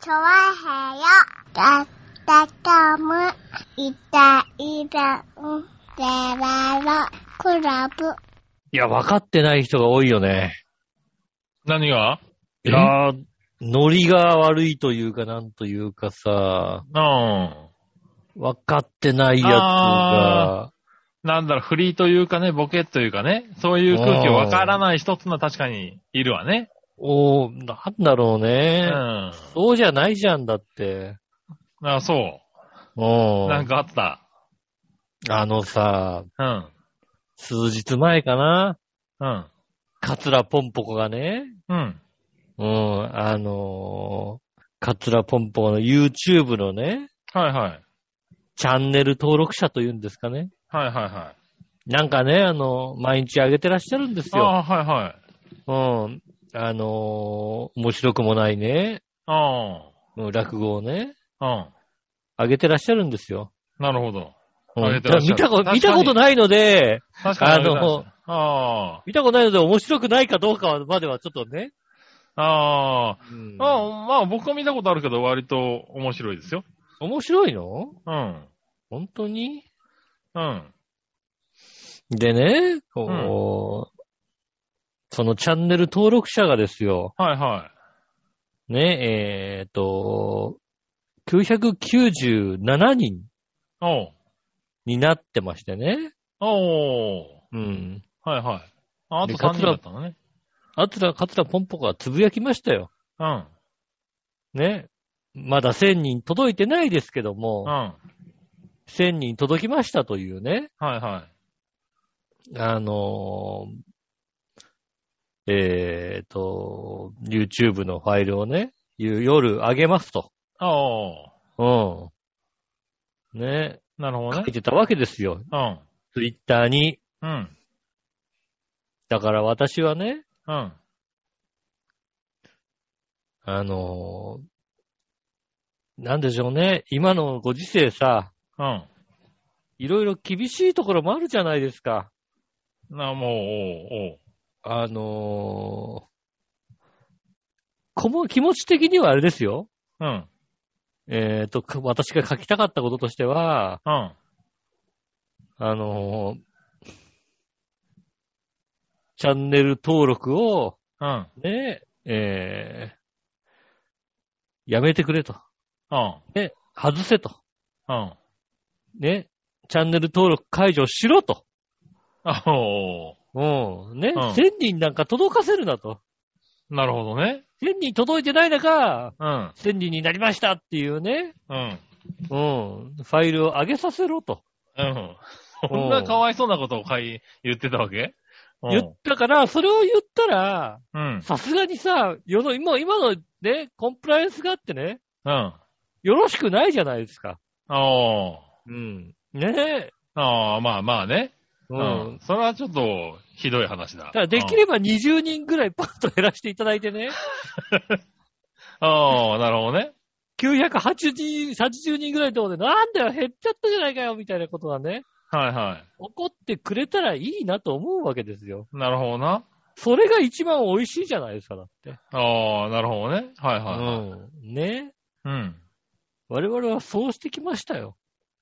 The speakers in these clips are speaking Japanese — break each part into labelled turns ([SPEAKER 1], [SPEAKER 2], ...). [SPEAKER 1] チョワヘヨだったかむいたいたんでららクラブ
[SPEAKER 2] いや、分かってない人が多いよね。
[SPEAKER 3] 何が
[SPEAKER 2] いやー、ノリが悪いというか、なんというかさ、
[SPEAKER 3] うん。
[SPEAKER 2] 分かってないやつが
[SPEAKER 3] あ、なんだろう、フリーというかね、ボケというかね、そういう空気をわからない人ってのは確かにいるわね。
[SPEAKER 2] おー、なんだろう
[SPEAKER 3] う
[SPEAKER 2] ね。
[SPEAKER 3] ん。
[SPEAKER 2] そうじゃないじゃんだって。
[SPEAKER 3] あそうう。
[SPEAKER 2] ん。
[SPEAKER 3] なんかあった。
[SPEAKER 2] あのさ、
[SPEAKER 3] うん。
[SPEAKER 2] 数日前かな、
[SPEAKER 3] うん。
[SPEAKER 2] カツラポンポコがね、
[SPEAKER 3] うん。
[SPEAKER 2] うん、あのー、カツラポンポコの YouTube のね、
[SPEAKER 3] はいはい。
[SPEAKER 2] チャンネル登録者というんですかね。
[SPEAKER 3] はいはいはい。
[SPEAKER 2] なんかね、あの、毎日上げてらっしゃるんです
[SPEAKER 3] あ
[SPEAKER 2] よ。
[SPEAKER 3] あ、はいはい。
[SPEAKER 2] うん。あのー面白くもないね、
[SPEAKER 3] あ
[SPEAKER 2] うん落語をね、
[SPEAKER 3] あ。
[SPEAKER 2] 上げてらっしゃるんですよ。
[SPEAKER 3] うん。なるほど。
[SPEAKER 2] うん
[SPEAKER 3] 上げてらっしゃる
[SPEAKER 2] 見たこと、
[SPEAKER 3] 確か
[SPEAKER 2] 見た
[SPEAKER 3] に
[SPEAKER 2] ことないので、
[SPEAKER 3] 確かにあれだ。
[SPEAKER 2] あの
[SPEAKER 3] あ
[SPEAKER 2] 見たことないので面白くないかどうかまではちょっとね。
[SPEAKER 3] あ。ああ。
[SPEAKER 2] うん
[SPEAKER 3] まあ、まあ、僕は見たことあるけど、割と面白いですよ。
[SPEAKER 2] 面白いの
[SPEAKER 3] うん。
[SPEAKER 2] 本当に
[SPEAKER 3] うん。
[SPEAKER 2] でね、こう、そのチャンネル登録者がですよ、
[SPEAKER 3] はいは
[SPEAKER 2] ね、えっ、と、997人
[SPEAKER 3] い。おう。
[SPEAKER 2] になってましてね。
[SPEAKER 3] おう。
[SPEAKER 2] うん。
[SPEAKER 3] はいはい。ああと
[SPEAKER 2] で
[SPEAKER 3] 3人だったのね。
[SPEAKER 2] あつら、かつらポンポコがつぶやきましたよ。
[SPEAKER 3] うん。
[SPEAKER 2] ね。まだ1000人届いてないですけど
[SPEAKER 3] うん。
[SPEAKER 2] も、
[SPEAKER 3] はい
[SPEAKER 2] 1000人届きましたというね。
[SPEAKER 3] は
[SPEAKER 2] あのーえっ、と、YouTube のファイルをね、ゆ夜上げますと。
[SPEAKER 3] い。お
[SPEAKER 2] うん。ね。
[SPEAKER 3] う。なるほ
[SPEAKER 2] 書
[SPEAKER 3] ど
[SPEAKER 2] い
[SPEAKER 3] ね。
[SPEAKER 2] てたわけですよ。
[SPEAKER 3] うん。
[SPEAKER 2] Twitter に。
[SPEAKER 3] うん。
[SPEAKER 2] だから私はね、
[SPEAKER 3] うん。
[SPEAKER 2] あのーなんでしょうね。今のご時世さ、
[SPEAKER 3] うん。
[SPEAKER 2] いろいろ厳しいところもあるじゃないですか。
[SPEAKER 3] な、もう、おう、おう。
[SPEAKER 2] あのーこも気持ち的にはあれですよ。
[SPEAKER 3] うん。
[SPEAKER 2] えっ、と、く私が書きたかったこととしては、
[SPEAKER 3] うん。
[SPEAKER 2] あのーチャンネル登録を、
[SPEAKER 3] うん。
[SPEAKER 2] ね、えーやめてくれと。
[SPEAKER 3] うん。
[SPEAKER 2] ね、外せと。
[SPEAKER 3] うん。
[SPEAKER 2] ね、チャンネル登録解除しろと。
[SPEAKER 3] あお
[SPEAKER 2] うん。ね、
[SPEAKER 3] うん
[SPEAKER 2] 1000人なんか届かせるなと。
[SPEAKER 3] うなるほどね。
[SPEAKER 2] 1000人届いてない中、
[SPEAKER 3] うん。
[SPEAKER 2] 1000人になりましたっていうね。
[SPEAKER 3] うん。
[SPEAKER 2] うん。ファイルを上げさせろと。
[SPEAKER 3] うん。そんなかわいそうなことを書い、言ってたわけうん
[SPEAKER 2] 言ったから、それを言ったら、
[SPEAKER 3] うん。
[SPEAKER 2] さすがにさ、世の、今、今のね、コンプライアンスがあってね、
[SPEAKER 3] うん。
[SPEAKER 2] よろしくないじゃないですか。
[SPEAKER 3] おう。
[SPEAKER 2] うん。ねえ。
[SPEAKER 3] ああ、まあまあね。
[SPEAKER 2] う。
[SPEAKER 3] うんん。それはちょっと、ひどい話だ。
[SPEAKER 2] だからできれば20人ぐらいパッと減らしていただいてね、
[SPEAKER 3] ば。ああ、なるほどね。
[SPEAKER 2] 980人、80人ぐらいのところで、なんだよ、減っちゃったじゃないかよ、みたいなことがね、
[SPEAKER 3] はいは
[SPEAKER 2] 怒ってくれたらいいなと思うわけですよ。
[SPEAKER 3] い。なるほどな。
[SPEAKER 2] それが一番美味しいじゃないですか、だって。
[SPEAKER 3] ああ、なるほどね。はいは
[SPEAKER 2] うん。ね
[SPEAKER 3] い。うん。
[SPEAKER 2] 我々はそうしてきましたよ。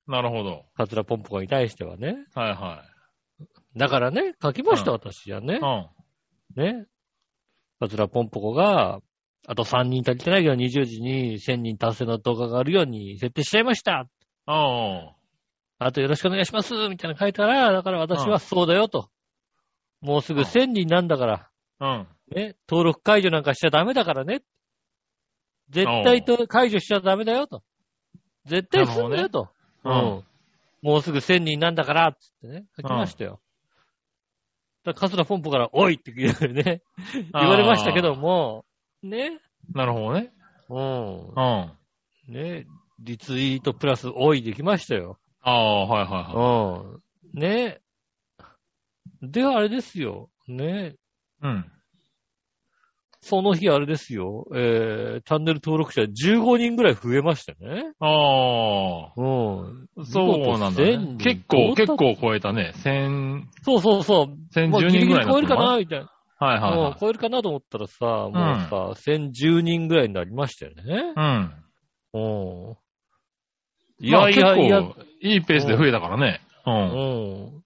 [SPEAKER 3] なるほど。
[SPEAKER 2] カツラポンポコに対してはね。
[SPEAKER 3] はいは
[SPEAKER 2] だからね、書きました、
[SPEAKER 3] うん
[SPEAKER 2] 私はね
[SPEAKER 3] い。う。ん。
[SPEAKER 2] ね。カツラポンポコが、あと3人足りてないけど20時に1000人達成の動画があるように設定しちゃいました。
[SPEAKER 3] ああ。
[SPEAKER 2] あとよろしくお願いします、みたいなの書いたら、だから私
[SPEAKER 3] う
[SPEAKER 2] は
[SPEAKER 3] ん
[SPEAKER 2] そうだよと。もうすぐ
[SPEAKER 3] うん
[SPEAKER 2] 1000人なんだから、
[SPEAKER 3] うん。
[SPEAKER 2] ね、登録解除なんかしちゃダメだからね。絶対と解除しちゃダメだよと。絶対すんだよと。
[SPEAKER 3] う。
[SPEAKER 2] うんん。もうすぐ1000人なんだから、つってね、書きましたよ。だから、カスラポンポから、おいって言うね 言われましたけども、ね、
[SPEAKER 3] なるほどね。
[SPEAKER 2] うん
[SPEAKER 3] う。ん。あ
[SPEAKER 2] ね、リツイートプラス、おいできましたよ。
[SPEAKER 3] あ、はいはいは
[SPEAKER 2] うん。ね。で、あれですよ。ね。
[SPEAKER 3] い。うん。
[SPEAKER 2] その日あれですよ。えー、チャンネル登録者15人ぐらい増えましたね。
[SPEAKER 3] あ
[SPEAKER 2] うん。
[SPEAKER 3] あ。そうなんだ、ね
[SPEAKER 2] 見。事
[SPEAKER 3] 結構、
[SPEAKER 2] 全
[SPEAKER 3] 結構超えたね。千、
[SPEAKER 2] そうそうそう。
[SPEAKER 3] 千
[SPEAKER 2] もう
[SPEAKER 3] 十
[SPEAKER 2] ギリ
[SPEAKER 3] 人
[SPEAKER 2] ギ
[SPEAKER 3] ぐ
[SPEAKER 2] リ
[SPEAKER 3] らいになっ
[SPEAKER 2] 超える
[SPEAKER 3] た
[SPEAKER 2] か
[SPEAKER 3] の
[SPEAKER 2] な、
[SPEAKER 3] な
[SPEAKER 2] みたいな。
[SPEAKER 3] はいはい
[SPEAKER 2] も
[SPEAKER 3] は
[SPEAKER 2] う
[SPEAKER 3] い。
[SPEAKER 2] 超えるかなと思ったらさ、もうさ、1010人ぐらいになりましたよね
[SPEAKER 3] う。ん。
[SPEAKER 2] うん。い
[SPEAKER 3] いや
[SPEAKER 2] や
[SPEAKER 3] い
[SPEAKER 2] い
[SPEAKER 3] や
[SPEAKER 2] や
[SPEAKER 3] い
[SPEAKER 2] い
[SPEAKER 3] や。
[SPEAKER 2] や、
[SPEAKER 3] 結構いいペースで増えたからね。う。
[SPEAKER 2] うんん。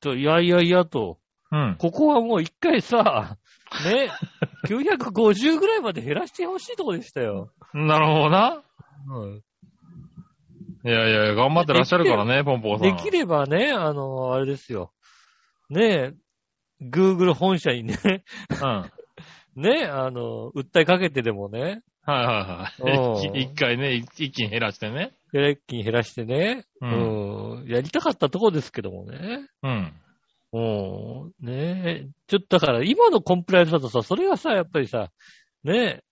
[SPEAKER 2] と、いやいやいやと、
[SPEAKER 3] うん。
[SPEAKER 2] ここはもう一 回さ、ね、950ぐらいまで減らしてほしいとこでしたよ。
[SPEAKER 3] なるほどな。
[SPEAKER 2] うん。
[SPEAKER 3] いやいや、頑張ってらっしゃるからね、ポンポコさ
[SPEAKER 2] で
[SPEAKER 3] ん。
[SPEAKER 2] きればね、あの、あれですよ。ねえ、Google 本社にね、
[SPEAKER 3] うん。はい
[SPEAKER 2] ね、あの、訴えかけてでもね、
[SPEAKER 3] はいはい。
[SPEAKER 2] うん
[SPEAKER 3] 一一回ね、一一気に減らしてね。
[SPEAKER 2] 一気に減らしてね、
[SPEAKER 3] う。
[SPEAKER 2] うんん、やりたかったとこですけどもね。
[SPEAKER 3] うん。
[SPEAKER 2] うん、ねえ、ちょっとだから今のコンプライアンスだとさ、それがさ、やっぱりさ、ねえ、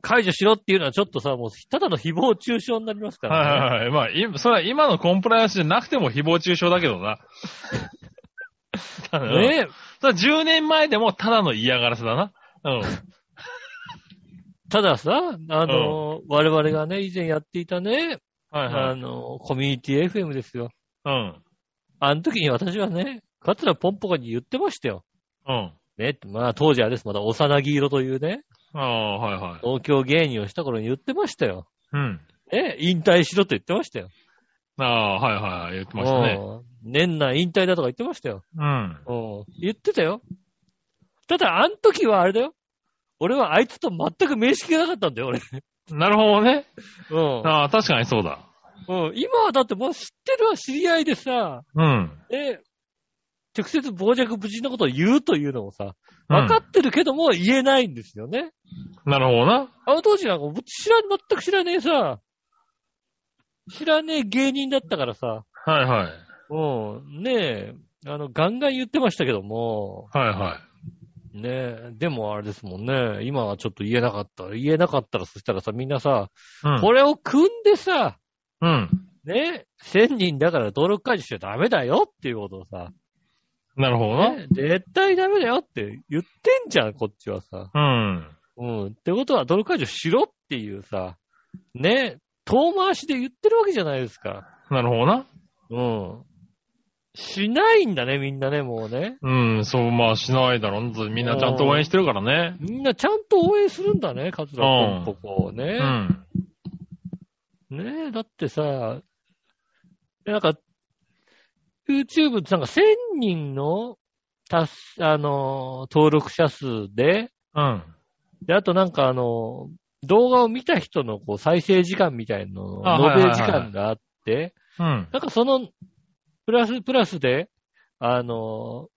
[SPEAKER 2] 解除しろっていうのはちょっとさ、もうただの誹謗中傷になりますか
[SPEAKER 3] はい
[SPEAKER 2] らね。
[SPEAKER 3] はいはい。まあ、いそれは今のコンプライアンスじゃなくても誹謗中傷だけど な。ただ
[SPEAKER 2] ねえ、
[SPEAKER 3] それは10年前でもただの嫌がらせだな。うん。
[SPEAKER 2] たださ、あの、我々がね、以前やっていたね、
[SPEAKER 3] はいは
[SPEAKER 2] あ
[SPEAKER 3] い。
[SPEAKER 2] の、コミュニティ FM ですよ。
[SPEAKER 3] うん。
[SPEAKER 2] あの時に私はね、カツラポンポコに言ってましたよ。
[SPEAKER 3] うん。
[SPEAKER 2] ね、まあ当時はです、まだ幼木色というね、
[SPEAKER 3] ああ、はいはい。
[SPEAKER 2] 東京芸人をした頃に言ってましたよ。
[SPEAKER 3] うん。
[SPEAKER 2] ね、引退しろって言ってましたよ。
[SPEAKER 3] ああ、はいはい。言ってましたね。
[SPEAKER 2] うん年内引退だとか言ってましたよ。
[SPEAKER 3] うん。
[SPEAKER 2] うん言ってたよ。ただ、あの時はあれだよ。俺はあいつと全く面識がなかったんだよ、俺。
[SPEAKER 3] なるほどね。
[SPEAKER 2] うん
[SPEAKER 3] ああ、確かにそうだ。
[SPEAKER 2] うん今はだってもう知ってるは知り合いでさ、
[SPEAKER 3] うん。
[SPEAKER 2] で、直接傍若無人のことを言うというのもさ、分かってるけども言えないんですよね。
[SPEAKER 3] なるほどな。
[SPEAKER 2] あの当時なんか知らん、全く知らねえさ、知らねえ芸人だったからさ、
[SPEAKER 3] はいはい。
[SPEAKER 2] うん、ねえ、あの、ガンガン言ってましたけども、
[SPEAKER 3] はいはい。
[SPEAKER 2] ねえ、でもあれですもんね、今はちょっと言えなかった。言えなかったらそしたらさ、みんなさ、
[SPEAKER 3] うん。
[SPEAKER 2] これを組んでさ、
[SPEAKER 3] うん。
[SPEAKER 2] ねえ、1000人だから登録解除しちゃダメだよっていうことをさ、
[SPEAKER 3] なるほど
[SPEAKER 2] ね、絶対ダメだよって言ってんじゃん、こっちはさ。
[SPEAKER 3] な。うん。
[SPEAKER 2] うん。ってことは、ドル解除しろっていうさ、ね、遠回しで言ってるわけじゃないですか。
[SPEAKER 3] なるほどな。
[SPEAKER 2] うん。しないんだね、みんなね、もうね。
[SPEAKER 3] うん、そう、まあしないだろう。みんなちゃんと応援してるからね。
[SPEAKER 2] みんなちゃんと応援するんだね、カツラ
[SPEAKER 3] うん
[SPEAKER 2] ポンポコを
[SPEAKER 3] う
[SPEAKER 2] ね。
[SPEAKER 3] ん。
[SPEAKER 2] ねだってさ、なんか、YouTube ってなんか1000人の、たす、あの、登録者数で、
[SPEAKER 3] うん。
[SPEAKER 2] で、あとなんかあの、動画を見た人のこう再生時間みたいなの、
[SPEAKER 3] あはいはい
[SPEAKER 2] 延べ時
[SPEAKER 3] はいは
[SPEAKER 2] 間
[SPEAKER 3] い
[SPEAKER 2] があって、
[SPEAKER 3] うん。
[SPEAKER 2] なんかその、プラス、プラスで、あの、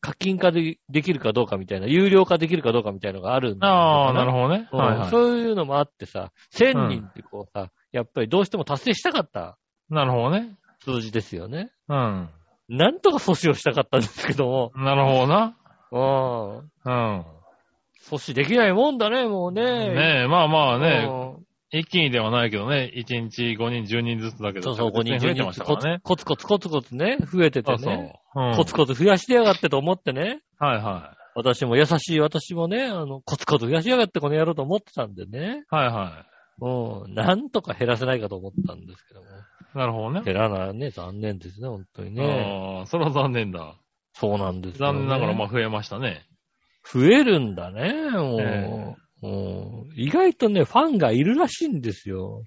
[SPEAKER 2] 課金化でできるかどうかみたいな、有料化できるかどうかみたいなのがあるんだ
[SPEAKER 3] ああ、なるほどね。
[SPEAKER 2] うん
[SPEAKER 3] はいは
[SPEAKER 2] そういうのもあってさ、1000人ってこうさ、やっぱりどうしても達成したかった
[SPEAKER 3] い。なるほどね。
[SPEAKER 2] 数字ですよね。
[SPEAKER 3] うん。
[SPEAKER 2] なんとか阻止をしたかったんですけども、
[SPEAKER 3] なるほどな。
[SPEAKER 2] うん
[SPEAKER 3] うん。
[SPEAKER 2] 阻止できないもんだね、もうね。
[SPEAKER 3] ねえ、まあまあね、
[SPEAKER 2] うん
[SPEAKER 3] 一気にではないけどね、1日5人、10人ずつだけ
[SPEAKER 2] そ
[SPEAKER 3] ど、
[SPEAKER 2] うそう、5人
[SPEAKER 3] 確実に増えて
[SPEAKER 2] 10人
[SPEAKER 3] ま
[SPEAKER 2] っ
[SPEAKER 3] してたか
[SPEAKER 2] コツ
[SPEAKER 3] らね。
[SPEAKER 2] コツコツコツコツね、増えてて
[SPEAKER 3] そ
[SPEAKER 2] ね。
[SPEAKER 3] うそう。うん
[SPEAKER 2] コツコツ増やしてやがってと思ってね。
[SPEAKER 3] はいは
[SPEAKER 2] 私も優しい私もね、あの、コツコツ増やしやがってこの野郎と思ってたんでね。
[SPEAKER 3] い。はいは
[SPEAKER 2] うん。なんとか減らせないかと思ったんですけども。
[SPEAKER 3] い。なるほどね。
[SPEAKER 2] 減らないね、残念ですね、本当にね。
[SPEAKER 3] ああ、それは残念だ。
[SPEAKER 2] そうなんですよ、
[SPEAKER 3] 残
[SPEAKER 2] ね。
[SPEAKER 3] 念ながらまあ増えましたね。
[SPEAKER 2] 増えるんだね、もう。
[SPEAKER 3] え
[SPEAKER 2] もう意外とね、ファンがいるらしいんですよ。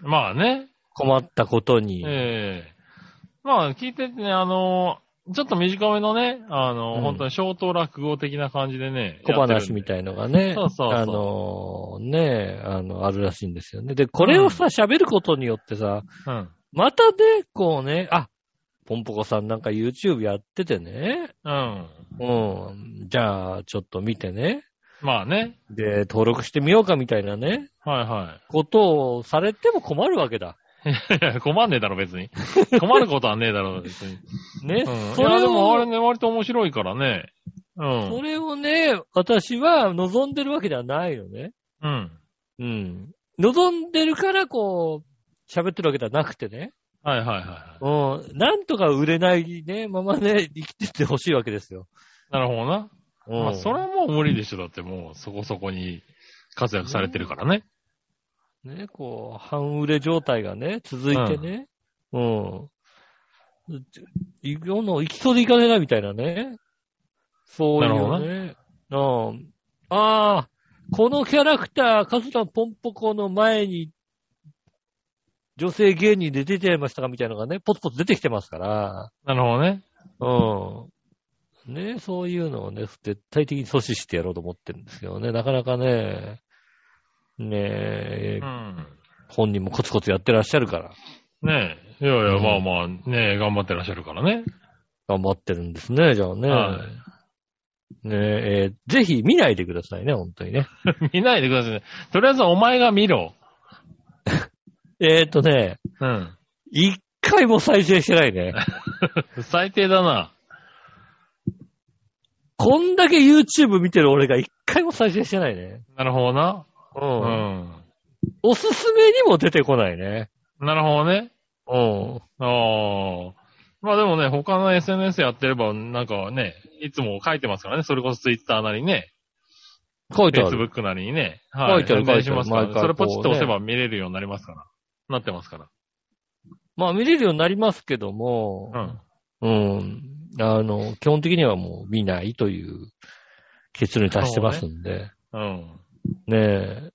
[SPEAKER 3] まあね。
[SPEAKER 2] 困ったことに。
[SPEAKER 3] ええまあ、聞いててね、あのーちょっと短めのね、あのー
[SPEAKER 2] うん
[SPEAKER 3] 本当に小刀落語的な感じでね。
[SPEAKER 2] 小話み
[SPEAKER 3] い
[SPEAKER 2] たいのがね、
[SPEAKER 3] そうそうそう
[SPEAKER 2] あのーね、あの、あるらしいんですよね。で、これをさ、喋、ることによってさ、
[SPEAKER 3] な。うん。
[SPEAKER 2] またね、こうね、あ、ポンポコさんなんか YouTube やっててね、
[SPEAKER 3] うん。
[SPEAKER 2] うん、じゃあ、ちょっと見てね、
[SPEAKER 3] まあね。
[SPEAKER 2] で、登録してみようかみたいなね、
[SPEAKER 3] はいは
[SPEAKER 2] ことをされても困るわけだ。
[SPEAKER 3] い。いやいや困んねえだろ、別に。 困ることはねえだろ、別に。
[SPEAKER 2] ね、
[SPEAKER 3] うん。
[SPEAKER 2] そ
[SPEAKER 3] いや、
[SPEAKER 2] れ
[SPEAKER 3] でもあれ
[SPEAKER 2] を、
[SPEAKER 3] ね、割と面白いからね。う
[SPEAKER 2] そ
[SPEAKER 3] ん。
[SPEAKER 2] れをね、私は望んでるわけではないよね。
[SPEAKER 3] うん。
[SPEAKER 2] うん。望んでるから、こう、喋ってるわけではなくてね。
[SPEAKER 3] はいはいはいは
[SPEAKER 2] うん、なんとか売れないね、ままね、生きてってほしいわけですよ。
[SPEAKER 3] い。なるほどな。
[SPEAKER 2] うん
[SPEAKER 3] まあ、それはもう無理でしょ。だってもう、そこそこに活躍されてるからね。
[SPEAKER 2] ね、こう、半売れ状態がね、続いてね。うん。いくの、行きそうで行かねえな、みたいなね。そうい
[SPEAKER 3] な
[SPEAKER 2] う
[SPEAKER 3] るほど
[SPEAKER 2] ね。うん。ああ、このキャラクター、カズラポンポコの前に、女性芸人で出てましたかみたいなのがね、ポツポツ出てきてますから。
[SPEAKER 3] なるほどね。
[SPEAKER 2] うん。ね、そういうのをね、絶対的に阻止してやろうと思ってるんですけどね、なかなかね、ねえ
[SPEAKER 3] う、ん。
[SPEAKER 2] 本人もコツコツやってらっしゃるから、
[SPEAKER 3] ねえ。いやいや、
[SPEAKER 2] うん
[SPEAKER 3] まあまあ、ねえ、頑張ってらっしゃるからね。
[SPEAKER 2] 頑張ってるんですね、じゃあね。
[SPEAKER 3] は
[SPEAKER 2] ねええーぜひ見ないでくださいね、本当にね。
[SPEAKER 3] 見ないでくださいね。とりあえずお前が見ろ。
[SPEAKER 2] えー、っとね、
[SPEAKER 3] うん。
[SPEAKER 2] 一回も再生してない ね。
[SPEAKER 3] 最低だな。
[SPEAKER 2] こんだけ YouTube 見てる俺が一回も再生してないね。
[SPEAKER 3] なるほどな。
[SPEAKER 2] う。
[SPEAKER 3] うんん。
[SPEAKER 2] おすすめにも出てこないね。
[SPEAKER 3] なるほどね。
[SPEAKER 2] うん。
[SPEAKER 3] ああ。まあでもね、他の SNS やってれば、なんかね、いつも書いてますからね。それこそ Twitter なりね、
[SPEAKER 2] 書いてある。
[SPEAKER 3] Facebook なりにね。
[SPEAKER 2] 書いてある
[SPEAKER 3] お願いしますから、
[SPEAKER 2] 書いてあ
[SPEAKER 3] それ
[SPEAKER 2] る毎
[SPEAKER 3] ポ
[SPEAKER 2] 回こうね
[SPEAKER 3] チッと押せば見れるようになりますから。なってますから。
[SPEAKER 2] まあ見れるようになりますけども、
[SPEAKER 3] うん。
[SPEAKER 2] うん。あの、基本的にはもう見ないという結論に達してますんで。
[SPEAKER 3] うん。
[SPEAKER 2] ねえ。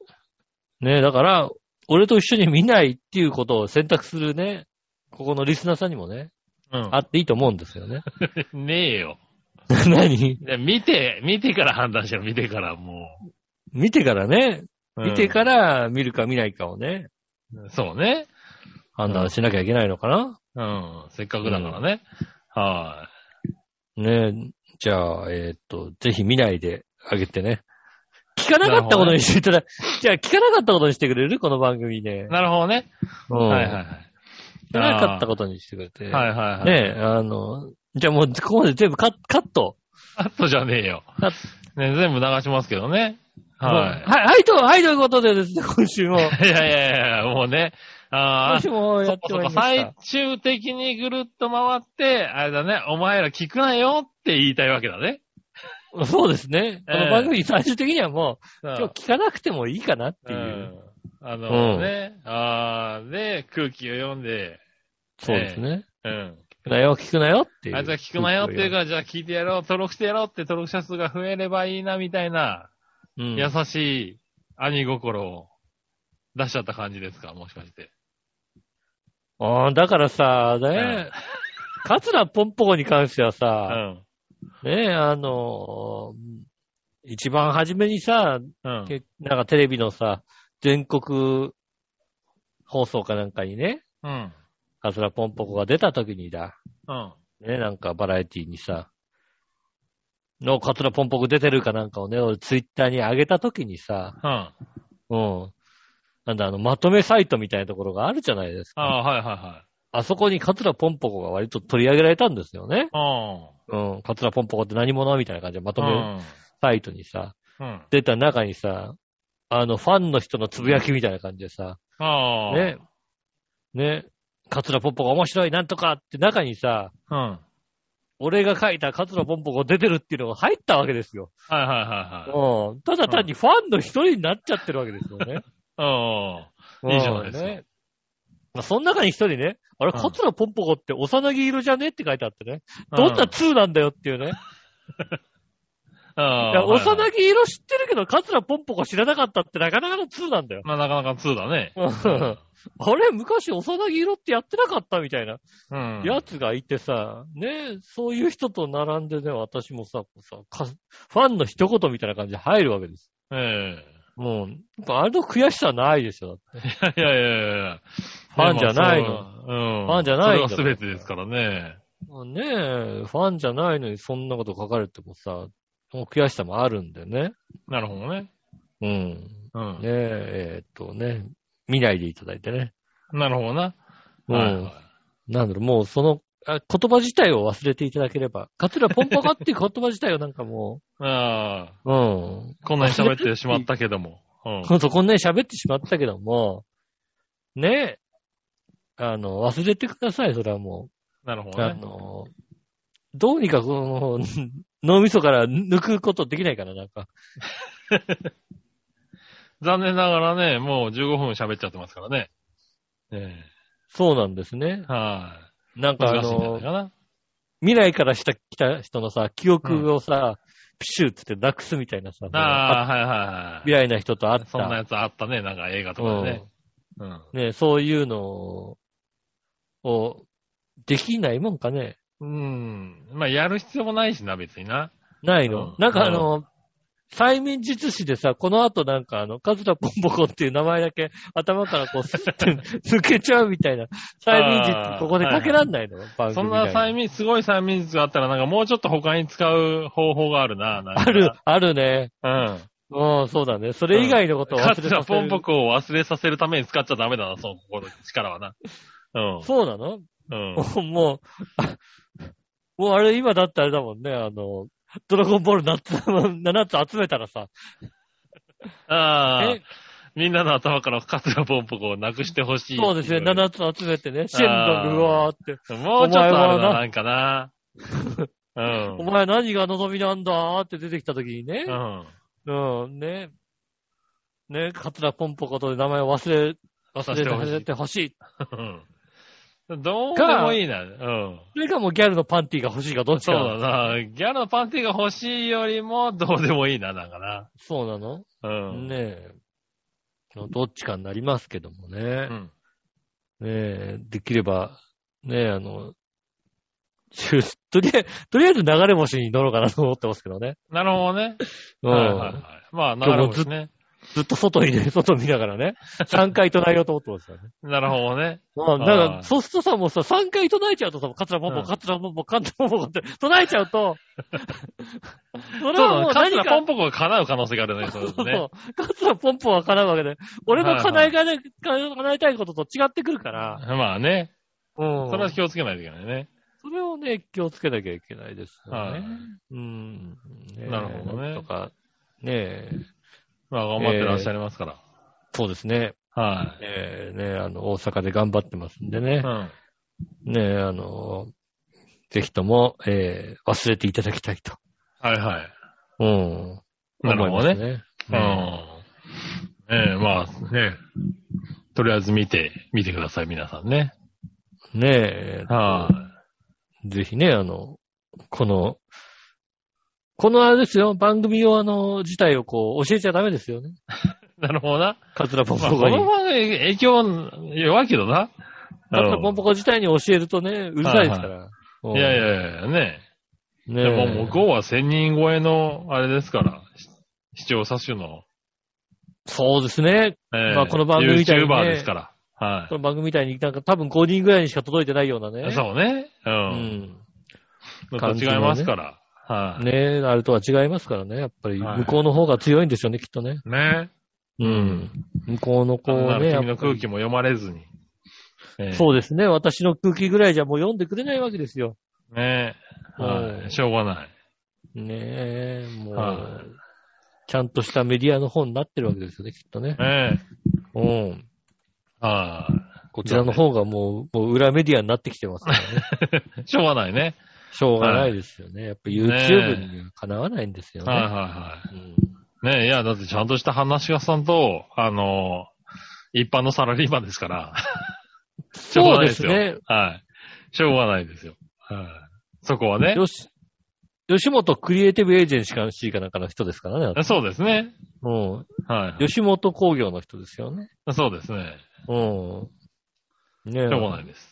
[SPEAKER 2] ねえ、だから、俺と一緒に見ないっていうことを選択するね、ここのリスナーさんにもね、
[SPEAKER 3] うん。
[SPEAKER 2] あっていいと思うんですよね。
[SPEAKER 3] ねえよ。
[SPEAKER 2] 何
[SPEAKER 3] で見て、見てから判断しろ、見てから、も
[SPEAKER 2] 見てからね、
[SPEAKER 3] う。うん
[SPEAKER 2] 見てから見るか見ないかをね、
[SPEAKER 3] そうね。
[SPEAKER 2] 判断しなきゃいけないのかな。
[SPEAKER 3] うん。せっかくだからね。は
[SPEAKER 2] ねえ、じゃあ、えーっと、ぜひ見ないであげてね。聞かなかったことにしていただ、じゃあ聞かなかったことにしてくれるこの番組ね
[SPEAKER 3] い。。なるほどね。
[SPEAKER 2] うん
[SPEAKER 3] はいはいはい。
[SPEAKER 2] 聞かなかったことにしてくれて。
[SPEAKER 3] はいはいはい。
[SPEAKER 2] ねえ、あの、じゃあもうここまで全部カッカット。
[SPEAKER 3] カットじゃねえよ
[SPEAKER 2] カッ。
[SPEAKER 3] ね、全部流しますけどね。
[SPEAKER 2] はい。
[SPEAKER 3] は
[SPEAKER 2] はい、はい、と、はい、ということでですね、今週も。
[SPEAKER 3] い。いやいやいやいや、もうね。あ
[SPEAKER 2] 今
[SPEAKER 3] あ、
[SPEAKER 2] 週もや
[SPEAKER 3] そ
[SPEAKER 2] っ
[SPEAKER 3] ってか
[SPEAKER 2] まい
[SPEAKER 3] そ
[SPEAKER 2] り
[SPEAKER 3] っ
[SPEAKER 2] ま
[SPEAKER 3] か、
[SPEAKER 2] した
[SPEAKER 3] 最。終的にぐるっと回って、あれだね、お前ら聞くなよって言いたいわけだね。
[SPEAKER 2] そうですね。
[SPEAKER 3] え
[SPEAKER 2] この番組最終的にはもう、今
[SPEAKER 3] 今
[SPEAKER 2] 日聞かなくてもいいかなって
[SPEAKER 3] う
[SPEAKER 2] いう。
[SPEAKER 3] ん。あのね、ああ、で、空気を読んで、
[SPEAKER 2] そうですね。
[SPEAKER 3] うん。
[SPEAKER 2] 聞くなよ、聞くなよっていう。
[SPEAKER 3] あいつは聞くなよっていうから、じゃあ聞いてやろう、登録してやろうって登録者数が増えればいいな、みたいな、
[SPEAKER 2] うん、
[SPEAKER 3] 優しい兄心を出しちゃった感じですか、もしかして。
[SPEAKER 2] あーだからさ、
[SPEAKER 3] う
[SPEAKER 2] ね
[SPEAKER 3] ん、
[SPEAKER 2] カツラポンポコに関しては
[SPEAKER 3] う
[SPEAKER 2] さ、
[SPEAKER 3] ん。
[SPEAKER 2] ねあのー一番初めにさ、
[SPEAKER 3] うん。
[SPEAKER 2] けなんかテレビのさ、全国放送かなんかにね、
[SPEAKER 3] うん。
[SPEAKER 2] カツラポンポコが出た時にだ、
[SPEAKER 3] うん。
[SPEAKER 2] ね、なんかバラエティにさ、のカツラポンポコ出てるかなんかをね、俺ツイッターに上げた時にさ、
[SPEAKER 3] うん。あ
[SPEAKER 2] うん。なんだ、あの、まとめサイトみたいなところがあるじゃないですか。
[SPEAKER 3] あ、はいは
[SPEAKER 2] あそこにカツラポンポコが割と取り上げられたんですよね。
[SPEAKER 3] いは
[SPEAKER 2] うん。カツラポンポコって何者みたいな感じでま
[SPEAKER 3] い。う
[SPEAKER 2] と
[SPEAKER 3] ん。
[SPEAKER 2] めサイトにさ、
[SPEAKER 3] うん。うん。
[SPEAKER 2] 出た中にさ、あの、ファンの人のつぶやきみたいな感じでさ、
[SPEAKER 3] ああ。
[SPEAKER 2] ね、ね、カツラポンポコ面白いなんとかって中にさ、
[SPEAKER 3] うん。はい
[SPEAKER 2] 俺が書いたカツラポンポコ出てるっていうのが入ったわけですよ。
[SPEAKER 3] はいはいは
[SPEAKER 2] うん。ただ単にファンの一人になっちゃってるわけですよね。
[SPEAKER 3] い。うん。いいじゃないですか。
[SPEAKER 2] ねまあ、その中に一人ね、あれ、
[SPEAKER 3] うん
[SPEAKER 2] カツラポンポコって幼木色じゃねって書いてあってね、どんな2なんだよっていうね。い
[SPEAKER 3] あ
[SPEAKER 2] や、
[SPEAKER 3] あ。
[SPEAKER 2] 幼
[SPEAKER 3] い。
[SPEAKER 2] 木色知ってるけど、カツラポンポコ知らなかったってなかなかの2なんだよ。
[SPEAKER 3] まあなかなか2だね。
[SPEAKER 2] あれ、昔幼木色ってやってなかったみたいな
[SPEAKER 3] うん。
[SPEAKER 2] やつがいてさ、ね、そういう人と並んでね、私もさ、こうさかファンの一言みたいな感じで入るわけです。
[SPEAKER 3] え
[SPEAKER 2] もう、やっぱあれの悔しさはないですよ。
[SPEAKER 3] え。いやいやいやいや。
[SPEAKER 2] ファンじゃないの。
[SPEAKER 3] うん。
[SPEAKER 2] ファンじゃないの
[SPEAKER 3] それが全てですからね。
[SPEAKER 2] まあねえ、ファンじゃないのにそんなこと書かれてもさ、その悔しさもあるんでね。
[SPEAKER 3] なるほどね。
[SPEAKER 2] うん。
[SPEAKER 3] うん。
[SPEAKER 2] ねえ、えーっとね、見ないでいただいてね。
[SPEAKER 3] なるほどな。
[SPEAKER 2] うん。
[SPEAKER 3] はいはい
[SPEAKER 2] なんだろう、もうその、あ言葉自体を忘れていただければ、かつらポンポカっていう言葉自体をなんかも
[SPEAKER 3] ああ。
[SPEAKER 2] う、うん。
[SPEAKER 3] こんなに喋ってしまったけども。うん。
[SPEAKER 2] ほんとこんなに喋ってしまったけども、ねえ、あの、忘れてください、それはも
[SPEAKER 3] なるほ
[SPEAKER 2] う。
[SPEAKER 3] ど
[SPEAKER 2] あ
[SPEAKER 3] ね。
[SPEAKER 2] の、どうにかこの、脳みそから抜くことできないかな、なんか。
[SPEAKER 3] 残念ながらね、もう15分喋っちゃってますからね。え
[SPEAKER 2] そうなんですね
[SPEAKER 3] え。。は
[SPEAKER 2] なん
[SPEAKER 3] い。
[SPEAKER 2] かあ
[SPEAKER 3] 難しいんじゃな
[SPEAKER 2] の
[SPEAKER 3] い、かな。
[SPEAKER 2] 未来からした、来た人のさ、記憶をさ、シューつってなくすみたいなさ、
[SPEAKER 3] ああ、はいはいはい。
[SPEAKER 2] 嫌いな人と会った。
[SPEAKER 3] そんなやつあったね、なんか映画とかでね。うん。
[SPEAKER 2] うんねそういうのを、できないもんかね。
[SPEAKER 3] うん。まあ、やる必要もないしな、別にな。
[SPEAKER 2] ない
[SPEAKER 3] う
[SPEAKER 2] の。
[SPEAKER 3] ん
[SPEAKER 2] なんかあの、催眠術師でさ、この後なんかあの、カズラポンボコっていう名前だけ頭からこう、ス ッて抜けちゃうみたいな、催眠術ここでかけらんないの、番組
[SPEAKER 3] そんな催
[SPEAKER 2] 眠
[SPEAKER 3] 眠、すごい催眠術があったら、なんかもうちょっと他に使う方法があるな、なんか
[SPEAKER 2] ある、あるね。
[SPEAKER 3] うん。
[SPEAKER 2] うん、そうだね。それ以外のことを忘れ
[SPEAKER 3] カ
[SPEAKER 2] させ
[SPEAKER 3] ツ
[SPEAKER 2] る。
[SPEAKER 3] ラポンポコを忘れさせるために使っちゃダメだな、その心の力はな。うん。
[SPEAKER 2] そうなの
[SPEAKER 3] うん。
[SPEAKER 2] もう、あもうあれ今だってあれだもんね、あの、ドラゴンボール7つ、7つ集めたらさ、
[SPEAKER 3] ああ
[SPEAKER 2] え。
[SPEAKER 3] みんなの頭からカツラポンポコをなくしてほしい。
[SPEAKER 2] そうですね、
[SPEAKER 3] もうちょっ
[SPEAKER 2] 7つ集めてね、シェンロン、うわーって、
[SPEAKER 3] とあ
[SPEAKER 2] お
[SPEAKER 3] る
[SPEAKER 2] 前
[SPEAKER 3] な、
[SPEAKER 2] はな
[SPEAKER 3] なんかな。うん。
[SPEAKER 2] お前何が望みなんだーって出てきた時にね
[SPEAKER 3] う、ん。
[SPEAKER 2] うん、ね、ね、カツラポンポコと名前を忘れ、忘
[SPEAKER 3] 忘れ
[SPEAKER 2] れ
[SPEAKER 3] てほしい
[SPEAKER 2] 忘れてほしい。
[SPEAKER 3] うん どうでもいいな。うん。
[SPEAKER 2] それかもうギャルのパンティーが欲しいかどっち
[SPEAKER 3] そ
[SPEAKER 2] か
[SPEAKER 3] う
[SPEAKER 2] な
[SPEAKER 3] だな。ギャルのパンティが欲しいよりも、どうでもいいな、なんかな。
[SPEAKER 2] そうなの、
[SPEAKER 3] うん。
[SPEAKER 2] ねえ。どっちかになりますけどもね。
[SPEAKER 3] うん。
[SPEAKER 2] ねえ、できれば、ねえ、あの、シューとりあえず、とりあえず流れ星に乗ろうかなと思ってますけどね。
[SPEAKER 3] なるほどね。
[SPEAKER 2] うん。
[SPEAKER 3] はいはいはい。まあ、なるほどね。
[SPEAKER 2] ずっと外にね、 外見ながらね、3回唱えようと思ってますからね。
[SPEAKER 3] なるほどね。
[SPEAKER 2] まあ、だか
[SPEAKER 3] あ
[SPEAKER 2] ら、
[SPEAKER 3] ー
[SPEAKER 2] そうするとさ、もうさ、3回唱えちゃうとさ、カツラポン
[SPEAKER 3] う
[SPEAKER 2] ポ
[SPEAKER 3] ん
[SPEAKER 2] ン、カツラポンポン、カツラポンポンって唱えちゃう と、そ
[SPEAKER 3] そう
[SPEAKER 2] れは
[SPEAKER 3] だ
[SPEAKER 2] もう
[SPEAKER 3] ね。カツ
[SPEAKER 2] 何
[SPEAKER 3] ラ
[SPEAKER 2] か、
[SPEAKER 3] ポンポコが叶う可能性があるね、そうです
[SPEAKER 2] そう
[SPEAKER 3] ね。
[SPEAKER 2] カツラポンポンは叶うわけで、俺の叶えがね、叶えたいことと違ってくるから、
[SPEAKER 3] まあね。
[SPEAKER 2] うん。
[SPEAKER 3] それは気をつけないといけないね。
[SPEAKER 2] それをね、気をつけなきゃいけないですよ
[SPEAKER 3] はい
[SPEAKER 2] ね。うん。ねえ
[SPEAKER 3] なるほどね
[SPEAKER 2] なんとか、ねえ、
[SPEAKER 3] まあ、頑張ってらっしゃいますから。
[SPEAKER 2] そうですね。
[SPEAKER 3] は
[SPEAKER 2] ええねえ、あの、大阪で頑張ってますんで
[SPEAKER 3] い。
[SPEAKER 2] ね
[SPEAKER 3] う。ん。
[SPEAKER 2] ねえ、あの、ぜひとも、ええ忘れていただきたいと。
[SPEAKER 3] はいはい。
[SPEAKER 2] うん。
[SPEAKER 3] なるほどね
[SPEAKER 2] 思いますね。
[SPEAKER 3] うん。ねえ、まあ、ねとりあえず見て、見てください、皆さんね。
[SPEAKER 2] うんねえ、
[SPEAKER 3] は
[SPEAKER 2] ぜひね、あの、この、このあれですよ、番組をあの、自体をこう、教えちゃダメですよね。
[SPEAKER 3] い。なるほどな。
[SPEAKER 2] カツラポン
[SPEAKER 3] まあ、
[SPEAKER 2] ポ
[SPEAKER 3] こ
[SPEAKER 2] コに。
[SPEAKER 3] の番組影響弱いけどな。
[SPEAKER 2] カツラポンポコ自体に教えるとね、うるさいですから。
[SPEAKER 3] うんいやいやいや、ね
[SPEAKER 2] ね
[SPEAKER 3] え。
[SPEAKER 2] え。
[SPEAKER 3] でももう5は1000人超えの、あれですから、し視聴者数の、
[SPEAKER 2] そうですね。
[SPEAKER 3] ええ
[SPEAKER 2] まあこの番組みたいにね
[SPEAKER 3] YouTuber ですから。は
[SPEAKER 2] この番組みたいに、なんか多分5人ぐらいにしか届いてないようなね。
[SPEAKER 3] い。そうね。う。
[SPEAKER 2] うんん。
[SPEAKER 3] また違いますから。はい。
[SPEAKER 2] ねえ、あれとは違いますからね。やっぱり、
[SPEAKER 3] はい
[SPEAKER 2] 向こうの方が強いんでしょうね、きっとね。
[SPEAKER 3] ね
[SPEAKER 2] うん。向こうの
[SPEAKER 3] こ
[SPEAKER 2] こ
[SPEAKER 3] う
[SPEAKER 2] うね、や
[SPEAKER 3] 君
[SPEAKER 2] っぱ
[SPEAKER 3] の空気も読まれずに。ええ
[SPEAKER 2] そうですね。私の空気ぐらいじゃもう読んでくれないわけですよ。
[SPEAKER 3] ねえ。
[SPEAKER 2] う
[SPEAKER 3] はい。
[SPEAKER 2] ん
[SPEAKER 3] しょうがない。
[SPEAKER 2] ねえ、も
[SPEAKER 3] は
[SPEAKER 2] う、ちゃんとしたメディアの方になってるわけですよね、きっとね。
[SPEAKER 3] ね
[SPEAKER 2] うん。
[SPEAKER 3] え。は
[SPEAKER 2] こちらの方がもう、もう裏メディアになってきてますからね。
[SPEAKER 3] い。 しょうがないね。
[SPEAKER 2] しょうがないですよね。やっぱ YouTube にはかなわないんですよ
[SPEAKER 3] はいはい
[SPEAKER 2] ね。
[SPEAKER 3] はい。
[SPEAKER 2] うん
[SPEAKER 3] ねえ、いや、だってちゃんとした話し家さんと、あの一般のサラリーマンですから。しょうがないですよ。
[SPEAKER 2] そうですね
[SPEAKER 3] はい。しょうがないですよ。はい。そこはね。
[SPEAKER 2] よし。吉本クリエイティブエージェンシーかなんかの人ですからね。
[SPEAKER 3] そうですね。
[SPEAKER 2] うん。
[SPEAKER 3] は
[SPEAKER 2] 吉本工業の人ですよね。
[SPEAKER 3] い。そうですね。
[SPEAKER 2] うん。ねえ。
[SPEAKER 3] しょうがないです。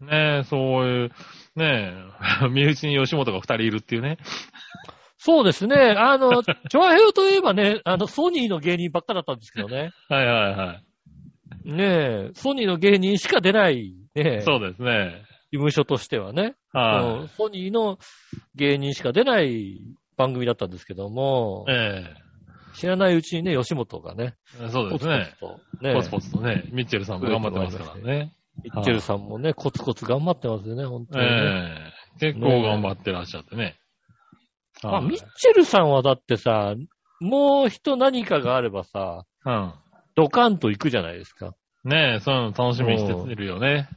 [SPEAKER 3] ねえ、そういう、ね え、身内に吉本が二人いるっていうね。
[SPEAKER 2] そうですね。あの、 チョアヘヨといえばね、あの、ソニーの芸人ばっかだったんですけどね。
[SPEAKER 3] はいはいはい。
[SPEAKER 2] ねえ、ソニーの芸人しか出ない、ねえ、事
[SPEAKER 3] そうですね。
[SPEAKER 2] 務所としてはね、う
[SPEAKER 3] は
[SPEAKER 2] んソニーの芸人しか出ない番組だったんですけども
[SPEAKER 3] い。、え
[SPEAKER 2] 知らないうちにね、吉本がね、
[SPEAKER 3] え。そうですね。
[SPEAKER 2] ポツポツと、
[SPEAKER 3] ポ
[SPEAKER 2] ね
[SPEAKER 3] ツポツとね、ミッチェルさんも頑張ってますからね。
[SPEAKER 2] ミッチェルさんもね、コツコツ頑張ってますよね、本当にね、
[SPEAKER 3] ええ。結構頑張ってらっしゃってね。
[SPEAKER 2] まあ、
[SPEAKER 3] はい
[SPEAKER 2] ミッチェルさんはだってさ、もう人何かがあればさ、
[SPEAKER 3] うん。
[SPEAKER 2] ドカンと行くじゃないですか。
[SPEAKER 3] ねえ、そういうの楽しみにしてるよね。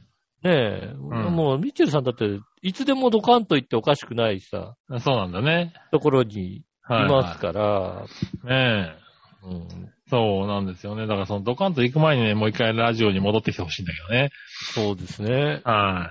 [SPEAKER 2] ねえ、
[SPEAKER 3] ん
[SPEAKER 2] もうミッチェルさんだって、いつでもドカンと行っておかしくないさ、
[SPEAKER 3] そうなんだね。
[SPEAKER 2] ところにい
[SPEAKER 3] はい、
[SPEAKER 2] ますから、
[SPEAKER 3] ねえ。
[SPEAKER 2] うん、
[SPEAKER 3] そうなんですよね。だからそのドカンと行く前にね、もう一回ラジオに戻ってきてほしいんだけどね。
[SPEAKER 2] そうですね。
[SPEAKER 3] は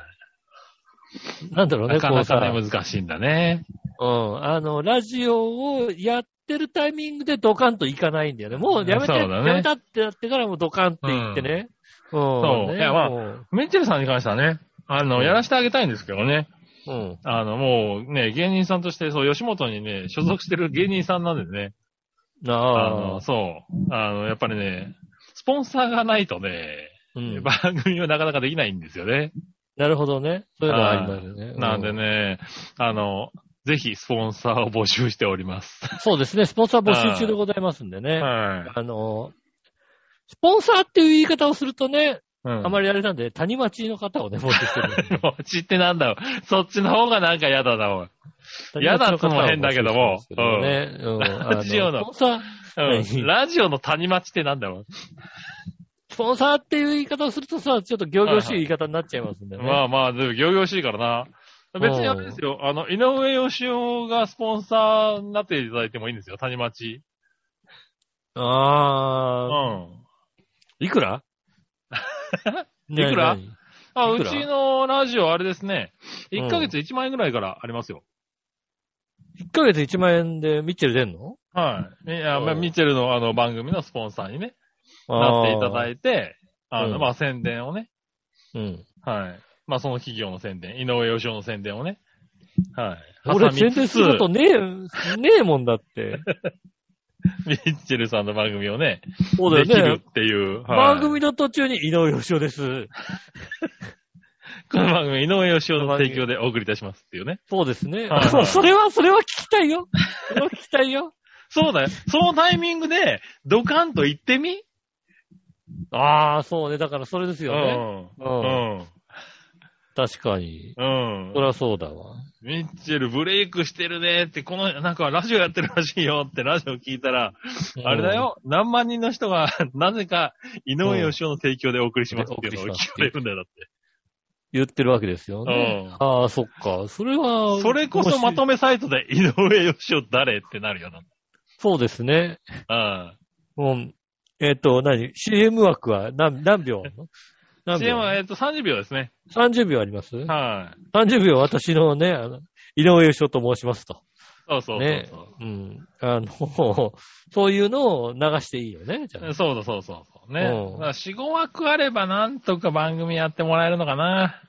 [SPEAKER 2] なんだろうね、
[SPEAKER 3] なか
[SPEAKER 2] こう
[SPEAKER 3] な
[SPEAKER 2] さ
[SPEAKER 3] か、ね、難しいんだね。
[SPEAKER 2] うん、あの、ラジオをやってるタイミングでドカンといかないんだよね。もうやめて、
[SPEAKER 3] そうだ
[SPEAKER 2] や
[SPEAKER 3] ね
[SPEAKER 2] めたってなってからもうドカンっていってね。うん。
[SPEAKER 3] う
[SPEAKER 2] ね
[SPEAKER 3] いやまあ
[SPEAKER 2] もう
[SPEAKER 3] メンチェルさんに関してはね、あ
[SPEAKER 2] う
[SPEAKER 3] の、
[SPEAKER 2] ん
[SPEAKER 3] やらせてあげたいんですけどね。
[SPEAKER 2] うん。
[SPEAKER 3] あの、もうね、芸人さんとして、そう、吉本にね、所属してる芸人さんなんでね。
[SPEAKER 2] な
[SPEAKER 3] あ
[SPEAKER 2] あ
[SPEAKER 3] の、そう。あの、やっぱりね、スポンサーがないとね、
[SPEAKER 2] うん
[SPEAKER 3] 番組はなかなかできないんですよね。
[SPEAKER 2] なるほどね。そういうのはありますよね。
[SPEAKER 3] なんで
[SPEAKER 2] ね。
[SPEAKER 3] ね、あの、ぜひスポンサーを募集しております。
[SPEAKER 2] そうですね。スポンサー募集中でございますんでね。
[SPEAKER 3] はい。
[SPEAKER 2] あの、スポンサーっていう言い方をするとね、
[SPEAKER 3] うん
[SPEAKER 2] あまりあれなんで、谷町の方をね、募集してるんで。
[SPEAKER 3] 落ちってなんだろうそっちの方がなんか嫌だな、おい。 嫌だっつうのも変だけども
[SPEAKER 2] 谷町の方を募集してるんですけどねうんあ
[SPEAKER 3] ラジオの
[SPEAKER 2] スポンサー、
[SPEAKER 3] うんラジオの谷町ってなんだろ
[SPEAKER 2] スポンサーっていう言い方をするとさ、ちょっと行々しい言い方になっちゃいますんで
[SPEAKER 3] う
[SPEAKER 2] ね。
[SPEAKER 3] まあまあ、でも、行々しいからな。別にあれですよ、あの、井上義雄がスポンサーになっていただいてもいいんですよ、谷町。う
[SPEAKER 2] ああ
[SPEAKER 3] ん。
[SPEAKER 2] い くらい
[SPEAKER 3] いくら
[SPEAKER 2] ね
[SPEAKER 3] あ、
[SPEAKER 2] いうくら
[SPEAKER 3] ちのラジオあれですね、
[SPEAKER 2] うん
[SPEAKER 3] 1ヶ月1万円ぐらいからありますよ。
[SPEAKER 2] 1ヶ月1万円でミッチェル出んの
[SPEAKER 3] はい。いや、
[SPEAKER 2] うん
[SPEAKER 3] まあミッチェルのあの番組のスポンサーにね、な
[SPEAKER 2] あ
[SPEAKER 3] っ
[SPEAKER 2] あ
[SPEAKER 3] ていただいて、あ
[SPEAKER 2] う
[SPEAKER 3] の、
[SPEAKER 2] ん
[SPEAKER 3] まあ宣伝をね、
[SPEAKER 2] うん。
[SPEAKER 3] はい。まあ、その企業の宣伝、井上義雄の宣伝をね。はい。
[SPEAKER 2] 俺
[SPEAKER 3] 挟
[SPEAKER 2] 全
[SPEAKER 3] み
[SPEAKER 2] 然
[SPEAKER 3] つ
[SPEAKER 2] す
[SPEAKER 3] つ
[SPEAKER 2] ることねえ、ねえもんだ って。
[SPEAKER 3] ミッチェルさんの番組をね、
[SPEAKER 2] そうだ
[SPEAKER 3] でき
[SPEAKER 2] よね
[SPEAKER 3] る。っていう。はい
[SPEAKER 2] 番組の途中に井上義雄です。
[SPEAKER 3] この番組、井上義雄の提供でお送りいたしますっていうね。
[SPEAKER 2] そうですね
[SPEAKER 3] はいは。い
[SPEAKER 2] それは、それは聞きたいよ。それは聞きたい よ。
[SPEAKER 3] そうだよ。そのタイミングで、ドカンと言ってみ
[SPEAKER 2] ああ、そうね。だからそれです
[SPEAKER 3] う
[SPEAKER 2] よね。
[SPEAKER 3] ん。
[SPEAKER 2] う。
[SPEAKER 3] うんん。
[SPEAKER 2] 確かに。
[SPEAKER 3] うん
[SPEAKER 2] そ。りゃそうだわ。
[SPEAKER 3] ミッチェルブレイクしてるねって、この、なんかラジオやってるらしいよってラジオ聞いたら、あれだよ、何万人の人が、 なぜか、井上義雄の提供でお送りしますっていうのを聞かれるんだよ、だって。
[SPEAKER 2] 言ってるわけですよね。
[SPEAKER 3] うん
[SPEAKER 2] ああ、そっか。それは、
[SPEAKER 3] それこそまと
[SPEAKER 2] もし
[SPEAKER 3] めサイトで井上義雄誰ってなるよな。
[SPEAKER 2] そうですね。
[SPEAKER 3] うん。
[SPEAKER 2] もう、えっ、と、何 ?CM 枠は何何秒あるの何
[SPEAKER 3] CM は、
[SPEAKER 2] 秒
[SPEAKER 3] えっと、30秒ですね。
[SPEAKER 2] ?30 秒あります
[SPEAKER 3] はい。
[SPEAKER 2] ?30 秒私のね、あの井上義雄と申しますと。
[SPEAKER 3] そうそうそうそう。
[SPEAKER 2] ね。うん。あの、 そういうのを流していいよね、じゃあ。
[SPEAKER 3] そうだそうそうそう。ね。
[SPEAKER 2] う
[SPEAKER 3] だ
[SPEAKER 2] ん
[SPEAKER 3] から4、5枠あればなんとか番組やってもらえるのかな。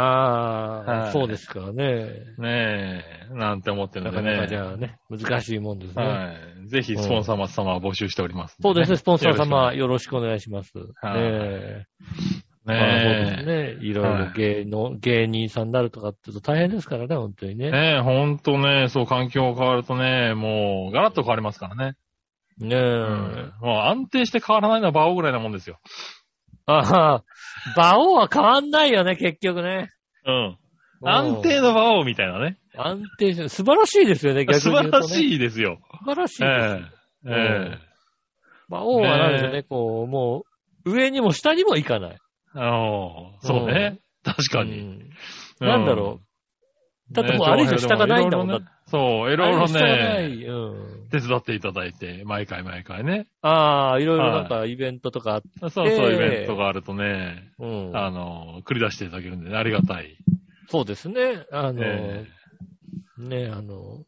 [SPEAKER 2] ああ、
[SPEAKER 3] はい
[SPEAKER 2] そうですからね。
[SPEAKER 3] ねえ。なんて思ってる
[SPEAKER 2] なん
[SPEAKER 3] で
[SPEAKER 2] か
[SPEAKER 3] ね。
[SPEAKER 2] なかじゃあね、難しいもんですね。
[SPEAKER 3] はい。ぜひ、スポンサー松様は募集しております。
[SPEAKER 2] そうですね、スポンサー様
[SPEAKER 3] よ
[SPEAKER 2] よろしくお願いします。
[SPEAKER 3] はい
[SPEAKER 2] ねえ
[SPEAKER 3] ろしくお
[SPEAKER 2] まあ
[SPEAKER 3] 願いし
[SPEAKER 2] そ
[SPEAKER 3] ま
[SPEAKER 2] う
[SPEAKER 3] すね
[SPEAKER 2] ですね。いろいろ芸能、芸人さんになるとかって言うと大変ですからね、本当に
[SPEAKER 3] え。
[SPEAKER 2] ね。
[SPEAKER 3] ねえ、ほんとね、そう、環境が変わるとね、もう、ガラッと変わりますからね。
[SPEAKER 2] ね
[SPEAKER 3] う
[SPEAKER 2] え。。
[SPEAKER 3] もう安定して変わらないのは馬王ぐらいなもんですよ。
[SPEAKER 2] ああ、馬王は変わんないよね、結局ね。
[SPEAKER 3] うん。安定の馬王みたいなね。
[SPEAKER 2] うん。安定して、素晴らしいですよね、逆に
[SPEAKER 3] 素
[SPEAKER 2] 言
[SPEAKER 3] 晴
[SPEAKER 2] うと、ね。
[SPEAKER 3] らしいですよ。
[SPEAKER 2] 素晴らしい
[SPEAKER 3] え
[SPEAKER 2] です。
[SPEAKER 3] ええ
[SPEAKER 2] 馬王はなんでしょう
[SPEAKER 3] ね
[SPEAKER 2] ね、こう、もう、上にも下にも行かない。
[SPEAKER 3] えあのそうね。確か
[SPEAKER 2] う
[SPEAKER 3] に。
[SPEAKER 2] んなんだろ
[SPEAKER 3] う
[SPEAKER 2] だってもうあれ以上下がないんだもん。
[SPEAKER 3] ねそう、いうろいろ
[SPEAKER 2] 下がない
[SPEAKER 3] ね、
[SPEAKER 2] うん。
[SPEAKER 3] 手伝っていただいて、毎回毎回ね。
[SPEAKER 2] ああ、いろいろなんかイベントとかあって、
[SPEAKER 3] そうそう、
[SPEAKER 2] ええ
[SPEAKER 3] イベントがあるとね、
[SPEAKER 2] うん。
[SPEAKER 3] あの、繰り出していただけるんでね、ありがたい。
[SPEAKER 2] そうですね。あの、
[SPEAKER 3] え
[SPEAKER 2] ね、あの、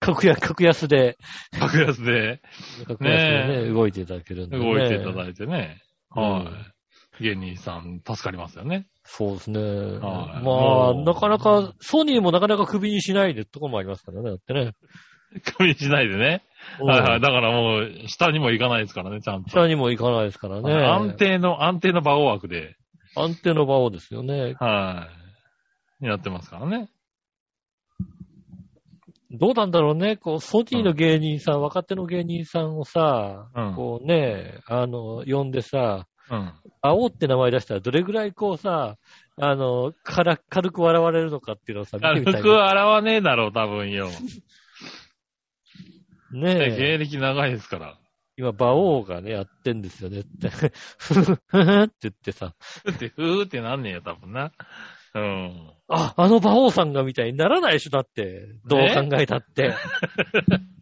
[SPEAKER 2] 格安、格安で、
[SPEAKER 3] え格安で
[SPEAKER 2] 格安でね、動いていただけるんで、ね。
[SPEAKER 3] 動いていただいてね。
[SPEAKER 2] うん
[SPEAKER 3] はい。芸人さん、助かりますよね。
[SPEAKER 2] そうですね。
[SPEAKER 3] はい
[SPEAKER 2] まあ、
[SPEAKER 3] もう
[SPEAKER 2] なかなか、ソニーもなかなか首にしないでとこもありますからね、だってね。
[SPEAKER 3] 首にしないでね。はいはい。だからもう、下にも行かないですからね、ちゃんと。
[SPEAKER 2] 下にも行かないですからね。
[SPEAKER 3] 安。定の、安定の場を枠で、
[SPEAKER 2] 安定の場をですよね。
[SPEAKER 3] はい、やってますからね。
[SPEAKER 2] どうなんだろうね。こう、ソニーの芸人さん、若手の芸人さんをさ、
[SPEAKER 3] うん
[SPEAKER 2] こうね、あの、呼んでさ、
[SPEAKER 3] うん。
[SPEAKER 2] 青って名前出したらどれぐらいこうさ、あの、から、軽く笑われるのかっていうのをさ、見てみたい
[SPEAKER 3] 服
[SPEAKER 2] な。
[SPEAKER 3] は洗わねえだろう、多分よ。ね
[SPEAKER 2] ねえ。
[SPEAKER 3] 芸歴長いですから。
[SPEAKER 2] 今、馬王がね、やってんですよね って。ふふふふって言ってさ、
[SPEAKER 3] ふって、ふーってなんねえよ、多分な。うん。
[SPEAKER 2] あ、あの馬王さんがみたいにならないでしょ、だって。どう考えたって。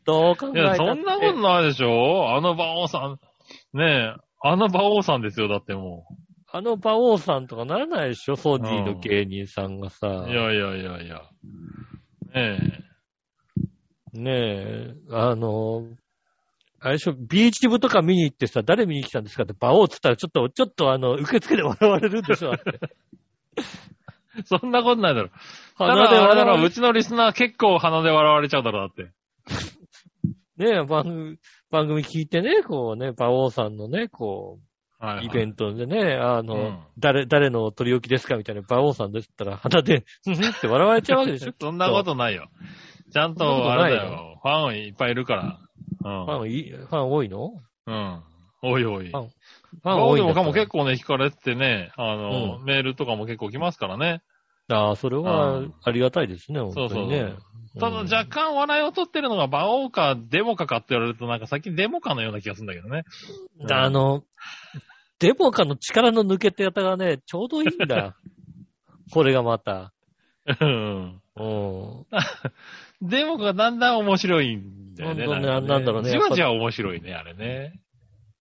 [SPEAKER 2] どう考
[SPEAKER 3] い
[SPEAKER 2] えたっ
[SPEAKER 3] や、
[SPEAKER 2] て。
[SPEAKER 3] そんなことないでしょあの馬王さん。ねえ、あの馬王さんですよ、だっても
[SPEAKER 2] あの馬王さんとかならないでしょソディの芸人さんがさ。
[SPEAKER 3] いやいやいやいや。ね
[SPEAKER 2] ねえ、あの、あれでしょ、ビーチ部とか見に行ってさ、誰見に来たんですかって、馬王っつったら、ちょっと、ちょっとあの、受付で笑われるんでしょ だって。
[SPEAKER 3] え。そんなことないだろ。ただ、
[SPEAKER 2] 鼻で
[SPEAKER 3] あれ
[SPEAKER 2] 笑
[SPEAKER 3] だ
[SPEAKER 2] わ
[SPEAKER 3] ろ、
[SPEAKER 2] れ
[SPEAKER 3] う
[SPEAKER 2] る。
[SPEAKER 3] ちのリスナー結構鼻で笑われちゃうだろ、だって。
[SPEAKER 2] ねえ、番組、番組聞いてね、こうね、馬王さんのね、こ、
[SPEAKER 3] はいうはい。
[SPEAKER 2] イベントでね、あの、
[SPEAKER 3] うん
[SPEAKER 2] 誰、誰の取り置きですかみたいな、馬王さんですって言ったら、鼻で、ふふって笑われちゃうわ けでしょ
[SPEAKER 3] そんなことないよ。ちゃん、
[SPEAKER 2] そんなことと
[SPEAKER 3] あ
[SPEAKER 2] ない
[SPEAKER 3] れ
[SPEAKER 2] よ
[SPEAKER 3] だよ。ファンいっぱいいるから。
[SPEAKER 2] ファ
[SPEAKER 3] う
[SPEAKER 2] ンい、ファン多いの
[SPEAKER 3] ん。うん。おいおい。
[SPEAKER 2] ファンファン
[SPEAKER 3] ど
[SPEAKER 2] 多
[SPEAKER 3] う
[SPEAKER 2] い
[SPEAKER 3] でも
[SPEAKER 2] んだった
[SPEAKER 3] からも結構ね、聞かれててね、あの、メールとかも結構来ますからね。
[SPEAKER 2] ああ、それは
[SPEAKER 3] うん
[SPEAKER 2] ありがたいですね、本当にね。
[SPEAKER 3] ただ
[SPEAKER 2] ゃ
[SPEAKER 3] 若干笑いを取ってるのが、バオーかデモかかって言われると、なんか最近デモかのような気がするんだけどね。うん
[SPEAKER 2] あの、デモカの力の抜けて方がね、ちょうどいいん だ。これがまた。
[SPEAKER 3] うん。
[SPEAKER 2] うん。
[SPEAKER 3] デモがだんだん面白いんだよね。
[SPEAKER 2] ほんとね
[SPEAKER 3] か
[SPEAKER 2] なんだろうね
[SPEAKER 3] じわじわ面白いね、あれね。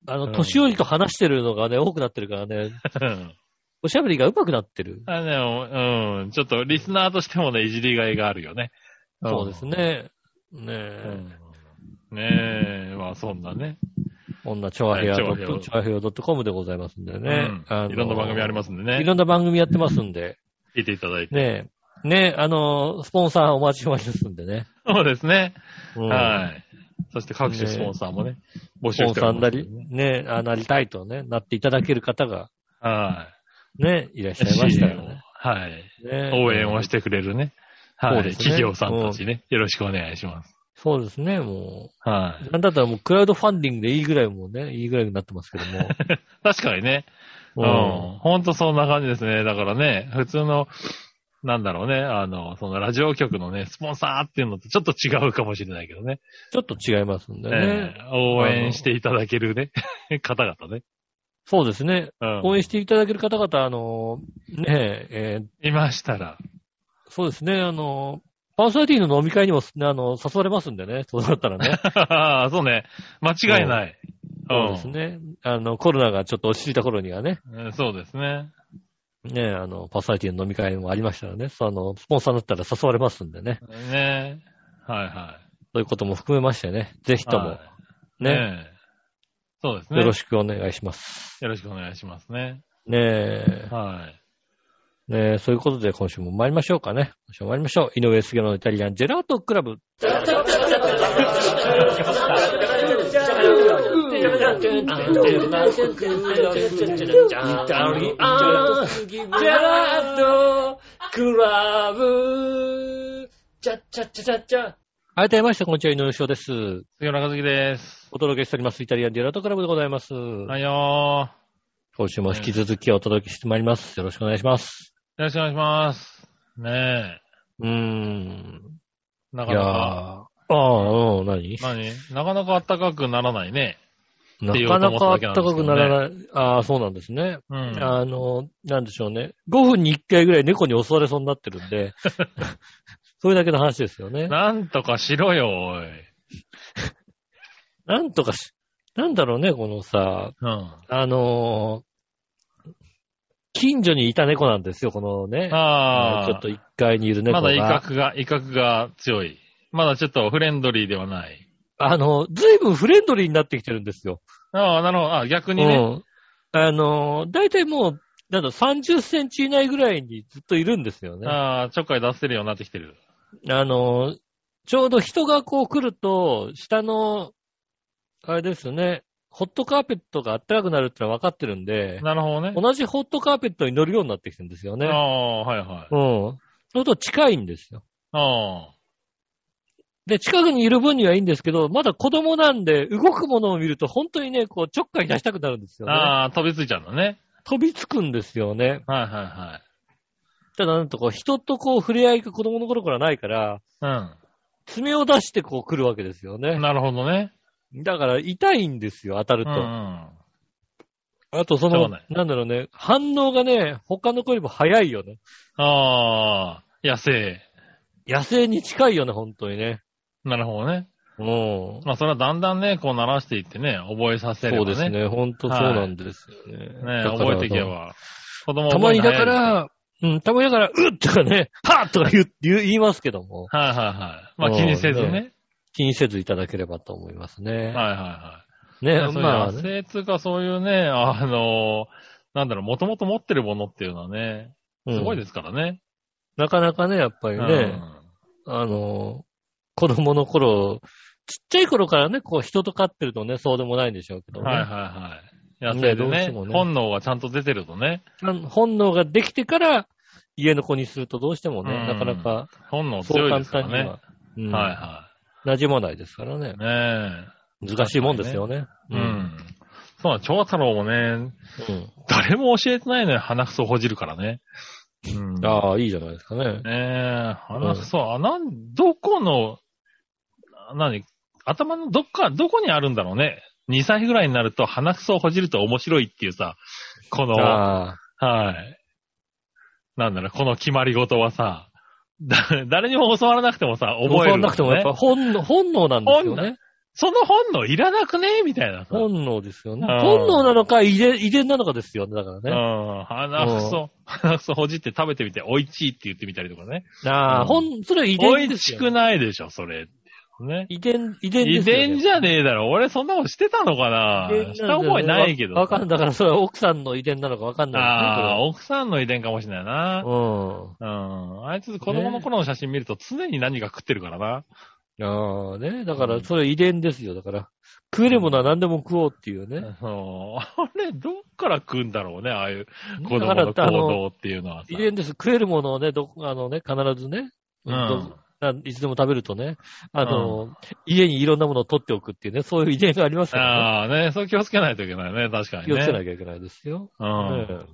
[SPEAKER 2] あの、
[SPEAKER 3] うん
[SPEAKER 2] 年寄りと話してるのがね、多くなってるからね、
[SPEAKER 3] うん
[SPEAKER 2] おしゃべりが上手くなってる。
[SPEAKER 3] あのね、うん。ちょっとリスナーとしてもね、いじりがいがあるよね。
[SPEAKER 2] そうですね。ねえ、
[SPEAKER 3] うん。ねえ、まあそんなね。
[SPEAKER 2] こんなチョアヘア
[SPEAKER 3] はいチョアヘア
[SPEAKER 2] .com でございますんでね。あ
[SPEAKER 3] う
[SPEAKER 2] の
[SPEAKER 3] ん。いろんな番組ありますんで
[SPEAKER 2] い
[SPEAKER 3] ね。
[SPEAKER 2] ろんな番組やってますんで。
[SPEAKER 3] 聞いていただいて。
[SPEAKER 2] ねえ。ねえ、あの、スポンサーお待ちしておりますんでね。
[SPEAKER 3] そうですね。
[SPEAKER 2] うん
[SPEAKER 3] はい。そして各種スポンサーもね、募
[SPEAKER 2] ス
[SPEAKER 3] 集
[SPEAKER 2] ポ
[SPEAKER 3] し
[SPEAKER 2] ン
[SPEAKER 3] て
[SPEAKER 2] サ
[SPEAKER 3] お
[SPEAKER 2] ー
[SPEAKER 3] り
[SPEAKER 2] に
[SPEAKER 3] ます
[SPEAKER 2] なり
[SPEAKER 3] んでね、
[SPEAKER 2] ね、あなりたいとね、なっていただける方が、
[SPEAKER 3] は
[SPEAKER 2] ね、いらっし
[SPEAKER 3] い。
[SPEAKER 2] ゃいましたよ
[SPEAKER 3] CM
[SPEAKER 2] ね。
[SPEAKER 3] はい。
[SPEAKER 2] ね
[SPEAKER 3] 応援をしてくれるね。は
[SPEAKER 2] そう
[SPEAKER 3] い。
[SPEAKER 2] ですね
[SPEAKER 3] 企業さんたちね。よろしくお願いします。
[SPEAKER 2] そうですね、も
[SPEAKER 3] は
[SPEAKER 2] う。なんだったらもうクラウドファンディングでいいぐらいもうね、いいぐらいになってますけども。
[SPEAKER 3] い。確かにね。 う
[SPEAKER 2] うん
[SPEAKER 3] ん。ほんとそんな感じですね。だからね、普通の、なんだろうね、あの、そのラジオ局のね、スポンサーっていうのとちょっと違うかもしれないけどね。
[SPEAKER 2] ちょっと違いますんでね
[SPEAKER 3] え。え応援していただけるね、 方々ね。
[SPEAKER 2] そうですね。
[SPEAKER 3] うん
[SPEAKER 2] 応援していただける方々、あの、ねえー
[SPEAKER 3] いましたら。
[SPEAKER 2] そうですね、あの、パーソナリティの飲み会にも、ね、あの、誘われますんでね、そうだった らね。
[SPEAKER 3] ああそうね。間違いない。
[SPEAKER 2] そうですね。あの、コロナがちょっと落ち着いた頃にはね、
[SPEAKER 3] うん。うんそうですね。
[SPEAKER 2] ねえ、あの、パーソナリティの飲み会もありましたらね、そうあの、スポンサーだったら誘われますんでね、
[SPEAKER 3] ねえ。はいは
[SPEAKER 2] そういうことも含めましてね、ぜひ
[SPEAKER 3] い。
[SPEAKER 2] と
[SPEAKER 3] は
[SPEAKER 2] も
[SPEAKER 3] い
[SPEAKER 2] ね、
[SPEAKER 3] ねえそうですね。
[SPEAKER 2] よろ
[SPEAKER 3] し
[SPEAKER 2] しくお願いします。
[SPEAKER 3] く。よろしくお願いしますね。
[SPEAKER 2] ねえ、
[SPEAKER 3] はい。
[SPEAKER 2] ねえ、そういうことで今週も参りましょうかね。今週も参りましょう。井上杉野のイタリアンジェラートクラブ。はい、どうもました。こんにちは、井上翔です。
[SPEAKER 3] 杉浦和樹です。
[SPEAKER 2] お届けしております。イタリアンジェラートクラブでございます。
[SPEAKER 3] はいよ
[SPEAKER 2] 今週も引き続きお届けしてまいります。よろしくお願いします。
[SPEAKER 3] ー。よろしくお願いします。ね
[SPEAKER 2] うーん。
[SPEAKER 3] え。ないか
[SPEAKER 2] やー。
[SPEAKER 3] なか。
[SPEAKER 2] ああ、うん、何
[SPEAKER 3] 何なかなか暖かくならないね。
[SPEAKER 2] な
[SPEAKER 3] て
[SPEAKER 2] かなか
[SPEAKER 3] 言おうと思
[SPEAKER 2] 暖か
[SPEAKER 3] った
[SPEAKER 2] く
[SPEAKER 3] だけ
[SPEAKER 2] なら
[SPEAKER 3] な
[SPEAKER 2] ない。ああ、そうなんですね。
[SPEAKER 3] うん。
[SPEAKER 2] あの、なんでしょうね。5分に1回ぐらい猫に襲われそうになってる んで、それだけの話ですよね。な
[SPEAKER 3] なんとかしろよ、おい。
[SPEAKER 2] んとかし、なんだろうね、このさ、
[SPEAKER 3] うん。
[SPEAKER 2] あのー近所にいた猫なんですよ、このね。
[SPEAKER 3] ああ。
[SPEAKER 2] ちょっと1階にいる猫
[SPEAKER 3] ま
[SPEAKER 2] が。
[SPEAKER 3] だ威嚇が、威嚇が強い。まだちょっとフレンドリーではない。
[SPEAKER 2] あの、ずいぶんフレンドリーになってきてるんですよ。
[SPEAKER 3] ああ、なるほど。あ逆にね。
[SPEAKER 2] うん。あのー、だいたいもう、なんだ、30センチ以内ぐらいにずっといるんですよね。
[SPEAKER 3] ああ、ちょっかい出せるようになってきてる。
[SPEAKER 2] あの、ちょうど人がこう来ると、下の、あれですね、ホットカーペットが暖かくなるってのは分かってるんで、
[SPEAKER 3] なるほどね。
[SPEAKER 2] 同じホットカーペットに乗るようになってきてるんですよね。
[SPEAKER 3] あ
[SPEAKER 2] う
[SPEAKER 3] あ、
[SPEAKER 2] ん。
[SPEAKER 3] はいはい。
[SPEAKER 2] そうすると近いんですよ。
[SPEAKER 3] ああ。
[SPEAKER 2] で、近くにいる分にはいいんですけど、まだ子供なんで、動くものを見ると本当にね、こうちょっかい出したくなるんですよね。
[SPEAKER 3] ああ、飛びついちゃうのね。
[SPEAKER 2] 飛びつくんですよね。
[SPEAKER 3] はいは
[SPEAKER 2] ただなんとこう、人とこう触れ合いが子供の頃からないから、
[SPEAKER 3] いはい。
[SPEAKER 2] 爪を出してこう来るわけですよ
[SPEAKER 3] う
[SPEAKER 2] ね
[SPEAKER 3] ん。。なるほどね。
[SPEAKER 2] だから痛いんですよ、当たる
[SPEAKER 3] う
[SPEAKER 2] と。
[SPEAKER 3] んうん。
[SPEAKER 2] あとそ
[SPEAKER 3] しょう
[SPEAKER 2] の、
[SPEAKER 3] がない
[SPEAKER 2] なんだろうね、反応がね、他の子よりも早いよね。
[SPEAKER 3] ああ、野生。
[SPEAKER 2] 野生に近いよね、本当にね。
[SPEAKER 3] なるほどね。
[SPEAKER 2] うん。
[SPEAKER 3] まあ、それはだんだんね、こう慣らしていってね、覚えさせ
[SPEAKER 2] そ
[SPEAKER 3] る
[SPEAKER 2] うです
[SPEAKER 3] ね。
[SPEAKER 2] ね。ほんとそうなんですよね。
[SPEAKER 3] ね
[SPEAKER 2] だから
[SPEAKER 3] 覚えていけ。ば。子供
[SPEAKER 2] たま
[SPEAKER 3] 覚え
[SPEAKER 2] に
[SPEAKER 3] た
[SPEAKER 2] だから、うん、たまにだから、うっとかね、はっとか言う、言う言いますけども、
[SPEAKER 3] はいはいはい。まあ気にせず
[SPEAKER 2] うん
[SPEAKER 3] ね。
[SPEAKER 2] 気にせずいただければと思います
[SPEAKER 3] はい
[SPEAKER 2] ね。
[SPEAKER 3] はいはい。
[SPEAKER 2] ね、
[SPEAKER 3] ねそういう
[SPEAKER 2] まあ
[SPEAKER 3] 野生
[SPEAKER 2] ね、
[SPEAKER 3] 通かそういうね、あの、なんだろう、もともと持ってるものっていうのはね、
[SPEAKER 2] うん
[SPEAKER 3] すごいですからね。
[SPEAKER 2] なかなかね、やっぱり
[SPEAKER 3] う
[SPEAKER 2] ね、
[SPEAKER 3] ん
[SPEAKER 2] あの、子供の頃、ちっちゃい頃からね、こう人と飼ってるとね、そうでもないんでしょうけどね。
[SPEAKER 3] はいはいはい。野生で
[SPEAKER 2] ねどうし
[SPEAKER 3] ね、
[SPEAKER 2] てもね
[SPEAKER 3] 本能がちゃんと出てるとね、
[SPEAKER 2] あの本能ができてから家の子にするとどうしてもね、
[SPEAKER 3] うん
[SPEAKER 2] なかなか、
[SPEAKER 3] 本能
[SPEAKER 2] そう
[SPEAKER 3] 強い
[SPEAKER 2] 簡
[SPEAKER 3] ですから
[SPEAKER 2] 単に
[SPEAKER 3] ね。
[SPEAKER 2] は、うん
[SPEAKER 3] はいは
[SPEAKER 2] 馴染まないですからね
[SPEAKER 3] い。。ね
[SPEAKER 2] 難しいもんですよね。
[SPEAKER 3] え。うん。そうだ、蝶太郎もね、
[SPEAKER 2] うん。
[SPEAKER 3] 誰も教えてないのに鼻くそほじるからね。うん。
[SPEAKER 2] ああ、いいじゃないですかね。
[SPEAKER 3] ねえ、鼻くそ、あ、なん、どこの、何、頭のどっか、どこにあるんだろうね。2歳ぐらいになると鼻くそをほじると面白いっていうさ、この、
[SPEAKER 2] ああ、
[SPEAKER 3] はい。なんだろう、この決まり事はさ、だ誰にも教わらなくてもさ、覚え
[SPEAKER 2] わ
[SPEAKER 3] る、ね。
[SPEAKER 2] なくてもやっぱ本能、本能なんですよね。
[SPEAKER 3] その本能いらなくねみたいなさ。
[SPEAKER 2] 本能ですよね。
[SPEAKER 3] うん
[SPEAKER 2] 本能なのか遺伝、遺伝なのかですよね、だか
[SPEAKER 3] う
[SPEAKER 2] らね。
[SPEAKER 3] ん。鼻くそ、鼻くそほじって食べてみて、おいちいって言ってみたりとかね。
[SPEAKER 2] あ
[SPEAKER 3] う
[SPEAKER 2] あ、
[SPEAKER 3] ん
[SPEAKER 2] ほん、それは遺
[SPEAKER 3] お
[SPEAKER 2] 伝で
[SPEAKER 3] い
[SPEAKER 2] す
[SPEAKER 3] ち
[SPEAKER 2] よ、
[SPEAKER 3] く
[SPEAKER 2] ね。
[SPEAKER 3] ないでしょ、それ。ね。
[SPEAKER 2] 遺伝、遺伝
[SPEAKER 3] 遺
[SPEAKER 2] ですよ、ね。
[SPEAKER 3] 伝じゃねえだろ。俺そんなことしてたのかな
[SPEAKER 2] 遺伝なん
[SPEAKER 3] し
[SPEAKER 2] だよね
[SPEAKER 3] た覚えないけど。
[SPEAKER 2] わわかんだからそれは奥さんの遺伝なのかわかん
[SPEAKER 3] ああ、
[SPEAKER 2] ない
[SPEAKER 3] 奥さんの遺伝かもしれない
[SPEAKER 2] ですね
[SPEAKER 3] な。
[SPEAKER 2] こ
[SPEAKER 3] うん。あいつ子供の頃の写真見ると常に何か食ってるからな。
[SPEAKER 2] れは。うん。ああ、ね。だから、それ遺伝ですよ。だから、食えるものは何でも食おうっていうね。
[SPEAKER 3] そうあれ、どっから食うんだろうね、ああいう子
[SPEAKER 2] だ
[SPEAKER 3] 供
[SPEAKER 2] から
[SPEAKER 3] の行
[SPEAKER 2] あ
[SPEAKER 3] 動
[SPEAKER 2] の
[SPEAKER 3] っていうのはさ。
[SPEAKER 2] 遺伝です。食えるものをね、ど、あのね、必ずね、
[SPEAKER 3] うん
[SPEAKER 2] どあいつでも食べるとね、あの、家にいろんなものを取っておくっていうね、そういう遺伝がありますからね。
[SPEAKER 3] ああ、ね、そう気をつけないといけないね、確かにね。
[SPEAKER 2] 気をつけなきゃいけないですよ。
[SPEAKER 3] う
[SPEAKER 2] う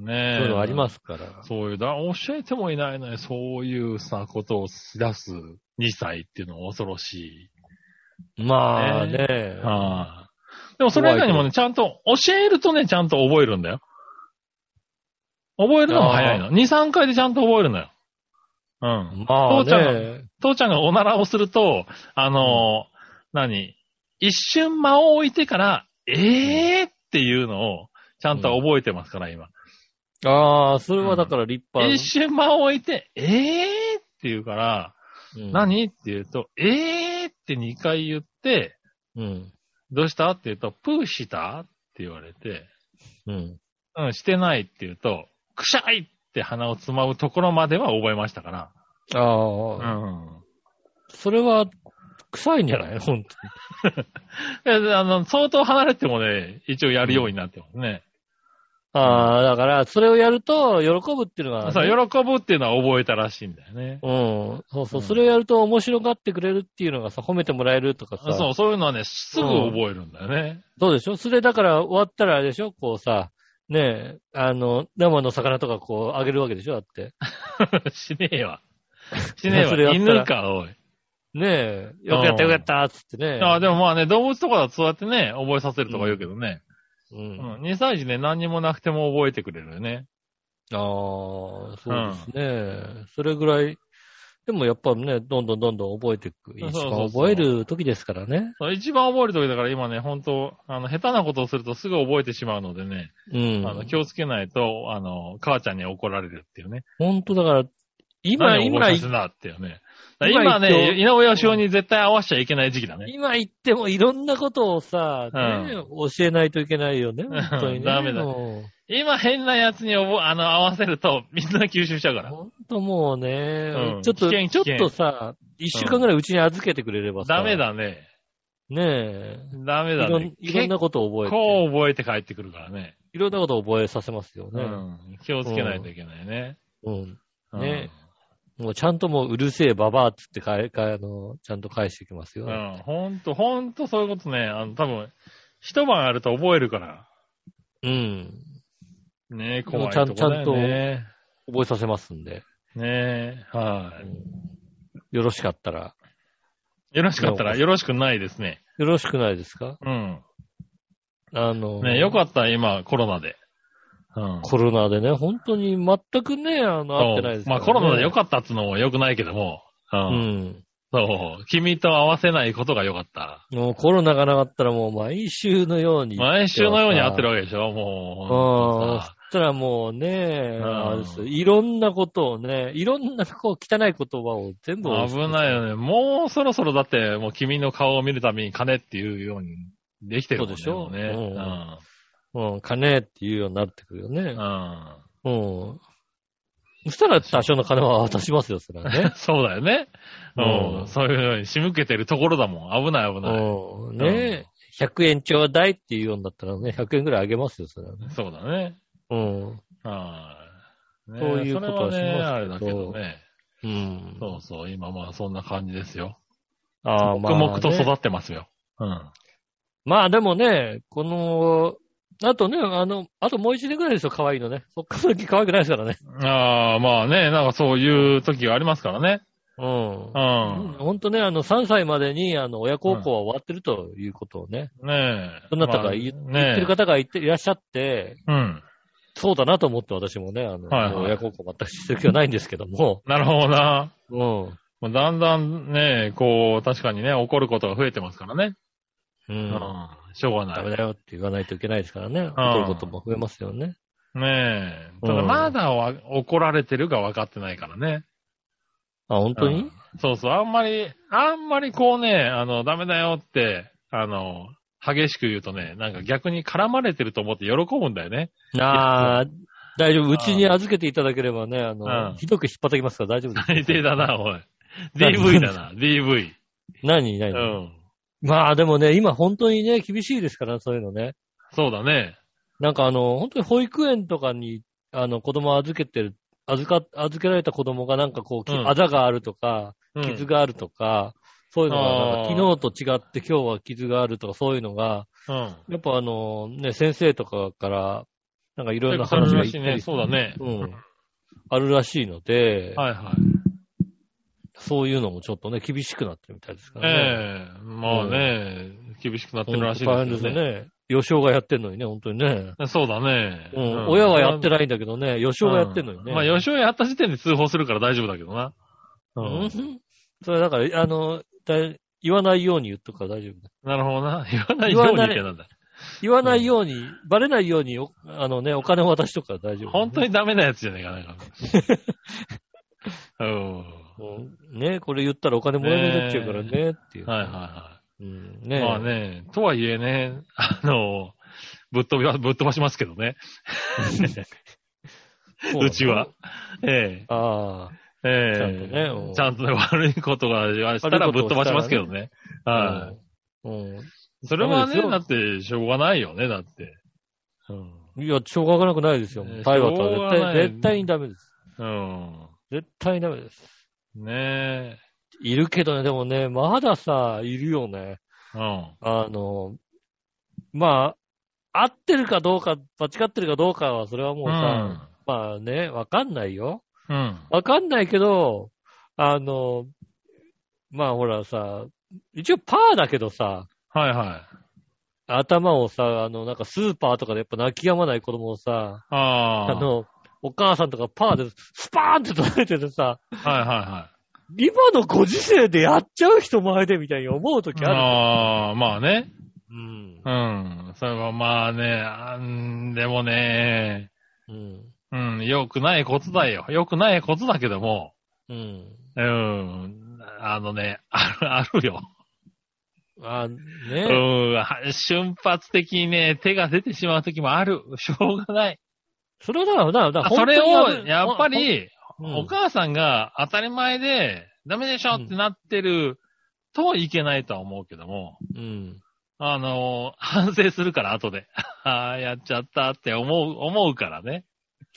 [SPEAKER 2] ん。
[SPEAKER 3] ん。ね。
[SPEAKER 2] そういうのありますすから。
[SPEAKER 3] そういう、だ教えてもいないのに、そういうさ、ことをし出す2歳っていうのは恐ろし
[SPEAKER 2] まあね。
[SPEAKER 3] い。ああ。でもそれ以外にもね、ちゃんと、教えるとね、ちゃんと覚えるんだよ。覚えるのも早いの。2、3回でちゃんと覚えるんだよ。うん。
[SPEAKER 2] ま
[SPEAKER 3] 父
[SPEAKER 2] あ
[SPEAKER 3] ちゃん
[SPEAKER 2] ね。
[SPEAKER 3] 父ちゃんがおならをすると、あのー何一瞬間を置いてから、えーっていうのを、ちゃんと覚えてますから、今。
[SPEAKER 2] ああ、それはだから立派。
[SPEAKER 3] 一瞬間を置いて、えーって言うから、
[SPEAKER 2] うん
[SPEAKER 3] 何って言うと、えーって2回言って、
[SPEAKER 2] うん。
[SPEAKER 3] どうしたって言うと、プーしたって言われて、
[SPEAKER 2] うん。
[SPEAKER 3] うん、してないって言うと、くしゃいって鼻をつまむところまでは覚えましたから。
[SPEAKER 2] ああ、
[SPEAKER 3] うん。
[SPEAKER 2] それは、臭いんじゃない本
[SPEAKER 3] えあの、相当離れてもね、一応やるようになってますね。
[SPEAKER 2] 当ああ、だから、それをやると、喜ぶっていうのは、ね。
[SPEAKER 3] そう、喜ぶっていうのは覚えたらしいんだよね。
[SPEAKER 2] うん。そうそう。
[SPEAKER 3] うん
[SPEAKER 2] それをやると面白がってくれるっていうのがさ、褒めてもらえるとかさ。
[SPEAKER 3] そう、そういうのはね、すぐ覚えるんだよね。
[SPEAKER 2] そうでしょそれだから終わったらあれでしょこうさ、ねえ、あの、生の魚とかこう、あげるわけでしょだって。
[SPEAKER 3] しねえわ。しねえ
[SPEAKER 2] それや
[SPEAKER 3] わ。
[SPEAKER 2] ったら
[SPEAKER 3] 犬か、おい。
[SPEAKER 2] ねえ、よくやった
[SPEAKER 3] うん
[SPEAKER 2] よくやったっつってね。
[SPEAKER 3] ああ、でもまあね、動物とかだとそうやってね、覚えさせるとか言うけどね。
[SPEAKER 2] う。
[SPEAKER 3] うんん。2歳児ね、何にもなくても覚えてくれるよね。
[SPEAKER 2] ああ、そうですね、それぐらい。でもやっぱね、どんどんどんどん覚えていく。
[SPEAKER 3] そう
[SPEAKER 2] 一
[SPEAKER 3] そうそう
[SPEAKER 2] 番覚える時ですからね。
[SPEAKER 3] そう一番覚える時だから今ね、本当あの、下手なことをするとすぐ覚えてしまうのでね、
[SPEAKER 2] うん。
[SPEAKER 3] あの、気をつけないと、あの、母ちゃんに怒られるっていうね。
[SPEAKER 2] 本当だから、今、
[SPEAKER 3] 何を覚
[SPEAKER 2] 今
[SPEAKER 3] え、させなっていうね。だから
[SPEAKER 2] 今
[SPEAKER 3] 今ね、井
[SPEAKER 2] 一
[SPEAKER 3] 上義雄に絶対合わせちゃいけない時期だね。
[SPEAKER 2] 今言ってもいろんなことをさ、ね教えないといけないよね、本当にね。
[SPEAKER 3] ダメだ
[SPEAKER 2] も
[SPEAKER 3] 今変なやつに覚えあの、合わせると、みんな吸収しちゃうか
[SPEAKER 2] う
[SPEAKER 3] ら。
[SPEAKER 2] 本当もうね、
[SPEAKER 3] うん
[SPEAKER 2] ちょっと、
[SPEAKER 3] 危険危険
[SPEAKER 2] ちょっとさ、一週間ぐらいうちに預けてくれればさ、
[SPEAKER 3] ダメ。だね。
[SPEAKER 2] ね
[SPEAKER 3] ダメ
[SPEAKER 2] えい
[SPEAKER 3] だ
[SPEAKER 2] ろ
[SPEAKER 3] ね
[SPEAKER 2] ん。いろんなことを覚
[SPEAKER 3] 結
[SPEAKER 2] えて、
[SPEAKER 3] 構覚えて帰ってくるからね。
[SPEAKER 2] いろんなことを覚えさせますよ
[SPEAKER 3] う
[SPEAKER 2] ね。
[SPEAKER 3] ん。気をつけないといけないね。
[SPEAKER 2] うん
[SPEAKER 3] うん
[SPEAKER 2] ねもうちゃんともううるせえババアっつってかえ、かえ、あの、ちゃんと返してきま
[SPEAKER 3] う
[SPEAKER 2] すよ。
[SPEAKER 3] ん。ほんと、ほんとそういうことね。あの、多分、一晩あると覚えるから。
[SPEAKER 2] うん。
[SPEAKER 3] ね怖いとこだよね。
[SPEAKER 2] 覚えさせますんで、
[SPEAKER 3] ねは
[SPEAKER 2] よろしかったら。
[SPEAKER 3] い。よろしかったら、よろしくないですね。
[SPEAKER 2] よろしくないですか
[SPEAKER 3] うん。
[SPEAKER 2] あの、
[SPEAKER 3] ねよかった、今、コロナで。うん。
[SPEAKER 2] コロナでね、本当に全くね、あの、会ってないです
[SPEAKER 3] まあコロナでよ
[SPEAKER 2] っ
[SPEAKER 3] かったっつうのも良くないけども。う。
[SPEAKER 2] たうんん。
[SPEAKER 3] そう。君と合わせないことが良かった。
[SPEAKER 2] もうコロナがなかったらもう毎週のように。
[SPEAKER 3] 毎週のように会ってる
[SPEAKER 2] わ
[SPEAKER 3] わけでしょ
[SPEAKER 2] け
[SPEAKER 3] も
[SPEAKER 2] うん
[SPEAKER 3] う。。
[SPEAKER 2] そしたらもうね、
[SPEAKER 3] ん
[SPEAKER 2] あれですいろんなことをね、いろんなこう汚い言葉を全部。
[SPEAKER 3] 危ないよね。もうそろそろだって、もう君の顔を見るために金っていうようにできてるもんね。
[SPEAKER 2] そうでしょ
[SPEAKER 3] もうね
[SPEAKER 2] うんうん、金っていうようになってくるよね
[SPEAKER 3] うん。う。ん。。
[SPEAKER 2] うん。そしたら多少の金は渡しますよ、それはね
[SPEAKER 3] そうだよね。
[SPEAKER 2] う
[SPEAKER 3] うんん。そういうふうに仕向けてるところだもん。危ない危ない。
[SPEAKER 2] うん。ね100円ちょうだいっていうようになったらね、100円ぐらいあげますよ、それはね。
[SPEAKER 3] そうだね。
[SPEAKER 2] うん。
[SPEAKER 3] はい。ね
[SPEAKER 2] そういうことは
[SPEAKER 3] それはね、あ
[SPEAKER 2] し
[SPEAKER 3] れ
[SPEAKER 2] ます
[SPEAKER 3] だ
[SPEAKER 2] け
[SPEAKER 3] けど
[SPEAKER 2] ど
[SPEAKER 3] ね。
[SPEAKER 2] うん。
[SPEAKER 3] そうそう。今まあそんな感じですよ。
[SPEAKER 2] あー
[SPEAKER 3] 黙々と
[SPEAKER 2] まあね
[SPEAKER 3] 育ってますよ。うん。
[SPEAKER 2] まあでもね、この、あとね、あの、あともう一年ぐらいですよ、可愛いのね。そっから先可愛くないですからね。
[SPEAKER 3] ああ、まあね、なんかそういう時がありますからね。
[SPEAKER 2] うん
[SPEAKER 3] う。ん。
[SPEAKER 2] ほんとね、あの、3歳までに、あの、親孝行は終わってるということをね、
[SPEAKER 3] ねえ。
[SPEAKER 2] どなた
[SPEAKER 3] まあ
[SPEAKER 2] か言,、
[SPEAKER 3] ね
[SPEAKER 2] 言ってる方がいていらっしゃって、
[SPEAKER 3] うん。
[SPEAKER 2] そうだなと思って私もね、あの、
[SPEAKER 3] はいはい
[SPEAKER 2] 親孝行全くしてる気はないんですけども、
[SPEAKER 3] なるほどな。
[SPEAKER 2] うん。
[SPEAKER 3] もうだんだんね、こう、確かにね、怒ることが増えてますからね。
[SPEAKER 2] う。
[SPEAKER 3] うんしょうがな
[SPEAKER 2] ダ
[SPEAKER 3] い。
[SPEAKER 2] メ
[SPEAKER 3] ね
[SPEAKER 2] だよって言わないといけないですからね。怒ることも増えますよね。
[SPEAKER 3] え。
[SPEAKER 2] う
[SPEAKER 3] た
[SPEAKER 2] ん
[SPEAKER 3] だ、まだわ怒られてるが分かってないからね。
[SPEAKER 2] あ、本当に、
[SPEAKER 3] うんそうそう。あんまり、あんまりこうね、あの、ダメだよって、あの、激しく言うとね、なんか逆に絡まれてると思って喜ぶんだよ ね。
[SPEAKER 2] ああ、大丈夫。うちに預けていただければね、あの、
[SPEAKER 3] うん
[SPEAKER 2] ひどく引っ張ってきますから大丈 夫です。
[SPEAKER 3] 最低だな、おい。
[SPEAKER 2] 何
[SPEAKER 3] DV だな、DV。
[SPEAKER 2] 何
[SPEAKER 3] う
[SPEAKER 2] 何、
[SPEAKER 3] ん。
[SPEAKER 2] まあでもね、今本当にね、厳しいですから、そういうのね。
[SPEAKER 3] そうだね。
[SPEAKER 2] なんかあの、本当に保育園とかに、あの、子供預けてる、預か、預けられた子供がなんかこう、き
[SPEAKER 3] うん
[SPEAKER 2] あざがあるとか、
[SPEAKER 3] うん
[SPEAKER 2] 傷があるとか、そういうのがなん
[SPEAKER 3] あ
[SPEAKER 2] か、
[SPEAKER 3] ー
[SPEAKER 2] 昨日と違って今日は傷があるとか、そういうのが、
[SPEAKER 3] うん。
[SPEAKER 2] やっぱあの、ね、先生とかから、なんかいろいろな
[SPEAKER 3] そういうこ
[SPEAKER 2] 話
[SPEAKER 3] と
[SPEAKER 2] が
[SPEAKER 3] ら
[SPEAKER 2] い
[SPEAKER 3] し
[SPEAKER 2] っ
[SPEAKER 3] い
[SPEAKER 2] た
[SPEAKER 3] ね。
[SPEAKER 2] り、
[SPEAKER 3] そうだね。
[SPEAKER 2] うん。あるらしいので、
[SPEAKER 3] はいはい。
[SPEAKER 2] そういうのもちょっとね、厳しくなってるみたいですからね。
[SPEAKER 3] ええまあね、厳しくなってるらしい
[SPEAKER 2] 大変ですよ
[SPEAKER 3] よね。
[SPEAKER 2] ね。予想がやってんのにね、本当にね。
[SPEAKER 3] そうだね。
[SPEAKER 2] うん。親はやって
[SPEAKER 3] い。
[SPEAKER 2] ないんだけどね、予想がやってんのにね。
[SPEAKER 3] うんまあ、吉尾やった時点で通報するから大丈夫だけどな。う。
[SPEAKER 2] うんん。それだから、あの、だい言わないように言っとくから大丈夫だ。
[SPEAKER 3] なるほどな。 言わないようにってなんだ。
[SPEAKER 2] 言わないように、バレないように、おあのね、お金を渡しとくから大丈夫、
[SPEAKER 3] 本当
[SPEAKER 2] に、
[SPEAKER 3] にダメなやつじゃねえかな。なんか うん。
[SPEAKER 2] うんね、これ言ったらお金もらえなくなっちゃうからね、っていう。
[SPEAKER 3] はいはいは
[SPEAKER 2] うん、
[SPEAKER 3] い。
[SPEAKER 2] ね
[SPEAKER 3] まあね、とはいえね、あの、ぶっ飛びは、ぶっ飛ばしますけどね。
[SPEAKER 2] そう
[SPEAKER 3] うちは。ええ。
[SPEAKER 2] ああ。
[SPEAKER 3] ええ
[SPEAKER 2] ちゃんとねうん
[SPEAKER 3] ちゃんとね、悪いことがしたらぶっ飛ばしますけどね。はい。
[SPEAKER 2] うん。
[SPEAKER 3] それはね、
[SPEAKER 2] ダメ
[SPEAKER 3] だって、しょうがないよね、だって。うん。
[SPEAKER 2] いや、しょうがなくないですよ。
[SPEAKER 3] ね
[SPEAKER 2] 体罰
[SPEAKER 3] しょう
[SPEAKER 2] は絶
[SPEAKER 3] がない
[SPEAKER 2] 対、絶対にダメです。
[SPEAKER 3] うん。
[SPEAKER 2] 絶対にダメです。
[SPEAKER 3] ねえ。
[SPEAKER 2] いるけどね、でもね、まださ、いるよね。
[SPEAKER 3] うん。
[SPEAKER 2] あの、まあ、合ってるかどうか、間違ってるかどうかは、それはもうさ、まあね、わかんないよ。
[SPEAKER 3] うん。うん。
[SPEAKER 2] わかんないけど、あの、まあほらさ、一応パーだけどさ、
[SPEAKER 3] はいはい。
[SPEAKER 2] 頭をさ、あの、なんかスーパーとかでやっぱ泣き止まない子供をさ、
[SPEAKER 3] あ
[SPEAKER 2] あ
[SPEAKER 3] あ。はい
[SPEAKER 2] の、お母さんとかパーでスパーンって取られててさ、
[SPEAKER 3] はいは
[SPEAKER 2] 今のご時世でやっちゃう人前でみたいに思うとき
[SPEAKER 3] い。
[SPEAKER 2] ある。
[SPEAKER 3] ああ、まあね。
[SPEAKER 2] うん。
[SPEAKER 3] うん。それはまあね、あんでもね、
[SPEAKER 2] うん。
[SPEAKER 3] うん、良くないことだよ。良くないことだけども、
[SPEAKER 2] うん。
[SPEAKER 3] うん。あのね、ある、あるよ。
[SPEAKER 2] あ、ね、
[SPEAKER 3] うん。は瞬発的にね、手が出てしまう時もある。しょうがない。
[SPEAKER 2] それはだからな、だから
[SPEAKER 3] そ
[SPEAKER 2] 本当に
[SPEAKER 3] れ
[SPEAKER 2] あ
[SPEAKER 3] を、
[SPEAKER 2] る
[SPEAKER 3] やっぱ、り、
[SPEAKER 2] ほんうん
[SPEAKER 3] お母さんが当たり前で、ダメでしょってなってるといけないとは思うけども、
[SPEAKER 2] うん。
[SPEAKER 3] あのー、反省するから、後で。 ああ、やっちゃったって思う、思うからね。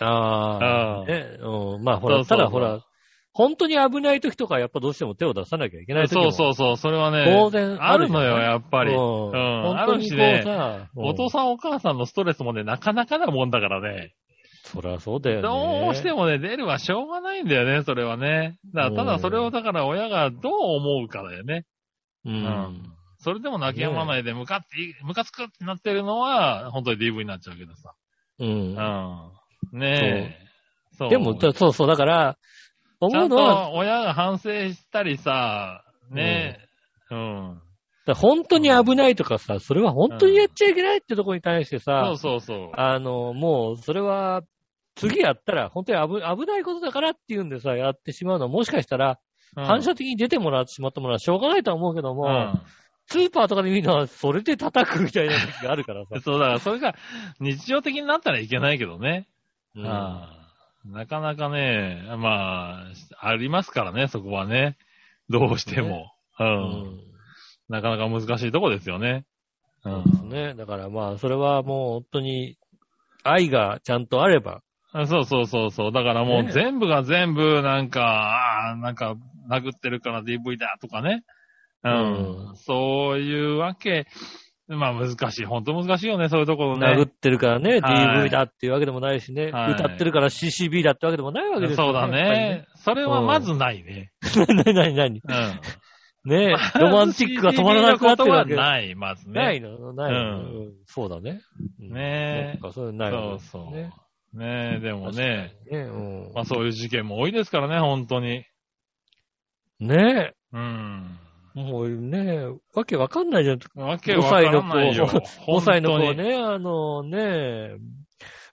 [SPEAKER 2] ああ、
[SPEAKER 3] うん
[SPEAKER 2] ね、うん。まあほら、
[SPEAKER 3] そうそうそう
[SPEAKER 2] ただほら、本当に危ないときとかやっぱどうしても手を出さなきゃいけないとき
[SPEAKER 3] そう
[SPEAKER 2] う。
[SPEAKER 3] そうそう、それはね、
[SPEAKER 2] 当然
[SPEAKER 3] あ
[SPEAKER 2] ある
[SPEAKER 3] る
[SPEAKER 2] よね
[SPEAKER 3] のよ、やっぱり。
[SPEAKER 2] うん。
[SPEAKER 3] うん
[SPEAKER 2] 本
[SPEAKER 3] あ
[SPEAKER 2] 当
[SPEAKER 3] る
[SPEAKER 2] に
[SPEAKER 3] し
[SPEAKER 2] こう
[SPEAKER 3] ね
[SPEAKER 2] さ、うん
[SPEAKER 3] お父さんお母さんのストレスもね、なかなかなもんだからね。
[SPEAKER 2] そりゃそうだよね。
[SPEAKER 3] どうしてもね、出るはしょうがないんだよね、それはね。だからただそれを、だから親がどう思うかだよね。
[SPEAKER 2] う
[SPEAKER 3] うんん。それでも泣き止まないで、ムカってい、ムカつくってなってるのは、本当に DV になっちゃうけどさ。
[SPEAKER 2] うん。
[SPEAKER 3] うん。ねえ。そう。
[SPEAKER 2] でも、だそうそう、だから、
[SPEAKER 3] ちゃ
[SPEAKER 2] 思うんのは、
[SPEAKER 3] と親が反省したりさ、ねえ。うん。
[SPEAKER 2] だから本当に危ないとかさ、それは本当にやっちゃいけないってとこに対して
[SPEAKER 3] そ
[SPEAKER 2] さ
[SPEAKER 3] う、そうそう。
[SPEAKER 2] あの、もう、それは、次やったら、本当に危危ないことだからっていうんでさ、やってしまうのは、もしかしたら、
[SPEAKER 3] うん
[SPEAKER 2] 反射的に出てもらってしまったものはしょうがないとは思うけども、
[SPEAKER 3] うん。
[SPEAKER 2] スーパーとかで見るのは、それで叩くみたいな時があるからさ
[SPEAKER 3] そう、だからそれが日常的になったらいけないけどね。
[SPEAKER 2] う
[SPEAKER 3] うんんなかなかね、まあ、ありますからね、そこはね。どうしても。 う。
[SPEAKER 2] うんん
[SPEAKER 3] なかなか難しいとこですよね。う
[SPEAKER 2] そ
[SPEAKER 3] ん
[SPEAKER 2] うです。ね。だからまあ、それはもう本当に、愛がちゃんとあれば。
[SPEAKER 3] あそうそうそうそう。だからも
[SPEAKER 2] ね
[SPEAKER 3] う全部が全部、なんか、ああ、なんか、殴ってるから DV だとかね。うん。
[SPEAKER 2] うん
[SPEAKER 3] そういうわけ。まあ難しい。本当難しいよね、そういうところね。
[SPEAKER 2] 殴ってるからね、
[SPEAKER 3] はい
[SPEAKER 2] DV だっていうわけでもないしね、
[SPEAKER 3] はい
[SPEAKER 2] 歌ってるから CCB だってわけでもないわけですよ
[SPEAKER 3] そうだね。それはまずないね。
[SPEAKER 2] やっ ぱりね。なになに
[SPEAKER 3] うん。
[SPEAKER 2] なにねえロマンチックが止まらなくなってるわけ
[SPEAKER 3] ことはない、まずね。
[SPEAKER 2] ないのないの、
[SPEAKER 3] うん
[SPEAKER 2] うんそうだね。うん
[SPEAKER 3] ねえ
[SPEAKER 2] そっか、そういうのない
[SPEAKER 3] そ
[SPEAKER 2] わ
[SPEAKER 3] う
[SPEAKER 2] けです
[SPEAKER 3] そ
[SPEAKER 2] よ
[SPEAKER 3] う。
[SPEAKER 2] ね
[SPEAKER 3] ねえ、でもね、
[SPEAKER 2] 確かにねうん
[SPEAKER 3] まあそういう事件も多いですからね、本当に。
[SPEAKER 2] ね
[SPEAKER 3] うん。
[SPEAKER 2] え、もうねえ、わけわかんないじゃん。
[SPEAKER 3] わけわからないよ。
[SPEAKER 2] 5歳の子を
[SPEAKER 3] 本当に。
[SPEAKER 2] ね、あのねえ、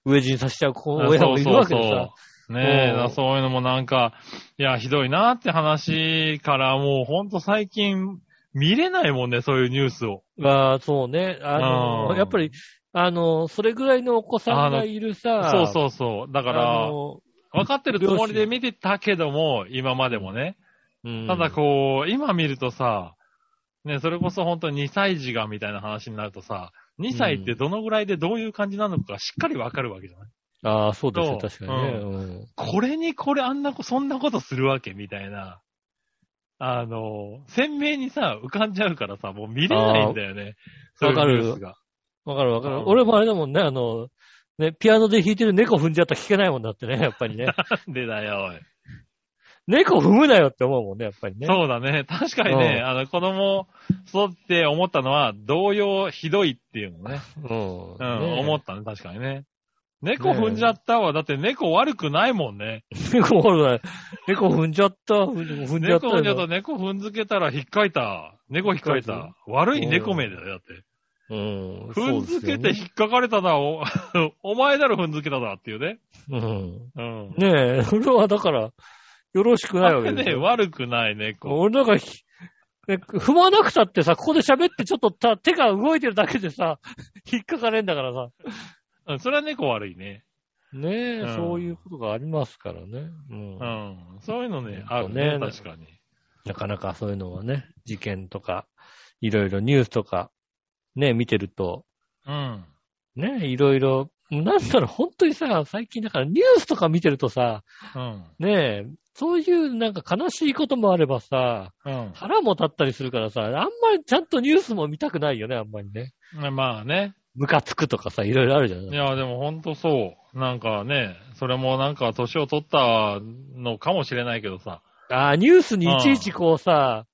[SPEAKER 2] 飢え死にさせちゃう子、
[SPEAKER 3] そう
[SPEAKER 2] 親
[SPEAKER 3] そ
[SPEAKER 2] も
[SPEAKER 3] う
[SPEAKER 2] い
[SPEAKER 3] そ
[SPEAKER 2] るわ
[SPEAKER 3] う
[SPEAKER 2] けでさ。
[SPEAKER 3] ねえ、
[SPEAKER 2] うん
[SPEAKER 3] だからそういうのもなんか、いや、ひどいなって話から、もうほんと最近、見れないもんね、そういうニュースを。
[SPEAKER 2] ああ、そうね。あの、
[SPEAKER 3] うん
[SPEAKER 2] やっぱり、あの、それぐらいのお子さんがいるさ、
[SPEAKER 3] そう
[SPEAKER 2] う。
[SPEAKER 3] そうそう。だか
[SPEAKER 2] だ
[SPEAKER 3] ら、分かってるつもりで見てたけども、今までもね。
[SPEAKER 2] うん、
[SPEAKER 3] ただこう、今見るとさ、ね、それこそ本当に2歳児がみたいな話になるとさ、2歳ってどのぐらいでどういう感じなのかしっかりわかるわけじゃない
[SPEAKER 2] ああ、そうですね、
[SPEAKER 3] そう
[SPEAKER 2] 確かにね。うん
[SPEAKER 3] これにこれあんなこ、そんなことするわけみたいな。あの、鮮明にさ、浮かんじゃうからさ、もう見れないんだよね。
[SPEAKER 2] あー
[SPEAKER 3] そういう
[SPEAKER 2] わかる
[SPEAKER 3] ニュースが。
[SPEAKER 2] わ、かるわかる、
[SPEAKER 3] うん
[SPEAKER 2] 俺もあれだもんね、あの、ね、ピアノで弾いてる猫踏んじゃったら弾けないもんだってね、やっぱ りね。
[SPEAKER 3] なんでだよ、おい。
[SPEAKER 2] 猫踏むなよって思うもんね、やっぱりね。
[SPEAKER 3] そうだね。確かにね、
[SPEAKER 2] うん
[SPEAKER 3] あの、子供、そうって思ったのは、同様ひどいっていうのね。
[SPEAKER 2] う。うん。
[SPEAKER 3] うん、
[SPEAKER 2] ね
[SPEAKER 3] 思ったね、確かにね。猫踏んじゃったわ。だって猫悪くないもんね。
[SPEAKER 2] 猫ほら、猫踏んじゃった、踏ん踏んじゃった
[SPEAKER 3] 猫
[SPEAKER 2] よ。
[SPEAKER 3] 踏んじゃった、猫踏んづけたら引っかいた。猫引っかい
[SPEAKER 2] 引っか
[SPEAKER 3] た。悪い猫名だよ、だって。
[SPEAKER 2] うん。
[SPEAKER 3] 踏んづけて
[SPEAKER 2] そうですよね
[SPEAKER 3] 引っかかれたな、お お前だろ踏んづけたなっていうね。
[SPEAKER 2] うん。
[SPEAKER 3] うん。
[SPEAKER 2] ねえ、それはだから、よろしく
[SPEAKER 3] あ
[SPEAKER 2] ないわけ
[SPEAKER 3] れ
[SPEAKER 2] です
[SPEAKER 3] ね、
[SPEAKER 2] よ。
[SPEAKER 3] 悪くない猫。
[SPEAKER 2] 俺なんかひ、ね、踏まなくたってさ、ここで喋ってちょっとた手が動いてるだけでさ、引っかかれんだからさ。
[SPEAKER 3] うん、それは猫悪いね。
[SPEAKER 2] ねえ、
[SPEAKER 3] うん
[SPEAKER 2] そういうことがありますからね。うん。
[SPEAKER 3] うん。そういうのね、あ
[SPEAKER 2] そう
[SPEAKER 3] るね、
[SPEAKER 2] ね
[SPEAKER 3] 確かに。
[SPEAKER 2] なかなかそういうのはね、事件とか、いろいろニュースとか、ね、見てると、
[SPEAKER 3] うん。
[SPEAKER 2] ね、いろいろ、なんだろう、本当にさ、最近だからニュースとか見てるとさ、
[SPEAKER 3] うん。
[SPEAKER 2] ねえ、そういうなんか悲しいこともあればさ、
[SPEAKER 3] うん。
[SPEAKER 2] 腹も立ったりするからさ、あんまりちゃんとニュースも見たくないよね、あんまりね。
[SPEAKER 3] ねまあね。
[SPEAKER 2] ムカつくとかさ、いろいろあるじゃん。
[SPEAKER 3] いや、でもほんとそう。なんかね、それもなんか年を取ったのかもしれないけどさ。
[SPEAKER 2] ああ、ニュースにいちいちこうさ、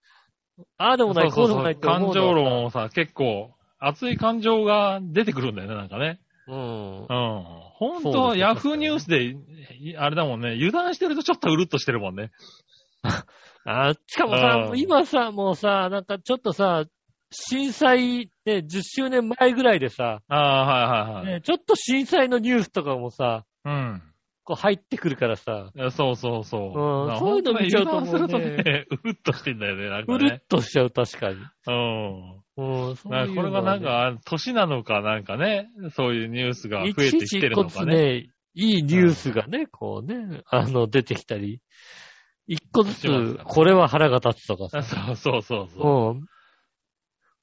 [SPEAKER 2] ああでもない、こ
[SPEAKER 3] そううそ
[SPEAKER 2] で
[SPEAKER 3] う
[SPEAKER 2] も
[SPEAKER 3] そ
[SPEAKER 2] ないうって思うの
[SPEAKER 3] 感
[SPEAKER 2] はさ
[SPEAKER 3] 情論をさ、結構、熱い感情が出てくるんだよね、なんかね。
[SPEAKER 2] うん
[SPEAKER 3] う。ん。ほん
[SPEAKER 2] そう
[SPEAKER 3] と、
[SPEAKER 2] です
[SPEAKER 3] ヤフーニュースで、いあれだもんね、油断してるとちょっとうるっとしてるもんね。
[SPEAKER 2] あしかもさ、
[SPEAKER 3] うん
[SPEAKER 2] 今さ、もうさ、なんかちょっとさ、震災、ね、10周年前ぐらいでさ、
[SPEAKER 3] ああ、はいはいはい。
[SPEAKER 2] ね、ちょっと震災のニュースとかもさ、
[SPEAKER 3] うん。
[SPEAKER 2] こう入ってくるからさ、
[SPEAKER 3] えそうそうそう。
[SPEAKER 2] うん
[SPEAKER 3] な
[SPEAKER 2] そういうの見ちゃうと
[SPEAKER 3] 本当に
[SPEAKER 2] もうね
[SPEAKER 3] 油断するとね、 うるっとしてんだよね、なんか
[SPEAKER 2] うる
[SPEAKER 3] ね
[SPEAKER 2] っ。としちゃう、確かに。
[SPEAKER 3] うん。
[SPEAKER 2] うん、そう
[SPEAKER 3] ないん
[SPEAKER 2] う
[SPEAKER 3] かこ
[SPEAKER 2] の
[SPEAKER 3] れが
[SPEAKER 2] は
[SPEAKER 3] な
[SPEAKER 2] ね
[SPEAKER 3] んか、年なのかなんかね、そういうニュースが増えてきてるの
[SPEAKER 2] 一
[SPEAKER 3] か
[SPEAKER 2] つ
[SPEAKER 3] ね。
[SPEAKER 2] ね、いいニュースがね、こうね、あの、出てきたり、一個ず
[SPEAKER 3] します
[SPEAKER 2] つ
[SPEAKER 3] ね、
[SPEAKER 2] これは腹が立つとか
[SPEAKER 3] あ
[SPEAKER 2] さ、
[SPEAKER 3] そうそうそうそう。
[SPEAKER 2] うん。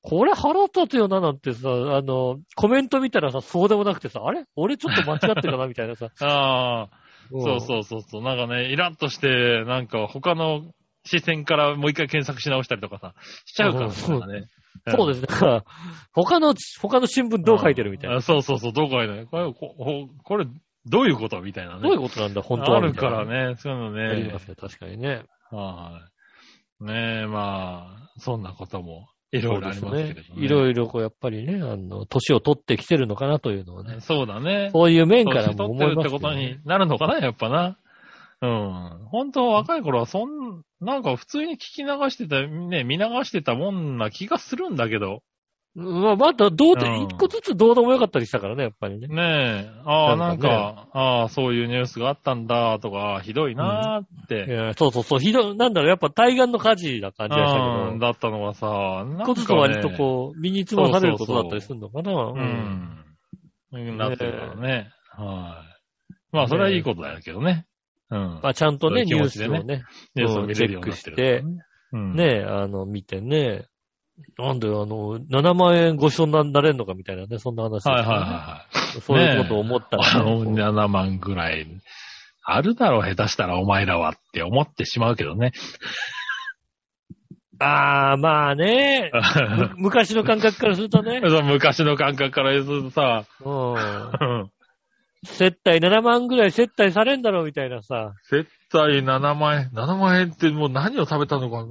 [SPEAKER 2] これ腹立つよななんてさ、あの、コメント見たらさ、そうでもなくてさ、あれ俺ちょっと間違ってるかなみたいなさ。
[SPEAKER 3] ああ、
[SPEAKER 2] ん
[SPEAKER 3] そうそうそうそう。なんかね、イラッとして、なんか他の視線からもう一回検索し直したりとかさ、しちゃうからさ、
[SPEAKER 2] うん
[SPEAKER 3] なんかね。。
[SPEAKER 2] そうですすね。 だから他の、他の新聞どう書いてるみたい
[SPEAKER 3] うん
[SPEAKER 2] な。
[SPEAKER 3] あそうそうそう、どう書いてるこれ、こほこれ、どういうことみたいなね。
[SPEAKER 2] どういうことなんだ、本当は。
[SPEAKER 3] あるから
[SPEAKER 2] み
[SPEAKER 3] ね、そういうの
[SPEAKER 2] たい
[SPEAKER 3] ね。
[SPEAKER 2] な。ありますね、確かにね。
[SPEAKER 3] はい。ねえ、まあ、そんなことも、いろいろありますけれど
[SPEAKER 2] そうです
[SPEAKER 3] ね。
[SPEAKER 2] ねいろいろこう、やっぱりね、あの、年を取ってきてるのかなというのをね、
[SPEAKER 3] そうだね。
[SPEAKER 2] そういう面から
[SPEAKER 3] 年
[SPEAKER 2] も
[SPEAKER 3] 取っ
[SPEAKER 2] 思
[SPEAKER 3] て
[SPEAKER 2] い
[SPEAKER 3] るっ
[SPEAKER 2] ます
[SPEAKER 3] て
[SPEAKER 2] よ
[SPEAKER 3] こと
[SPEAKER 2] ね
[SPEAKER 3] になるのかな、やっぱな。うん。本当若い頃はそん、なんか普通に聞き流してた、ね、見流してたもんな気がするんだけど。
[SPEAKER 2] まあ、また、どうで、
[SPEAKER 3] うん
[SPEAKER 2] 一個ずつどうでもよかったりしたからね、やっぱりね。
[SPEAKER 3] ねえ、ああ、
[SPEAKER 2] な
[SPEAKER 3] なんん
[SPEAKER 2] か
[SPEAKER 3] か、
[SPEAKER 2] ね
[SPEAKER 3] ああ、そういうニュースがあったんだ、とか、ひどいなーって。
[SPEAKER 2] いやそうそうそう、ひどい、なんだろう、やっぱ対岸の火事な感じがしたけ
[SPEAKER 3] うん
[SPEAKER 2] ど、
[SPEAKER 3] だったのがさ、なんか、ね、
[SPEAKER 2] 一個ずつ割とこう、身につまされることだったりするのかな。
[SPEAKER 3] う。
[SPEAKER 2] うん
[SPEAKER 3] なってるからね。はい。まあ、それはいいことだけどね。うん。
[SPEAKER 2] まあ、ちゃんとね、ニ
[SPEAKER 3] そうい
[SPEAKER 2] ュ
[SPEAKER 3] う気持
[SPEAKER 2] ース
[SPEAKER 3] ち
[SPEAKER 2] を
[SPEAKER 3] でね
[SPEAKER 2] ね、
[SPEAKER 3] ニュースを見れるようになってるからね。
[SPEAKER 2] ね、あの、見てね、なんで、あの、7万円ご一緒になれんのかみたいなね、そんな話で
[SPEAKER 3] う
[SPEAKER 2] す
[SPEAKER 3] ん。
[SPEAKER 2] よ
[SPEAKER 3] は
[SPEAKER 2] ね、
[SPEAKER 3] いはいはいはい。
[SPEAKER 2] そういうことを思った
[SPEAKER 3] あ
[SPEAKER 2] らね、
[SPEAKER 3] の、7万ぐらい、あるだろう、下手したらお前らはって思ってしまうけど ね。
[SPEAKER 2] ああ、まあね、 む昔の感覚からするとね、
[SPEAKER 3] そう昔の感覚から言うとさ、
[SPEAKER 2] うん、
[SPEAKER 3] うん
[SPEAKER 2] 接待7万ぐらい接待されんだろうみたいなさ、
[SPEAKER 3] 接待7万円、7万円ってもう何を食べたのか、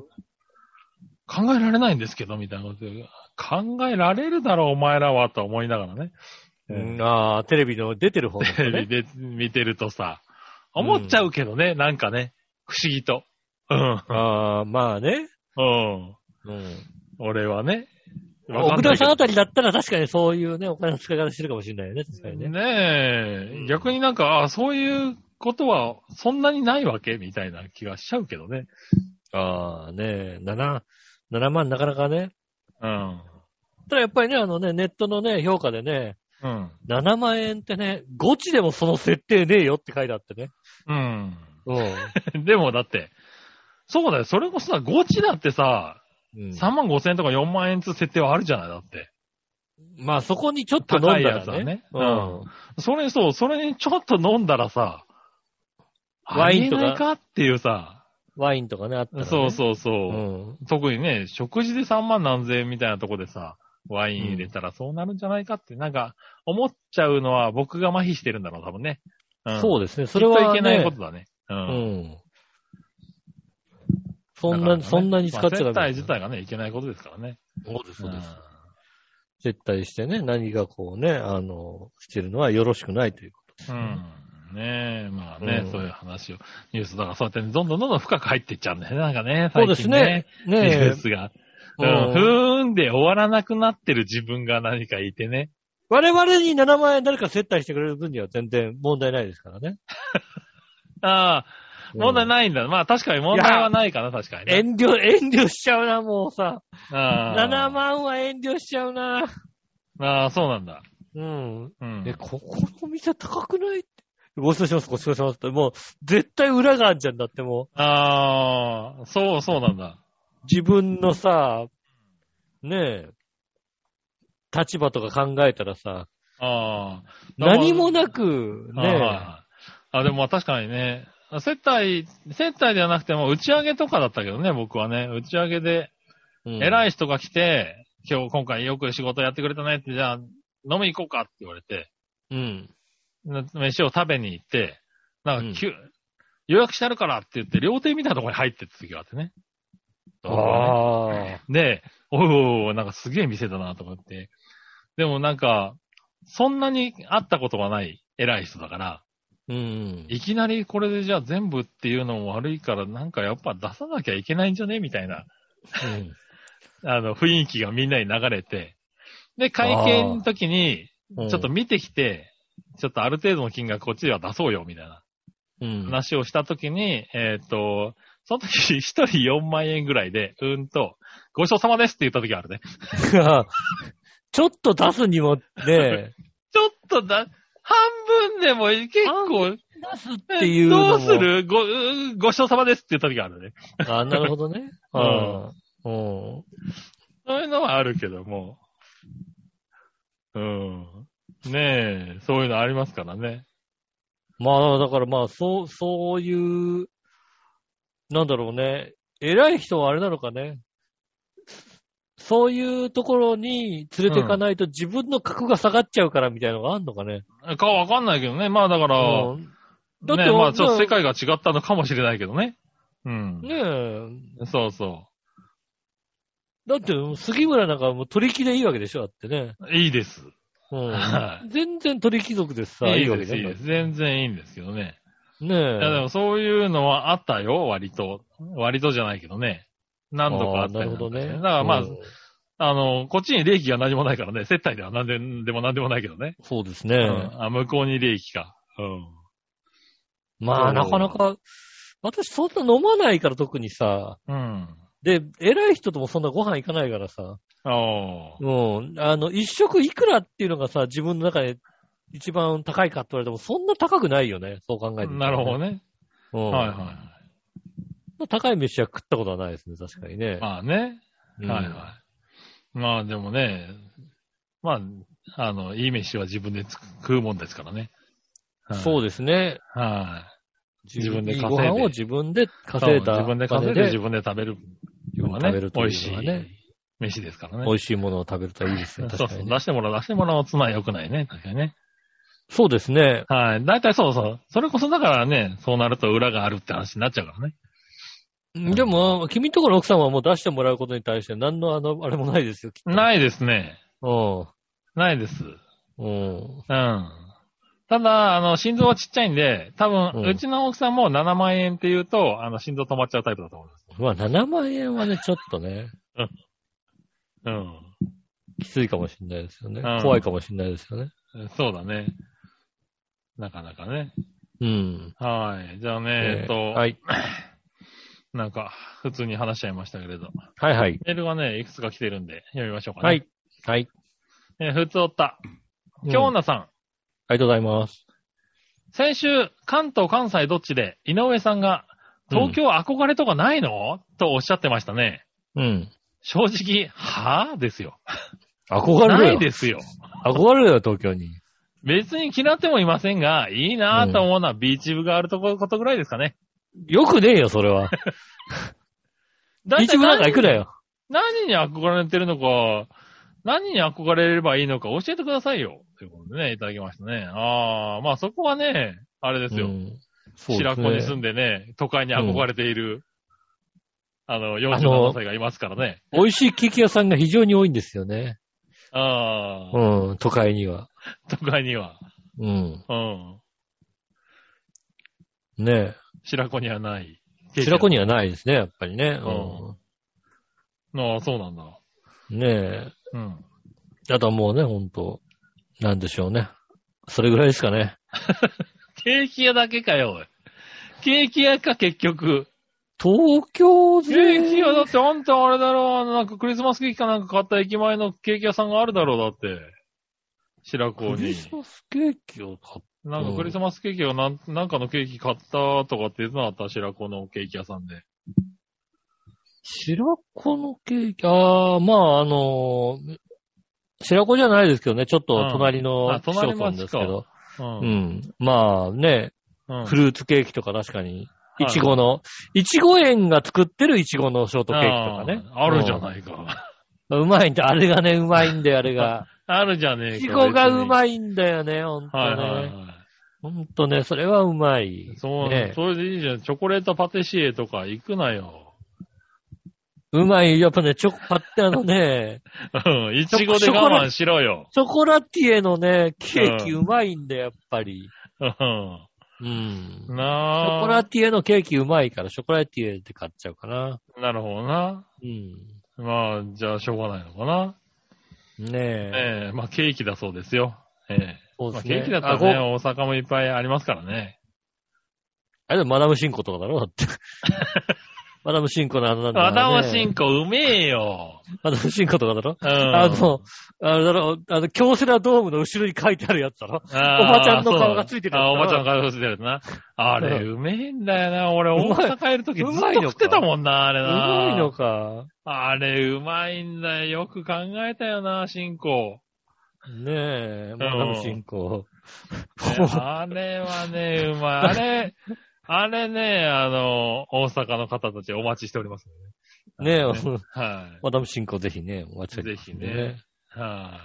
[SPEAKER 3] 考えられないんですけど、みたいなこと言う考えられるだろう、お前らは、と思いながらね。
[SPEAKER 2] うんああ、テレビの出てる方の、
[SPEAKER 3] テレビ
[SPEAKER 2] ね。
[SPEAKER 3] で見てるとさ、思っちゃうけどね、なんかね、不思議と。うん。
[SPEAKER 2] ああ、まあね。
[SPEAKER 3] うん。
[SPEAKER 2] うん。
[SPEAKER 3] 俺はね。わか
[SPEAKER 2] 奥
[SPEAKER 3] んない
[SPEAKER 2] 田
[SPEAKER 3] け
[SPEAKER 2] さん
[SPEAKER 3] ど
[SPEAKER 2] あたりだったら確かにそういうね、お金の使い方してるかもしれないよね、確かにね。
[SPEAKER 3] ね
[SPEAKER 2] う
[SPEAKER 3] え
[SPEAKER 2] ん、
[SPEAKER 3] 逆になんか、あそういうことはそんなにないわけみたいな気がしちゃうけどね。
[SPEAKER 2] ああ、ねえ、7、7万なかなかね。
[SPEAKER 3] うん。
[SPEAKER 2] ただやっぱりね、あのね、ネットのね、評価でね、
[SPEAKER 3] うん。
[SPEAKER 2] 7万円ってね、ゴチでもその設定ねえよって書いてあってね。う
[SPEAKER 3] うん。 でもだって、そうだよ。それこそさ、ゴチだってさ、
[SPEAKER 2] ん。
[SPEAKER 3] 3万5千円とか4万円つう設定はあるじゃないだって。
[SPEAKER 2] まあそこにちょっと飲んだら
[SPEAKER 3] 高いやつは
[SPEAKER 2] ね。
[SPEAKER 3] ね
[SPEAKER 2] う
[SPEAKER 3] うん
[SPEAKER 2] ん。
[SPEAKER 3] それそう、それにちょっと飲んだらさ、
[SPEAKER 2] ワインとか
[SPEAKER 3] ありえないかっていうさ、
[SPEAKER 2] ワインとかね、あったら、ね。
[SPEAKER 3] そうそうそうう。
[SPEAKER 2] ん。
[SPEAKER 3] 特にね、食事で3万何千円みたいなとこでさ、ワイン入れたらそうなるんじゃないかって、なんか、思っちゃうのは僕が麻痺してるんだろう、多分ね。うん、
[SPEAKER 2] そう
[SPEAKER 3] う
[SPEAKER 2] ですね。
[SPEAKER 3] そ
[SPEAKER 2] それ
[SPEAKER 3] れ
[SPEAKER 2] は、
[SPEAKER 3] は、
[SPEAKER 2] ね。
[SPEAKER 3] いけないことだね。う。
[SPEAKER 2] うんん。そん
[SPEAKER 3] だから
[SPEAKER 2] な、
[SPEAKER 3] ね
[SPEAKER 2] そんなに使っちゃダメ。
[SPEAKER 3] まあ接待自体がね、いけないことですからね。
[SPEAKER 2] そうです、そううんです。接待してね、何がこうね、あの、してるのはよろしくないというこ
[SPEAKER 3] うん。ねえ、まあね、
[SPEAKER 2] うん
[SPEAKER 3] そういう話を、ニュースだからそうやってねどんどんどんどん深く入っていっちゃうんだよね、なんかね、
[SPEAKER 2] と。
[SPEAKER 3] 最近ね。。
[SPEAKER 2] ね
[SPEAKER 3] ニュ
[SPEAKER 2] え
[SPEAKER 3] ー。スが。う
[SPEAKER 2] うん
[SPEAKER 3] ん、ふーんで終わらなくなってる自分が何かいてね。
[SPEAKER 2] 我々に7万円誰か接待してくれる分には全然問題ないですからね。
[SPEAKER 3] ああ、問題ないんだ。まあ確かに問題はないかな、確かにね。
[SPEAKER 2] 遠慮、遠慮しちゃうな、もうさ。7
[SPEAKER 3] 7
[SPEAKER 2] 万は遠慮しちゃうな。
[SPEAKER 3] ああ、そうなんだ。
[SPEAKER 2] うん。
[SPEAKER 3] うん。
[SPEAKER 2] え、ここの店高くないって。ごちそうします、ごちそうしますって。もう、絶対裏があんじゃんだってもう。
[SPEAKER 3] ああ、そう、そうなんだ。
[SPEAKER 2] 自分のさ、ねえ、立場とか考えたらさ、
[SPEAKER 3] ああ。
[SPEAKER 2] 何も
[SPEAKER 3] い。
[SPEAKER 2] なく、
[SPEAKER 3] はいはい
[SPEAKER 2] ね
[SPEAKER 3] あ、でもまあ確かにね。接待、接待ではなくても打ち上げとかだったけどね、僕はね。打ち上げで、
[SPEAKER 2] え。うん
[SPEAKER 3] 偉い人が来て、今日、今回よく仕事やってくれたねって、じゃあ、飲み行こうかって言われて、
[SPEAKER 2] うん。
[SPEAKER 3] な飯を食べに行って、なんか、急予約してあるからって言って、料亭みたいなところに入ってった時があってね。
[SPEAKER 2] ああ。
[SPEAKER 3] で、おいおいおいなんかすげえ店だなと思って。でもなんか、そんなに会ったことがない偉い人だから、
[SPEAKER 2] うん。
[SPEAKER 3] いきなりこれでじゃあ全部っていうのも悪いから、なんかやっぱ出さなきゃいけないんじゃねみたいな、
[SPEAKER 2] うん
[SPEAKER 3] あの、雰囲気がみんなに流れて。で、会計の時に、
[SPEAKER 2] うん
[SPEAKER 3] ちょっと見てきて、ちょっとある程度の金額こっちでは出そうよ、みたいな
[SPEAKER 2] うん。
[SPEAKER 3] 話をした時に、えーっと、その時一人4万円ぐらいで、うーんと、ごちそうさまですって言った時があるね。
[SPEAKER 2] ちょっと出すにも ね、
[SPEAKER 3] ちょっとだ、半分でも結構、
[SPEAKER 2] 出すっていうのも
[SPEAKER 3] どうするご、ごちそうさまですって言った時があるね。
[SPEAKER 2] あなるほどね。
[SPEAKER 3] う
[SPEAKER 2] あ
[SPEAKER 3] ん
[SPEAKER 2] あうん。
[SPEAKER 3] そういうのはあるけども。うん。ねえ、そういうのありますからね。
[SPEAKER 2] まあ、だからまあ、そう、そういう、なんだろうね。偉い人はあれなのかね。そういうところに連れていかないと自分の格が下がっちゃうからみたいなのがあるのかね。
[SPEAKER 3] かわかんないけどね。まあだから、
[SPEAKER 2] うんだって
[SPEAKER 3] ねえまあちょっ
[SPEAKER 2] ま
[SPEAKER 3] と
[SPEAKER 2] あ
[SPEAKER 3] 世界が違ったのかもしれないけどね。うん。
[SPEAKER 2] ねえ。
[SPEAKER 3] そうそ
[SPEAKER 2] だって、杉村なんかもう取り木でいいわけでしょだってね。
[SPEAKER 3] う。いいです。
[SPEAKER 2] う
[SPEAKER 3] は
[SPEAKER 2] ん。全然取り貴族でさ、い
[SPEAKER 3] い
[SPEAKER 2] い
[SPEAKER 3] い
[SPEAKER 2] わけ
[SPEAKER 3] です、
[SPEAKER 2] だ
[SPEAKER 3] いい
[SPEAKER 2] よ
[SPEAKER 3] です。全然いいんですけどね。
[SPEAKER 2] ね
[SPEAKER 3] いやで
[SPEAKER 2] え。
[SPEAKER 3] もそういうのはあったよ、割と。割とじゃないけどね。何度かあ
[SPEAKER 2] あ
[SPEAKER 3] っ
[SPEAKER 2] ー
[SPEAKER 3] た
[SPEAKER 2] な
[SPEAKER 3] り
[SPEAKER 2] る
[SPEAKER 3] んか
[SPEAKER 2] ほど
[SPEAKER 3] して
[SPEAKER 2] ね。
[SPEAKER 3] だからまあ、
[SPEAKER 2] うん
[SPEAKER 3] あの、こっちに利益が何もないからね、接待では何ででも何でもないけどね。
[SPEAKER 2] そうですね。
[SPEAKER 3] うんあ、向こうに利益か。うん。
[SPEAKER 2] ま
[SPEAKER 3] そ
[SPEAKER 2] あ、
[SPEAKER 3] う
[SPEAKER 2] なかなか、私そんな飲まないから特にさ、
[SPEAKER 3] うん。
[SPEAKER 2] で、偉い人ともそんなご飯行かないからさ、
[SPEAKER 3] ああ。
[SPEAKER 2] うん、あの、一食いくらっていうのがさ、自分の中で一番高いかって言われても、そんな高くないよね、そう考えてみ
[SPEAKER 3] な
[SPEAKER 2] たら
[SPEAKER 3] る
[SPEAKER 2] ね、
[SPEAKER 3] ほどね。
[SPEAKER 2] うん
[SPEAKER 3] はいは
[SPEAKER 2] 高い飯は食ったことはないですね、確かにね
[SPEAKER 3] い。。まあね。
[SPEAKER 2] うん
[SPEAKER 3] はいはい。まあでもね、まあ、あの、いい飯は自分でつく食うもんですからね。
[SPEAKER 2] そう
[SPEAKER 3] う
[SPEAKER 2] ですね。
[SPEAKER 3] は自分で
[SPEAKER 2] いい
[SPEAKER 3] 稼いで
[SPEAKER 2] ご飯を自分で
[SPEAKER 3] い。
[SPEAKER 2] 稼いだ
[SPEAKER 3] そう自
[SPEAKER 2] お
[SPEAKER 3] 分
[SPEAKER 2] 金。
[SPEAKER 3] で稼いで自分で食べる。
[SPEAKER 2] 自分で食べると
[SPEAKER 3] 美味
[SPEAKER 2] い
[SPEAKER 3] し
[SPEAKER 2] うのはいね、
[SPEAKER 3] 飯ですからね。
[SPEAKER 2] 美味しいものを食べるといいで すね、
[SPEAKER 3] そ
[SPEAKER 2] 確
[SPEAKER 3] う
[SPEAKER 2] か
[SPEAKER 3] そう。
[SPEAKER 2] にね、
[SPEAKER 3] 出してもらう、出してもらうつまり良くないね。確かにね。
[SPEAKER 2] そうですね。
[SPEAKER 3] はい。大体そうそう。それこそだからね、そうなると裏があるって話になっちゃうからね。
[SPEAKER 2] でも、君んところの奥さんはもう出してもらうことに対して何のあの、あれもないですよ、きっと
[SPEAKER 3] ないですね。
[SPEAKER 2] う
[SPEAKER 3] ないです。
[SPEAKER 2] ん。うん。
[SPEAKER 3] うん。ただ、あの、心臓はちっちゃいんで、多分、
[SPEAKER 2] う
[SPEAKER 3] うんちの奥さんも7万円って言うと、あの、心臓止まっちゃうタイプだと思います。
[SPEAKER 2] まあ、7万円はね、ちょっとね、
[SPEAKER 3] う
[SPEAKER 2] きついかもしれないですよね
[SPEAKER 3] うん。
[SPEAKER 2] 怖いかもしれないですよね。
[SPEAKER 3] ん。そうだね。なかなかね。
[SPEAKER 2] うん。
[SPEAKER 3] はい。じゃあね、えっと、
[SPEAKER 2] はい。
[SPEAKER 3] なんか、普通に話しちゃいましたけれど。
[SPEAKER 2] はいはい。
[SPEAKER 3] メールがね、いくつか来てるんで、読みましょうかね。
[SPEAKER 2] はい。はい。
[SPEAKER 3] えー普通おった。
[SPEAKER 2] うん
[SPEAKER 3] 京奈さん。
[SPEAKER 2] ありがとうございます。
[SPEAKER 3] 先週、関東、関西どっちで、井上さんが、東京憧れとかないの、とおっしゃってましたね。
[SPEAKER 2] うん。
[SPEAKER 3] 正直、はぁですよ。
[SPEAKER 2] 憧れるよ。
[SPEAKER 3] ないですよ。
[SPEAKER 2] 憧れるよ、東京に。
[SPEAKER 3] 別に嫌ってもいませんが、いいなぁと思うのはビーチ部があるとこことぐらいですかね。
[SPEAKER 2] よくねえよ、それ は。
[SPEAKER 3] だい
[SPEAKER 2] 一
[SPEAKER 3] たい
[SPEAKER 2] 部なんか行くなよ。
[SPEAKER 3] 何に何に憧れてるのか、何に憧れればいいのか教えてくださいよ。ということでね、いただきましたね。あー、まあそこはね、あれですよ。
[SPEAKER 2] うんそうで
[SPEAKER 3] 白
[SPEAKER 2] す
[SPEAKER 3] 子に住
[SPEAKER 2] ね。
[SPEAKER 3] んでね、都会に憧れている、あの、47歳がいますからね。
[SPEAKER 2] 美味しいケーキ屋さんが非常に多いんですよね。
[SPEAKER 3] ああ、
[SPEAKER 2] うん、都会には。
[SPEAKER 3] 都会には。
[SPEAKER 2] うん。
[SPEAKER 3] うん。
[SPEAKER 2] ね
[SPEAKER 3] 白子にはない。
[SPEAKER 2] え。白子に
[SPEAKER 3] は
[SPEAKER 2] はないですね、やっぱりね。
[SPEAKER 3] う
[SPEAKER 2] う
[SPEAKER 3] ああ、そうなんだ。
[SPEAKER 2] ん。ねえ。
[SPEAKER 3] うん。
[SPEAKER 2] あとはもうね、ほんと、なんでしょうね。それぐらいですかね。
[SPEAKER 3] ケーキ屋だけかよ、おいケーキ屋か、結局。
[SPEAKER 2] 東京
[SPEAKER 3] ケ
[SPEAKER 2] で。
[SPEAKER 3] ーキ屋だって、あんたあれだろ、なんかクリスマスケーキかなんか買った駅前のケーキ屋さんがあるだろう、だって。白子
[SPEAKER 2] クリ
[SPEAKER 3] に。
[SPEAKER 2] スマスケーキを買っ
[SPEAKER 3] なんかクリスマスケーキをなん、なんかのケーキ買ったとかって言ってなかった、白子のケーキ屋さんで。
[SPEAKER 2] 白子のケーキ、ああ、まあ、あのー白子じゃないですけどね、ちょっと隣
[SPEAKER 3] うん
[SPEAKER 2] の
[SPEAKER 3] あ
[SPEAKER 2] 市
[SPEAKER 3] 隣
[SPEAKER 2] 町村
[SPEAKER 3] 町
[SPEAKER 2] ですけど。
[SPEAKER 3] う。
[SPEAKER 2] うんん。まあね、
[SPEAKER 3] うん
[SPEAKER 2] フルーツケーキとか確かに、
[SPEAKER 3] はい
[SPEAKER 2] いちごの、いちご園が作ってるいちごのショートケーキとかね。
[SPEAKER 3] あーあるじゃ
[SPEAKER 2] い。
[SPEAKER 3] ないか。
[SPEAKER 2] うまいんだ、あれがね、うまいんだよ、あ れが。
[SPEAKER 3] あるじゃねえか。
[SPEAKER 2] いちごがう
[SPEAKER 3] い。
[SPEAKER 2] まいんだよね、ほんとね。
[SPEAKER 3] はいはいは
[SPEAKER 2] ほんとね、それはうまい
[SPEAKER 3] い。。そう、
[SPEAKER 2] ね
[SPEAKER 3] それでいいじゃん。チョコレートパティシエとか行くなよ。
[SPEAKER 2] うまい。やっぱね、チョコ、買ってあ のね、
[SPEAKER 3] うん。いちごで我慢しろよ。
[SPEAKER 2] チョコラティエのね、ケーキ
[SPEAKER 3] う
[SPEAKER 2] うまいんだよ、やっぱり。
[SPEAKER 3] うん。
[SPEAKER 2] うん。チ
[SPEAKER 3] なあ。
[SPEAKER 2] ョコラティエのケーキうまいから、ショコラティエで買っちゃうかな。
[SPEAKER 3] なるほどな。
[SPEAKER 2] うん。
[SPEAKER 3] まあ、じゃあ、しょうがないのかな。
[SPEAKER 2] ねえ。
[SPEAKER 3] ええまあ、ケーキだそうですよ。ええ
[SPEAKER 2] そう
[SPEAKER 3] ま
[SPEAKER 2] で
[SPEAKER 3] あ、
[SPEAKER 2] す
[SPEAKER 3] ケ
[SPEAKER 2] ね。
[SPEAKER 3] ーキだったらね、大阪もいっぱいありますからね。
[SPEAKER 2] あれでもマダムシンコとかだろだ って。マダムシンコのあのなんだ、
[SPEAKER 3] 和田は
[SPEAKER 2] ン
[SPEAKER 3] 新子うめえよ。
[SPEAKER 2] マダムシンコとかだろ
[SPEAKER 3] うん。
[SPEAKER 2] あの、あれだろあの、京セラドームの後ろに書いてあるやつだろ
[SPEAKER 3] あー、
[SPEAKER 2] おばちゃんの顔がついてるや
[SPEAKER 3] あ
[SPEAKER 2] つ
[SPEAKER 3] ーおばちゃんの顔がついてるやつな。あれ、うめえんだよな。俺、
[SPEAKER 2] うまい
[SPEAKER 3] 大阪いるときず
[SPEAKER 2] う
[SPEAKER 3] っ
[SPEAKER 2] まいの
[SPEAKER 3] と
[SPEAKER 2] か
[SPEAKER 3] 食ってたもんな、あれ
[SPEAKER 2] う
[SPEAKER 3] な。
[SPEAKER 2] まいのか。
[SPEAKER 3] あれ、うまいんだよ。よく考えたよな、進行。
[SPEAKER 2] ねえ、マダムシンコ。
[SPEAKER 3] ねあれはね、うまい。あれ、あれね、あの、大阪の方たちお待ちしておりますので
[SPEAKER 2] ねえ、
[SPEAKER 3] はい。
[SPEAKER 2] マダムシンコぜひね、お待ちしてお
[SPEAKER 3] ぜ
[SPEAKER 2] ります
[SPEAKER 3] ひ
[SPEAKER 2] んで
[SPEAKER 3] ね。。は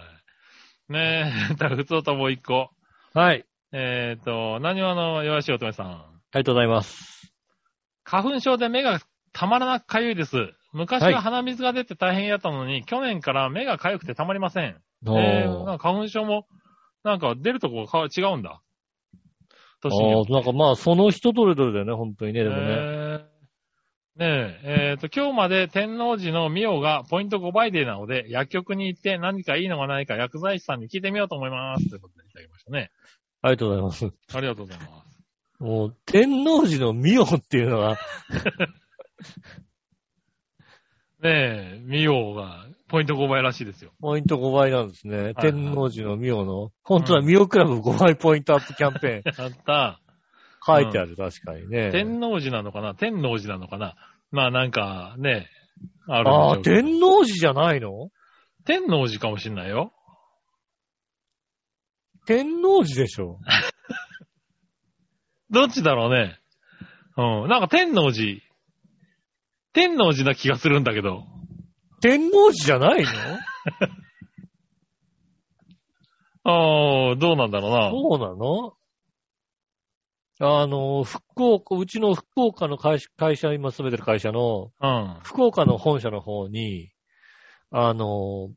[SPEAKER 3] い。ね え、たふつおともう一個。
[SPEAKER 2] はい。
[SPEAKER 3] えっ、と、何はの、弱しおとめさん。
[SPEAKER 2] ありがとうございます。
[SPEAKER 3] 花粉症で目がたまらなくかゆいです。昔
[SPEAKER 2] は
[SPEAKER 3] はい鼻水が出て大変だったのに、去年から目がかゆくてたまりません。
[SPEAKER 2] おー
[SPEAKER 3] えーなんか花粉症も、なんか出るとこがか違うんだ。年によ
[SPEAKER 2] あ
[SPEAKER 3] って
[SPEAKER 2] あ、なんかまあ、その人とれどれだよね、本当にね、でもね。
[SPEAKER 3] えーねえ、えっ、と、今日まで天王寺のミオがポイント5倍デーなので、薬局に行って何かいいのがないか薬剤師さんに聞いてみようと思います。ということでいただきましたね。
[SPEAKER 2] ありがとうございます。
[SPEAKER 3] ありがとうございます。
[SPEAKER 2] もう、天王寺のミオっていうのが、
[SPEAKER 3] ねえ、ミオがポイント5倍らしいですよ。
[SPEAKER 2] ポイント5倍なんですね。
[SPEAKER 3] はい
[SPEAKER 2] 天王寺のミオの、本当は
[SPEAKER 3] うん
[SPEAKER 2] ミオクラブ5倍ポイントアップキャンペー ン
[SPEAKER 3] やった。
[SPEAKER 2] 書いてある、確かにね。
[SPEAKER 3] 天王寺なのかな天王寺なのかなまあなんかね、ある
[SPEAKER 2] ああ、
[SPEAKER 3] んでしょうけど
[SPEAKER 2] 天王寺じゃないの
[SPEAKER 3] 天王寺かもしんないよ。
[SPEAKER 2] 天王寺でしょ。
[SPEAKER 3] どっちだろうね。うん。なんか天王寺。天王寺な気がするんだけど。
[SPEAKER 2] 天王寺じゃないの
[SPEAKER 3] ああ、どうなんだろうな。
[SPEAKER 2] そうなのあの、福岡、うちの福岡の会社、会社今勤めてる会社の、
[SPEAKER 3] うん。
[SPEAKER 2] 福岡の本社の方に、あの、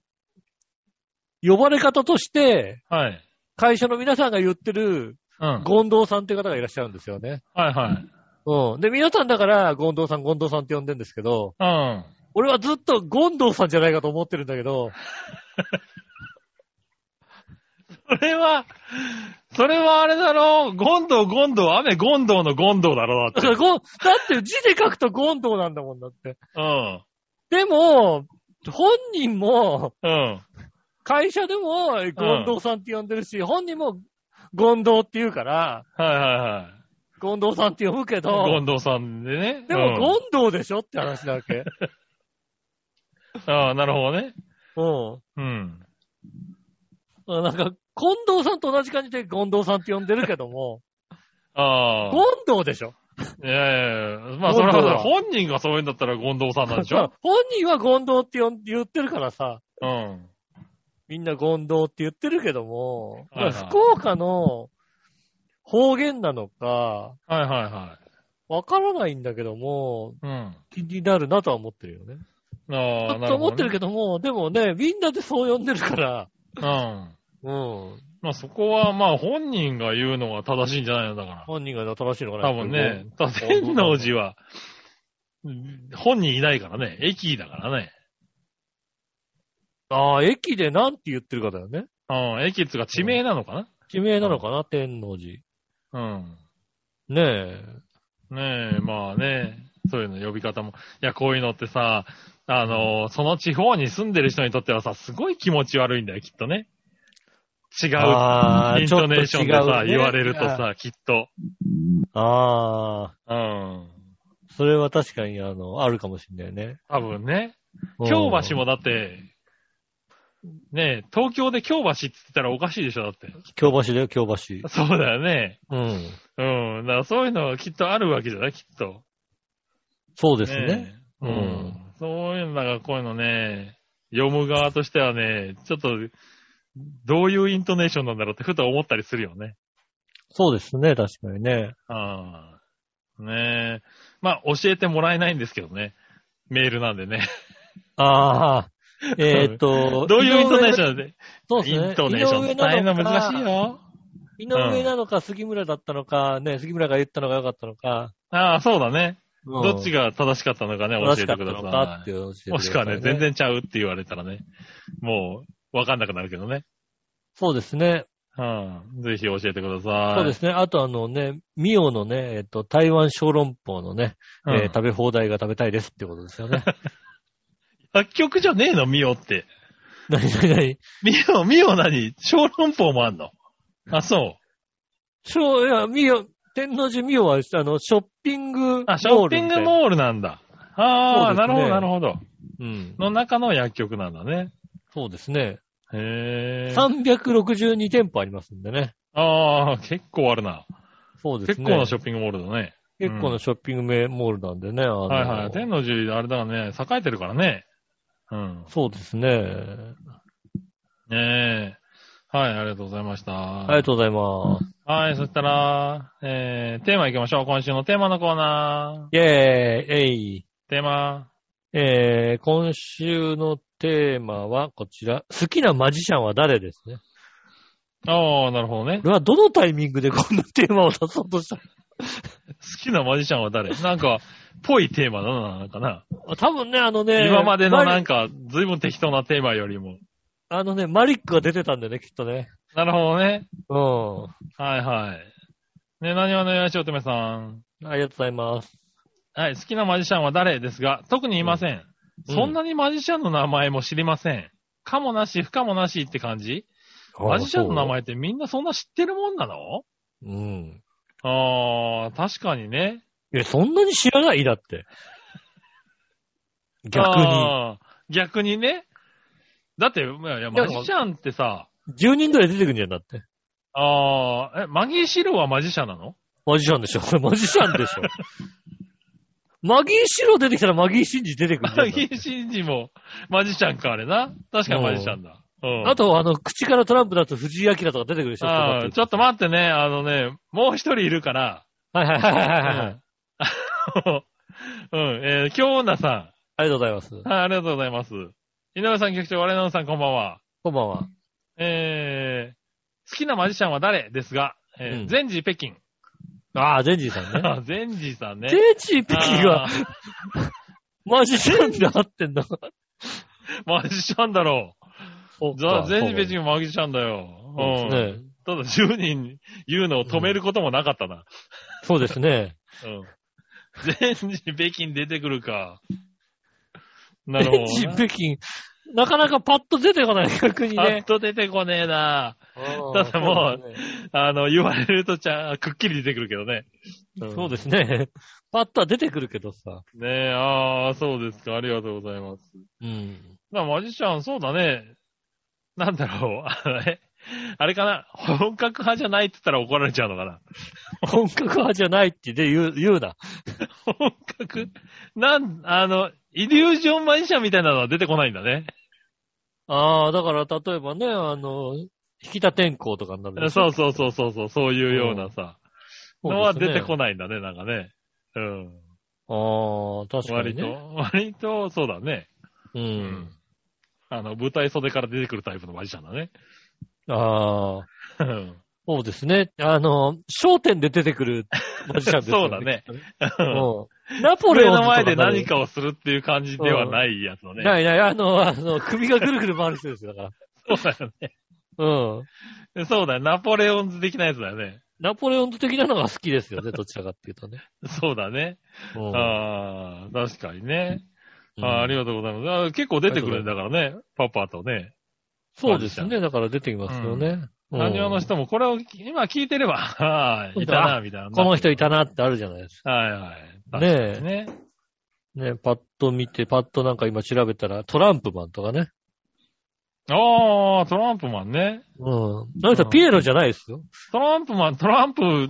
[SPEAKER 2] 呼ばれ方として、
[SPEAKER 3] はい。
[SPEAKER 2] 会社の皆さんが言ってる、
[SPEAKER 3] うん。はい
[SPEAKER 2] 権藤さんという方がいらっしゃるんですよね。
[SPEAKER 3] はい。
[SPEAKER 2] うん。で、皆さんだから、権藤さん、権藤さんって呼んでるんですけど、
[SPEAKER 3] うん。
[SPEAKER 2] 俺はずっと権藤さんじゃないかと思ってるんだけど、
[SPEAKER 3] それは、それはあれだろう。ゴンドウ、ゴンドウ、雨ゴンドウのゴンドウだろう、だ
[SPEAKER 2] だ
[SPEAKER 3] っ
[SPEAKER 2] か
[SPEAKER 3] て。
[SPEAKER 2] らゴンだって字で書くと権藤なんだもんだって。
[SPEAKER 3] うん。
[SPEAKER 2] でも、本人も、
[SPEAKER 3] うん。
[SPEAKER 2] 会社でも権藤さんって呼んでるし、本人も権藤って言うから、
[SPEAKER 3] はいはいはい。
[SPEAKER 2] 権藤さんって呼ぶけど、
[SPEAKER 3] ゴンドウさんでね。
[SPEAKER 2] で
[SPEAKER 3] う
[SPEAKER 2] も、
[SPEAKER 3] ん
[SPEAKER 2] ゴンドウでしょって話な わけ。
[SPEAKER 3] ああ、なるほどね。
[SPEAKER 2] うん。
[SPEAKER 3] うん。
[SPEAKER 2] なんか、近藤さんと同じ感じでゴンドウさんって呼んでるけども、
[SPEAKER 3] あ
[SPEAKER 2] ゴンドウでしょ
[SPEAKER 3] あ。いやいやいやまあ、そ
[SPEAKER 2] ゴン
[SPEAKER 3] れ
[SPEAKER 2] ドウ
[SPEAKER 3] は
[SPEAKER 2] は
[SPEAKER 3] 本人がそういうんだったらゴンドウさんなんでしょ
[SPEAKER 2] 本人はゴンドウって呼ん言ってるからさ、
[SPEAKER 3] うん。
[SPEAKER 2] みんなゴンドウって言ってるけども、
[SPEAKER 3] はいはい
[SPEAKER 2] 福岡の方言なのか、
[SPEAKER 3] はいはいは
[SPEAKER 2] わからないんだけども、
[SPEAKER 3] い。うん。
[SPEAKER 2] 気になるなとは思ってるよね。
[SPEAKER 3] ああ、なるほ
[SPEAKER 2] と
[SPEAKER 3] ど、ね。
[SPEAKER 2] 思ってるけども、でもね、みんなでそう呼んでるから、
[SPEAKER 3] うん。
[SPEAKER 2] うん。
[SPEAKER 3] まあそこはまあ本人が言うのが正しいんじゃないのだから。
[SPEAKER 2] 本人が正しいのかな。
[SPEAKER 3] 多分ね。、ただ天王寺は、うん本人いないからね。駅だからね。
[SPEAKER 2] ああ、駅でなんて言ってるかだよね。
[SPEAKER 3] うん、駅っつうか地名なのか
[SPEAKER 2] 地名なのかな、天王寺。
[SPEAKER 3] な
[SPEAKER 2] ねえ。
[SPEAKER 3] うん。ねえ、まあね、そういうの呼び方も。いや、こういうのってさ、あの、その地方に住んでる人にとってはさ、すごい気持ち悪いんだよ、きっとね。違う、
[SPEAKER 2] あ
[SPEAKER 3] イントネーションでさ、言われると。
[SPEAKER 2] ちょっと違うね
[SPEAKER 3] さ、きっと。
[SPEAKER 2] ああ、
[SPEAKER 3] うん。
[SPEAKER 2] それは確かに、あの、あるかもしれないね。
[SPEAKER 3] 多分ね。京橋も
[SPEAKER 2] も。
[SPEAKER 3] だって、ねえ、東京で京橋って言ったらおかしいでしょ、だって。
[SPEAKER 2] 京橋だよ、京橋。
[SPEAKER 3] そうだよね。
[SPEAKER 2] うん。
[SPEAKER 3] うん。だからそういうのはきっとあるわけじゃないきっと。
[SPEAKER 2] そうですね。
[SPEAKER 3] えう
[SPEAKER 2] うん
[SPEAKER 3] ん。そういうの、だからこういうのね、読む側としてはね、ちょっと、どういうイントネーションなんだろうってふと思ったりするよね。
[SPEAKER 2] そうですね、確かにね。
[SPEAKER 3] ああ。ねえ。まあ、教えてもらえないんですけどね。メールなんでね。
[SPEAKER 2] ああ、えーっと、
[SPEAKER 3] どういうイントネーシ
[SPEAKER 2] ン
[SPEAKER 3] ョンで、
[SPEAKER 2] そうですね。
[SPEAKER 3] イントネーション
[SPEAKER 2] 井上
[SPEAKER 3] 伝
[SPEAKER 2] な
[SPEAKER 3] えるの
[SPEAKER 2] のか
[SPEAKER 3] 難しいよ。
[SPEAKER 2] 井上なのか、杉村だったのか、ね、杉村が言ったのが良かったのか。
[SPEAKER 3] ああ、そうだね。
[SPEAKER 2] ど
[SPEAKER 3] どっちが正しかったのかね、
[SPEAKER 2] 正
[SPEAKER 3] 教
[SPEAKER 2] し
[SPEAKER 3] え
[SPEAKER 2] かってた
[SPEAKER 3] くだ
[SPEAKER 2] のか
[SPEAKER 3] さ
[SPEAKER 2] って
[SPEAKER 3] い。
[SPEAKER 2] いうのを教えてくだ
[SPEAKER 3] もしくは
[SPEAKER 2] さい
[SPEAKER 3] ね、全。然ちゃうって言われたらね、もう、わかんなくなるけどね。
[SPEAKER 2] そうですね。
[SPEAKER 3] うん。ぜひ教えてください。
[SPEAKER 2] そうですね。あとあのね、ミオのね、えっと、台湾小籠包のね、
[SPEAKER 3] うん。
[SPEAKER 2] えー食べ放題が食べたいですってことですよね。
[SPEAKER 3] 薬局じゃねえのミオって。
[SPEAKER 2] 何何何
[SPEAKER 3] ミオ、ミオ何小籠包もあんのあ、そ
[SPEAKER 2] そう、いや、ミオ、天王寺ミオは、あの、ショッピングモー
[SPEAKER 3] う。
[SPEAKER 2] ルみたいな。
[SPEAKER 3] あ、ショッピングモールなんだ。ああ、
[SPEAKER 2] そうで
[SPEAKER 3] な
[SPEAKER 2] すね
[SPEAKER 3] るほど、なるほど。
[SPEAKER 2] うん。
[SPEAKER 3] の中の薬局なんだね。
[SPEAKER 2] そうですね。
[SPEAKER 3] へえ。
[SPEAKER 2] 362店舗ありますんでね。
[SPEAKER 3] ああ、結構あるな。
[SPEAKER 2] そうです
[SPEAKER 3] 結
[SPEAKER 2] ね。
[SPEAKER 3] 構なショッピングモールだね。
[SPEAKER 2] 結構なショッピングメモールなんでね。あの
[SPEAKER 3] はいはい。天王寺、あれだね、栄えてるからね。うん。
[SPEAKER 2] そうですね。
[SPEAKER 3] ねえ。はい、ありがとうございました。
[SPEAKER 2] ありがとうございます。
[SPEAKER 3] はい、そしたら、えー、テーマ行きましょう。今週のテーマのコーナ
[SPEAKER 2] イェーイえい
[SPEAKER 3] ー。テーマ。
[SPEAKER 2] えー、今週のテーマはこちら。好きなマジシャンは誰ですね。
[SPEAKER 3] ああ、なるほどね。
[SPEAKER 2] 俺はどのタイミングでこんなテーマを出そうとした
[SPEAKER 3] 好きなマジシャンは誰なんか、ぽいテーマだな、なんかな。
[SPEAKER 2] の多分ね、あのね、
[SPEAKER 3] 今までのなんか、
[SPEAKER 2] か、
[SPEAKER 3] ずいぶん適当なテーマよりも。
[SPEAKER 2] あのね、マリックが出てたんだよね、きっとね。
[SPEAKER 3] なるほどね。
[SPEAKER 2] う
[SPEAKER 3] はいはい。ね、何はのよしおとめさん。
[SPEAKER 2] ん。ありがとうございます。
[SPEAKER 3] はい、好きなマジシャンは誰ですが、特にいません。
[SPEAKER 2] うん
[SPEAKER 3] そんなにマジシャンの名前も知りません。かもなし、不可もなしって感じマジシャンの名前ってみんなそんな知ってるもんなの
[SPEAKER 2] うん。
[SPEAKER 3] ああ、確かにね。
[SPEAKER 2] いや、そんなに知らないだって。 逆に。
[SPEAKER 3] あー。逆にね。だって、いやいや
[SPEAKER 2] で
[SPEAKER 3] マ
[SPEAKER 2] も
[SPEAKER 3] ジシャンってさ、
[SPEAKER 2] 10人ぐらい出てくるんじゃんだって。
[SPEAKER 3] ああ、え、マギーシローはマジシャンなの
[SPEAKER 2] マジシャンでしょ これマジシャンでしょマギーシロー出てきたらマギーシンジ出てくるんじゃ
[SPEAKER 3] マ
[SPEAKER 2] ん
[SPEAKER 3] ギーシンジもマジシャンか、あれな。確かにマジシャンだ。うん。
[SPEAKER 2] あ、と、あの、口からトランプだと藤井明とか出てくるでしょ
[SPEAKER 3] あーちょっと待ってね、あのね、もう一人いる から、
[SPEAKER 2] はいはいはいはいはいはい。
[SPEAKER 3] うん、えー、京女さ
[SPEAKER 2] ありがとうございます。
[SPEAKER 3] ん。はい、ありがとうございます。井上さん局長、我々のさん、こんばんは。
[SPEAKER 2] こんばんは。
[SPEAKER 3] えー、好きなマジシャンは誰ですが、えー
[SPEAKER 2] うん
[SPEAKER 3] ゼンジー北京。
[SPEAKER 2] ああ、ゼンジーさんね。
[SPEAKER 3] あ ゼンジーさんね。
[SPEAKER 2] ゼンジーピキが
[SPEAKER 3] あー、
[SPEAKER 2] マジシャンで合ってんだ。
[SPEAKER 3] マジシャンだろう。ザゼンジー北京もマジシャンだよ。
[SPEAKER 2] そう
[SPEAKER 3] うん。
[SPEAKER 2] ですね。
[SPEAKER 3] ただ、10人言うのを止めることもなかったな。
[SPEAKER 2] そうですね。
[SPEAKER 3] うん。全人北京出てくるか。なる
[SPEAKER 2] ゼ
[SPEAKER 3] ほど
[SPEAKER 2] ン
[SPEAKER 3] な。
[SPEAKER 2] ジー北京、なかなかパッと出てこない、逆に
[SPEAKER 3] パッ
[SPEAKER 2] ね。
[SPEAKER 3] と出てこねえな。
[SPEAKER 2] た
[SPEAKER 3] だもうあの、言われるとちゃ、くっきり出てくるけどね。うん
[SPEAKER 2] そうですね。 パッとは出てくるけどさ。
[SPEAKER 3] ねえ、ああ、そうですか。ありがとうございます。
[SPEAKER 2] うん。
[SPEAKER 3] まあ、マジシャン、そうだね。なんだろう。あれあれかな本格派じゃないって言ったら怒られちゃうのかな
[SPEAKER 2] 本格派じゃないってで言う、言うな。
[SPEAKER 3] 本格なん、あの、イリュージョンマジシャンみたいなのは出てこないんだね。
[SPEAKER 2] ああ、だから例えばね、あの、引田天候とかになるでしょ
[SPEAKER 3] そうそうそうそうそう、そういうようなさ、
[SPEAKER 2] そう
[SPEAKER 3] のは出てこ
[SPEAKER 2] ない。
[SPEAKER 3] ないんだね、なんかね。うん。
[SPEAKER 2] ああ、確か
[SPEAKER 3] 割
[SPEAKER 2] に、
[SPEAKER 3] と、
[SPEAKER 2] ね。
[SPEAKER 3] 割と、そうだね。
[SPEAKER 2] う。。
[SPEAKER 3] うんあの、舞台袖から出てくるタイプのマジシャンだね。
[SPEAKER 2] ああ、
[SPEAKER 3] うん
[SPEAKER 2] そうですね。あの、商店で出てくるマジシャンですよ
[SPEAKER 3] そうだね。
[SPEAKER 2] うんナポレ
[SPEAKER 3] 俺
[SPEAKER 2] オンと
[SPEAKER 3] の前で
[SPEAKER 2] になる
[SPEAKER 3] 何かをするっていう感じではないやつのね。
[SPEAKER 2] ないない、あの、あの、首がぐるぐる回る人ですよ、だか
[SPEAKER 3] そうだよね。
[SPEAKER 2] ら。うん。
[SPEAKER 3] そうだよ。ナポレオンズ的なやつだよね。
[SPEAKER 2] ナポレオンズ的なのが好きですよね、どちらかっていうとね。
[SPEAKER 3] そうだね。
[SPEAKER 2] うん
[SPEAKER 3] ああ、確かにね。あーあり
[SPEAKER 2] う
[SPEAKER 3] が
[SPEAKER 2] ん
[SPEAKER 3] とうございます。あー結構出てくるんだからね。パパとね。
[SPEAKER 2] そうですね、だから出てきますよね。うん
[SPEAKER 3] 何話の人もこれを今聞いてれば、は
[SPEAKER 2] そ
[SPEAKER 3] い、
[SPEAKER 2] う
[SPEAKER 3] い
[SPEAKER 2] だ
[SPEAKER 3] たな、みたいな。
[SPEAKER 2] この人いたなってあるじゃないです
[SPEAKER 3] はいはい。
[SPEAKER 2] ねえ
[SPEAKER 3] 確かにね。
[SPEAKER 2] か。ね、パッと見て、パッとなんか今調べたら、トランプマンとかね。
[SPEAKER 3] ああ、トランプマンね。
[SPEAKER 2] うん。あの人はピエロじゃないですよ。
[SPEAKER 3] トランプマン、トランプ、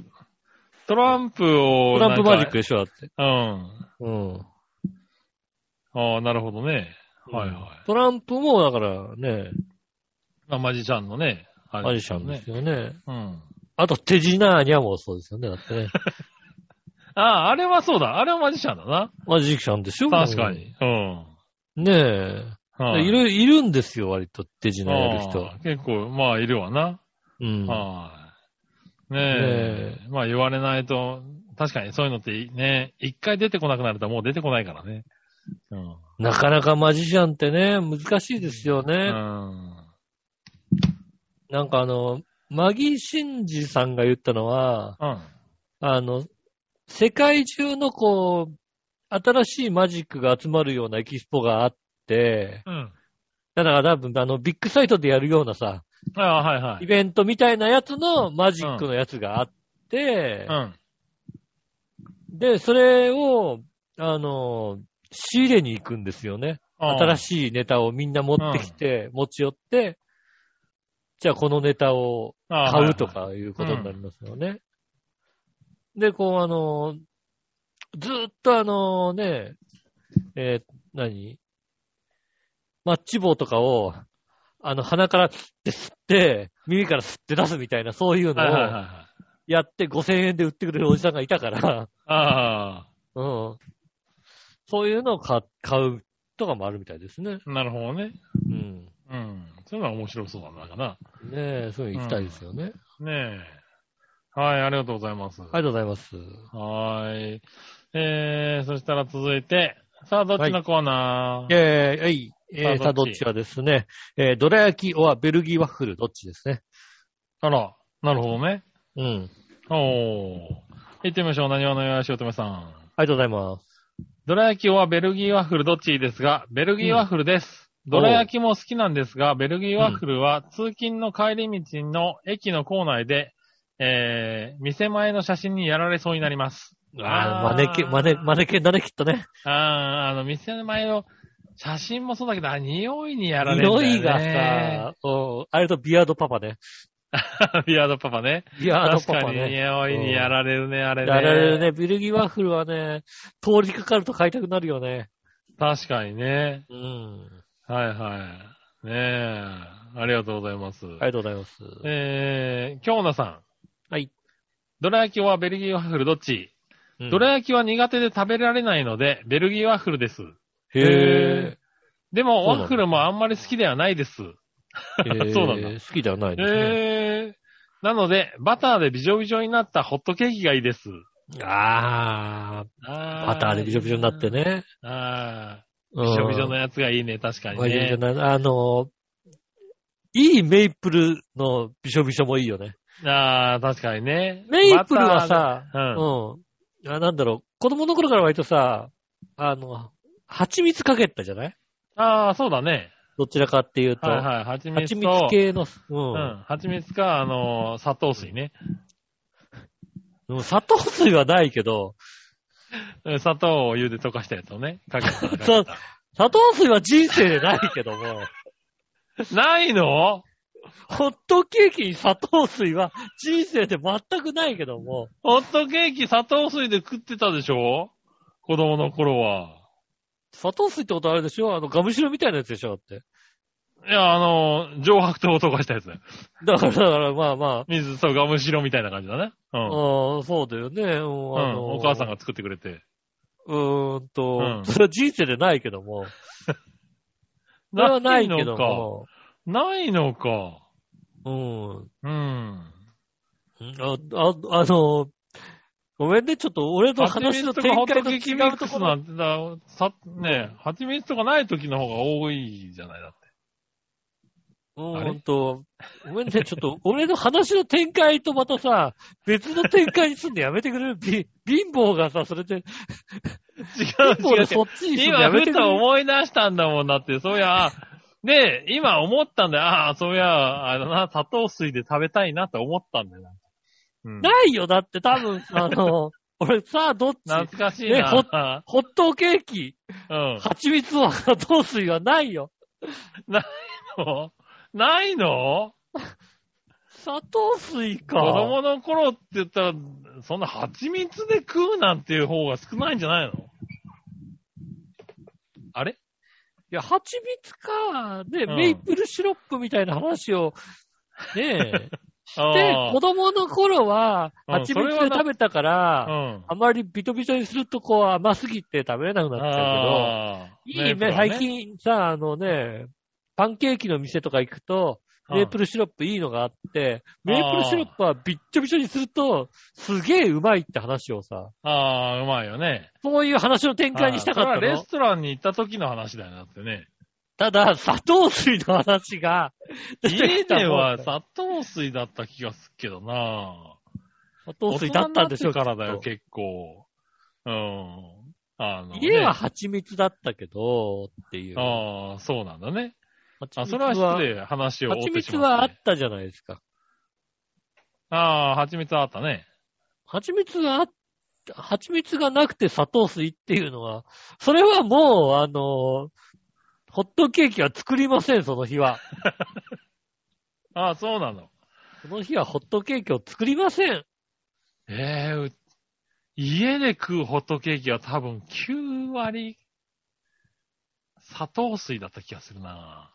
[SPEAKER 3] トランプを
[SPEAKER 2] ト
[SPEAKER 3] な
[SPEAKER 2] ラン
[SPEAKER 3] んか。
[SPEAKER 2] プマジックでしょ、だって。
[SPEAKER 3] うん。
[SPEAKER 2] うん。
[SPEAKER 3] ああ、なるほどね。はいはい。
[SPEAKER 2] トランプも、だからね、
[SPEAKER 3] まあ、マジシャンのね。あれ
[SPEAKER 2] マジシャンですよね。
[SPEAKER 3] うん。
[SPEAKER 2] あと、手品にはもうそうですよね、だって ね。
[SPEAKER 3] ああ、あれはそうだ。あれはマジシャンだな。
[SPEAKER 2] マジシャンでしょ
[SPEAKER 3] 確か。に。うん。
[SPEAKER 2] ねえ。
[SPEAKER 3] はい
[SPEAKER 2] る、いるんですよ、割と手品やる人
[SPEAKER 3] あ。あ結構、まあ、いるわな。
[SPEAKER 2] うん。
[SPEAKER 3] はい。ねえ。まあ言われないと、確かにそういうのってね、一回出てこなくなるともう出てこないからね。うん。
[SPEAKER 2] なかなかマジシャンってね、難しいですよ
[SPEAKER 3] う
[SPEAKER 2] ね。
[SPEAKER 3] ん。
[SPEAKER 2] なんかあの、マギー・シンジさんが言ったのは、
[SPEAKER 3] うん。
[SPEAKER 2] あの、世界中のこう、新しいマジックが集まるようなエキスポがあって、
[SPEAKER 3] うん。
[SPEAKER 2] だから多分あの、ビッグサイトでやるようなさ、
[SPEAKER 3] ああ、はいは
[SPEAKER 2] イ
[SPEAKER 3] い。
[SPEAKER 2] ベントみたいなやつのマジックのやつがあって
[SPEAKER 3] う、ん。
[SPEAKER 2] で、それを、あの、仕入れに行くんですよね。新しいネタをみんな持ってきて、持ち寄って、じゃあこのネタを買うと
[SPEAKER 3] ああ。
[SPEAKER 2] かいうことになりますよね。で、こうあの、ずーっとあのね、えー何マッチ棒とかを、あの、鼻からって吸って、耳から吸って出すみたいな、そういう
[SPEAKER 3] はいはいはい
[SPEAKER 2] のを
[SPEAKER 3] はい。
[SPEAKER 2] やって5000円で売ってくれるおじさんがいたから、
[SPEAKER 3] あ
[SPEAKER 2] うん。そういうのを買買うとかもあるみたいですね。
[SPEAKER 3] あ、なるほどね。
[SPEAKER 2] うん。
[SPEAKER 3] うん。それは面白そうだな、なんかな。
[SPEAKER 2] ねえ、そういうの行きたいですよね。
[SPEAKER 3] ねえ。はい、ありがとうございます。
[SPEAKER 2] ありがとうございます。
[SPEAKER 3] はーい。えー、そしたら続いて、さあ、どっちのコーナー、
[SPEAKER 2] えー、はい。えー、
[SPEAKER 3] さ
[SPEAKER 2] さ
[SPEAKER 3] あ
[SPEAKER 2] あ
[SPEAKER 3] どっ
[SPEAKER 2] どっ
[SPEAKER 3] ち
[SPEAKER 2] ちはですね、えー、どら焼きおはベルギーワッフル、どっちですね。
[SPEAKER 3] あら、なるほどね。
[SPEAKER 2] うん。
[SPEAKER 3] おー。行ってみましょう。何話のよしおとめさん。
[SPEAKER 2] ありがとうございます。
[SPEAKER 3] どら焼きはベルギーワッフルどっちですが、ベルギーワッフルです。
[SPEAKER 2] ん
[SPEAKER 3] どら焼きも好きなんですが、ベルギーワッフルは通勤の帰り道の駅の構内で、えー、店前の写真にやられそうになります。
[SPEAKER 2] ああ、マネケン、マネ、マ
[SPEAKER 3] ネ。
[SPEAKER 2] ネケンだね、きっとね。
[SPEAKER 3] あーあの、店前の写真もそうだけど、あ匂いにやられるんだよ
[SPEAKER 2] 匂
[SPEAKER 3] ね。
[SPEAKER 2] いがさ、うんあれとビアードパパね。
[SPEAKER 3] ビアードパパね。
[SPEAKER 2] ビアード
[SPEAKER 3] 確
[SPEAKER 2] パ
[SPEAKER 3] か
[SPEAKER 2] パ
[SPEAKER 3] に
[SPEAKER 2] ね。
[SPEAKER 3] 匂いにやられるね、あれね。
[SPEAKER 2] やられるね。ベルギーワッフルはね、通りかかると買いたくなるよね。
[SPEAKER 3] 確かにね。
[SPEAKER 2] うん。
[SPEAKER 3] はいはい。ねえ。ありがとうございます。
[SPEAKER 2] ありがとうございます。
[SPEAKER 3] えー、京奈さん。
[SPEAKER 2] はい。
[SPEAKER 3] ドラ焼きはベルギーワッフルどっち、
[SPEAKER 2] うん
[SPEAKER 3] ドラ焼きは苦手で食べられないので、ベルギーワッフルです。
[SPEAKER 2] へ
[SPEAKER 3] でも、
[SPEAKER 2] そうなんだ
[SPEAKER 3] ワッフルもあんまり好きではないです。
[SPEAKER 2] ぇー。
[SPEAKER 3] そうなんだ
[SPEAKER 2] へー好きではないですね。
[SPEAKER 3] えー、なので、バターでびじょびじょになったホットケーキがいいです。
[SPEAKER 2] ああ、
[SPEAKER 3] バ
[SPEAKER 2] バターでびしょびしょになって。ね。
[SPEAKER 3] あ
[SPEAKER 2] う
[SPEAKER 3] あ、
[SPEAKER 2] ん
[SPEAKER 3] びしょびしょのやつがいいね、確かに
[SPEAKER 2] まあいいじ
[SPEAKER 3] ね。
[SPEAKER 2] ゃないあの、いいメイプルのびしょびしょもいいよね。
[SPEAKER 3] ああ、確かにね。
[SPEAKER 2] メイプルは
[SPEAKER 3] バ
[SPEAKER 2] さ、
[SPEAKER 3] ターで、
[SPEAKER 2] うん。あなんだろう、子供の頃から割とさ、あの、蜂蜜かけたじゃない
[SPEAKER 3] うん。ああ、そうだね。
[SPEAKER 2] どちらかっていうと。
[SPEAKER 3] はいはい。蜂蜜
[SPEAKER 2] 蜂蜜
[SPEAKER 3] と、
[SPEAKER 2] 系の、
[SPEAKER 3] う。
[SPEAKER 2] うん
[SPEAKER 3] 蜂蜜か、あのー砂糖水ね。
[SPEAKER 2] ん。うん、砂糖水はないけど、
[SPEAKER 3] うん砂糖を湯で溶かしたやつをね、かけた。かけた
[SPEAKER 2] そう砂糖水は人生でないけど も、
[SPEAKER 3] ないの
[SPEAKER 2] ホットケーキに砂糖水は人生で全くないけども、
[SPEAKER 3] ホットケーキ砂糖水で食ってたでしょ子供の頃は。
[SPEAKER 2] 砂糖水ってことあるでしょあの、ガムシロみたいなやつでしょだって。
[SPEAKER 3] いや、あのー上白糖を溶かしたやつだよ。
[SPEAKER 2] だから、だからまあまあ、
[SPEAKER 3] 水とガムシロみたいな感じだね。うん。うん
[SPEAKER 2] ああ、そうだよね。うんあの
[SPEAKER 3] お母さん。が作ってくれて。
[SPEAKER 2] うーんと、
[SPEAKER 3] うん
[SPEAKER 2] それは人生でないけども。それはないけども。
[SPEAKER 3] ないのか。
[SPEAKER 2] うん。
[SPEAKER 3] うん。
[SPEAKER 2] あ、あ、あの、ごめんね、ちょっと俺の話の展開と違うとこ
[SPEAKER 3] な
[SPEAKER 2] ろ。
[SPEAKER 3] んてだ、さ、ねえ、蜂蜜とかない時の方が多いじゃないだって。
[SPEAKER 2] う
[SPEAKER 3] あ
[SPEAKER 2] ー
[SPEAKER 3] れ
[SPEAKER 2] んと、ごめんね、ちょっと 俺の話の展開とまたさ、別の展開にすんのやめてくれるび貧乏がさ、そ れで、
[SPEAKER 3] 違う
[SPEAKER 2] 貧乏
[SPEAKER 3] 違
[SPEAKER 2] で
[SPEAKER 3] う
[SPEAKER 2] そっちにすんの
[SPEAKER 3] 今、
[SPEAKER 2] やめ
[SPEAKER 3] ふ
[SPEAKER 2] てく
[SPEAKER 3] と
[SPEAKER 2] れる
[SPEAKER 3] 思い出したんだもんだって、そういや、で、今思ったんだよ。ああ、そういや、あのな、砂糖水で食べたいなって思ったんだよな。うん、
[SPEAKER 2] ないよ、だって多分、あの、 俺さ、どっち
[SPEAKER 3] 懐かしい
[SPEAKER 2] ねほっ
[SPEAKER 3] な。
[SPEAKER 2] ホットケーキ、
[SPEAKER 3] うん。
[SPEAKER 2] 蜂蜜は砂糖水はないよ。
[SPEAKER 3] ないの
[SPEAKER 2] 砂糖水か。
[SPEAKER 3] 子供の頃って言ったら、そんな蜂蜜で食うなんていう方が少ないんじゃないのあれ
[SPEAKER 2] いや、蜂蜜か、ね、
[SPEAKER 3] うん
[SPEAKER 2] メイプルシロップみたいな話を、ねえ。
[SPEAKER 3] あ
[SPEAKER 2] で、子供の頃は、
[SPEAKER 3] うん
[SPEAKER 2] 蜂
[SPEAKER 3] それ
[SPEAKER 2] 蜜
[SPEAKER 3] は
[SPEAKER 2] で
[SPEAKER 3] な
[SPEAKER 2] 食べたから、
[SPEAKER 3] あ、うん。
[SPEAKER 2] あまりビトビトにするとこう甘すぎて食べれなくなっちゃう
[SPEAKER 3] ああ
[SPEAKER 2] けど、いいね、最。近さ、あのね、パンケーキの店とか行くと、メープ
[SPEAKER 3] ル。
[SPEAKER 2] ルシロップいいのがあって、メープルシロップはびっちょびちょにすると、すげえうまいって話をさ、
[SPEAKER 3] ああ、うまいよね。
[SPEAKER 2] そういう話の展開にしたかった
[SPEAKER 3] ああそれはレ
[SPEAKER 2] の
[SPEAKER 3] ス。トランに行った時の話だよなって ね。
[SPEAKER 2] ただ、砂糖水の話が出て
[SPEAKER 3] 家
[SPEAKER 2] きた
[SPEAKER 3] で
[SPEAKER 2] もん
[SPEAKER 3] は砂糖水だった気がするけどな
[SPEAKER 2] 砂糖水だったんでしょ
[SPEAKER 3] 大人になてからだよ、
[SPEAKER 2] きっ
[SPEAKER 3] 結構。うん。あのね、
[SPEAKER 2] と家は蜂蜜だったけど、っていう。
[SPEAKER 3] ああ、そうなんだね。
[SPEAKER 2] 蜂
[SPEAKER 3] あ、
[SPEAKER 2] 蜜
[SPEAKER 3] それは失礼。話を追っ
[SPEAKER 2] 蜂
[SPEAKER 3] てし
[SPEAKER 2] 蜜
[SPEAKER 3] ま
[SPEAKER 2] はあ
[SPEAKER 3] った
[SPEAKER 2] っ
[SPEAKER 3] ね、
[SPEAKER 2] たじゃないですか。
[SPEAKER 3] ああ、蜂蜜はあったね。
[SPEAKER 2] 蜂蜜があっ、蜂蜜がなくて砂糖水っていうのは、それはもう、あの、ホットケーキは作りません、その日は。
[SPEAKER 3] ああ、そうなの。
[SPEAKER 2] その日はホットケーキを作りません。
[SPEAKER 3] ええう家で食うホットケーキは多分9割砂糖水だった気がするな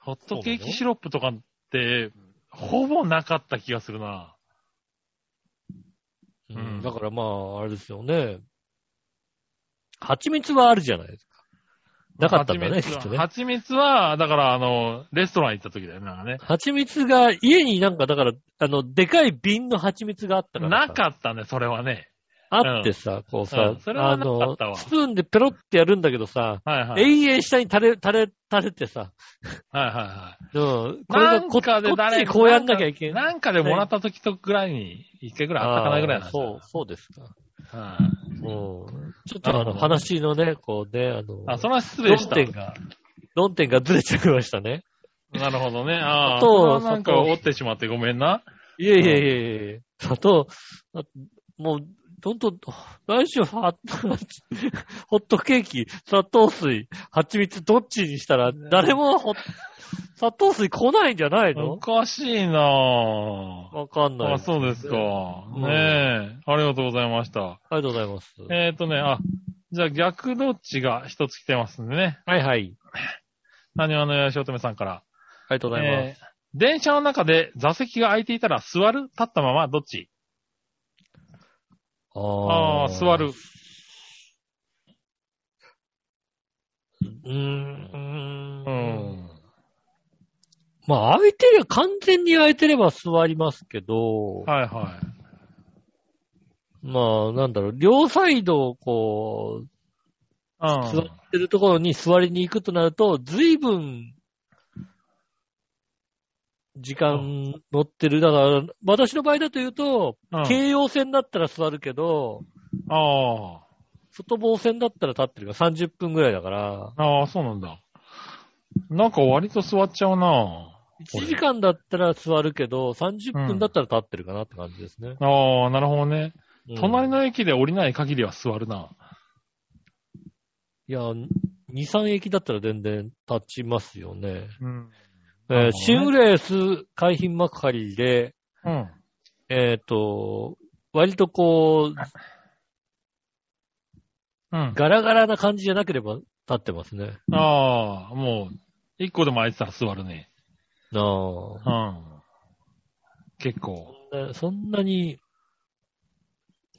[SPEAKER 3] ホットケーキシロップとかって、ほぼなかった気がするな
[SPEAKER 2] うんん、だからまあ、あれですよね。蜂蜜はあるじゃないですか。なかったんだね、き
[SPEAKER 3] 蜂
[SPEAKER 2] っと
[SPEAKER 3] 蜜
[SPEAKER 2] ね
[SPEAKER 3] は、。蜂蜜は、だからあの、レストラン行った時だよね、なんかね。
[SPEAKER 2] 蜂蜜が、家になんかだから、あの、でかい瓶の蜂蜜があったからさ。
[SPEAKER 3] なかったね、それはね。
[SPEAKER 2] あってさ、こう
[SPEAKER 3] う
[SPEAKER 2] さ、
[SPEAKER 3] んそれ
[SPEAKER 2] あ
[SPEAKER 3] はなか
[SPEAKER 2] の
[SPEAKER 3] ったわ、
[SPEAKER 2] スプーンでペロってやるんだけどさ、
[SPEAKER 3] はいはい。
[SPEAKER 2] 永遠下に垂れ、垂れ、垂れてさ、
[SPEAKER 3] はいはいはい。
[SPEAKER 2] うん、これ
[SPEAKER 3] な
[SPEAKER 2] が
[SPEAKER 3] ん
[SPEAKER 2] こ
[SPEAKER 3] かで
[SPEAKER 2] こっち
[SPEAKER 3] 誰
[SPEAKER 2] にこうやんなきゃいけない。
[SPEAKER 3] なんかでもらった時とぐらいに、一回ぐらいあったかないぐらいなんだ
[SPEAKER 2] あーそう、そうですか。
[SPEAKER 3] はい
[SPEAKER 2] うん。ちょっとあ
[SPEAKER 3] なる
[SPEAKER 2] の、
[SPEAKER 3] ほど
[SPEAKER 2] 話のね、こうね、あの、
[SPEAKER 3] あ、それは失礼した。
[SPEAKER 2] 論点が、論点がずれちゃいましたね。
[SPEAKER 3] なるほどね。ああ、
[SPEAKER 2] 砂
[SPEAKER 3] そ
[SPEAKER 2] 糖
[SPEAKER 3] れはなんか
[SPEAKER 2] 砂糖
[SPEAKER 3] 折ってしまってごめんな。
[SPEAKER 2] いやいやいやいやいや砂糖、あもう、ほんと、来週は、ホットケーキ、砂糖水、蜂蜜、どっちにしたら、誰もほ、砂糖水来ないんじゃない
[SPEAKER 3] お
[SPEAKER 2] の
[SPEAKER 3] かしいなぁ。
[SPEAKER 2] わかんない。
[SPEAKER 3] あ、そうですか。ね
[SPEAKER 2] ん
[SPEAKER 3] え。ありがとうございました。
[SPEAKER 2] ありがとうございます。
[SPEAKER 3] えっ、ー、とね、あ、じゃあ逆どっちが一つ来てますんでね。
[SPEAKER 2] はいはい。
[SPEAKER 3] 何話のよしおとめさんから。
[SPEAKER 2] ありがとうございます。
[SPEAKER 3] えー電車の中で座席が空いていたら座る立ったままどっちああー、座。る。
[SPEAKER 2] うーん。
[SPEAKER 3] うん。
[SPEAKER 2] まあ、空いてりゃ、完全に空いてれば座りますけど、
[SPEAKER 3] はいはい。
[SPEAKER 2] まあ、なんだろう、両サイドをこう、
[SPEAKER 3] うん。
[SPEAKER 2] 座ってるところに座りに行くとなると、ずいぶん、時間乗ってる。だから、私の場合だと言うと、
[SPEAKER 3] うん
[SPEAKER 2] 京葉線だったら座るけど、
[SPEAKER 3] あ
[SPEAKER 2] 外房線だったら立ってるから30分ぐらいだから、
[SPEAKER 3] あ、ああ、そうなんだ。なんか割と座っちゃうな
[SPEAKER 2] 1時間だったら座るけど、30分だったら立ってるかなって感じですね。
[SPEAKER 3] ああ、なるほどね。
[SPEAKER 2] うん
[SPEAKER 3] 隣の駅で降りない限りは座るな。
[SPEAKER 2] いや、2、3駅だったら全然立ちますよね。
[SPEAKER 3] うん。
[SPEAKER 2] え
[SPEAKER 3] なるほどね
[SPEAKER 2] ーシングレース海浜幕張で、
[SPEAKER 3] うん。
[SPEAKER 2] えっ、と、割とこう、
[SPEAKER 3] うん。
[SPEAKER 2] ガラガラな感じじゃなければ立ってますね。
[SPEAKER 3] ああ、もう、一個でも空いてたら座るね。
[SPEAKER 2] なあ
[SPEAKER 3] うん。結構。
[SPEAKER 2] えそんなに、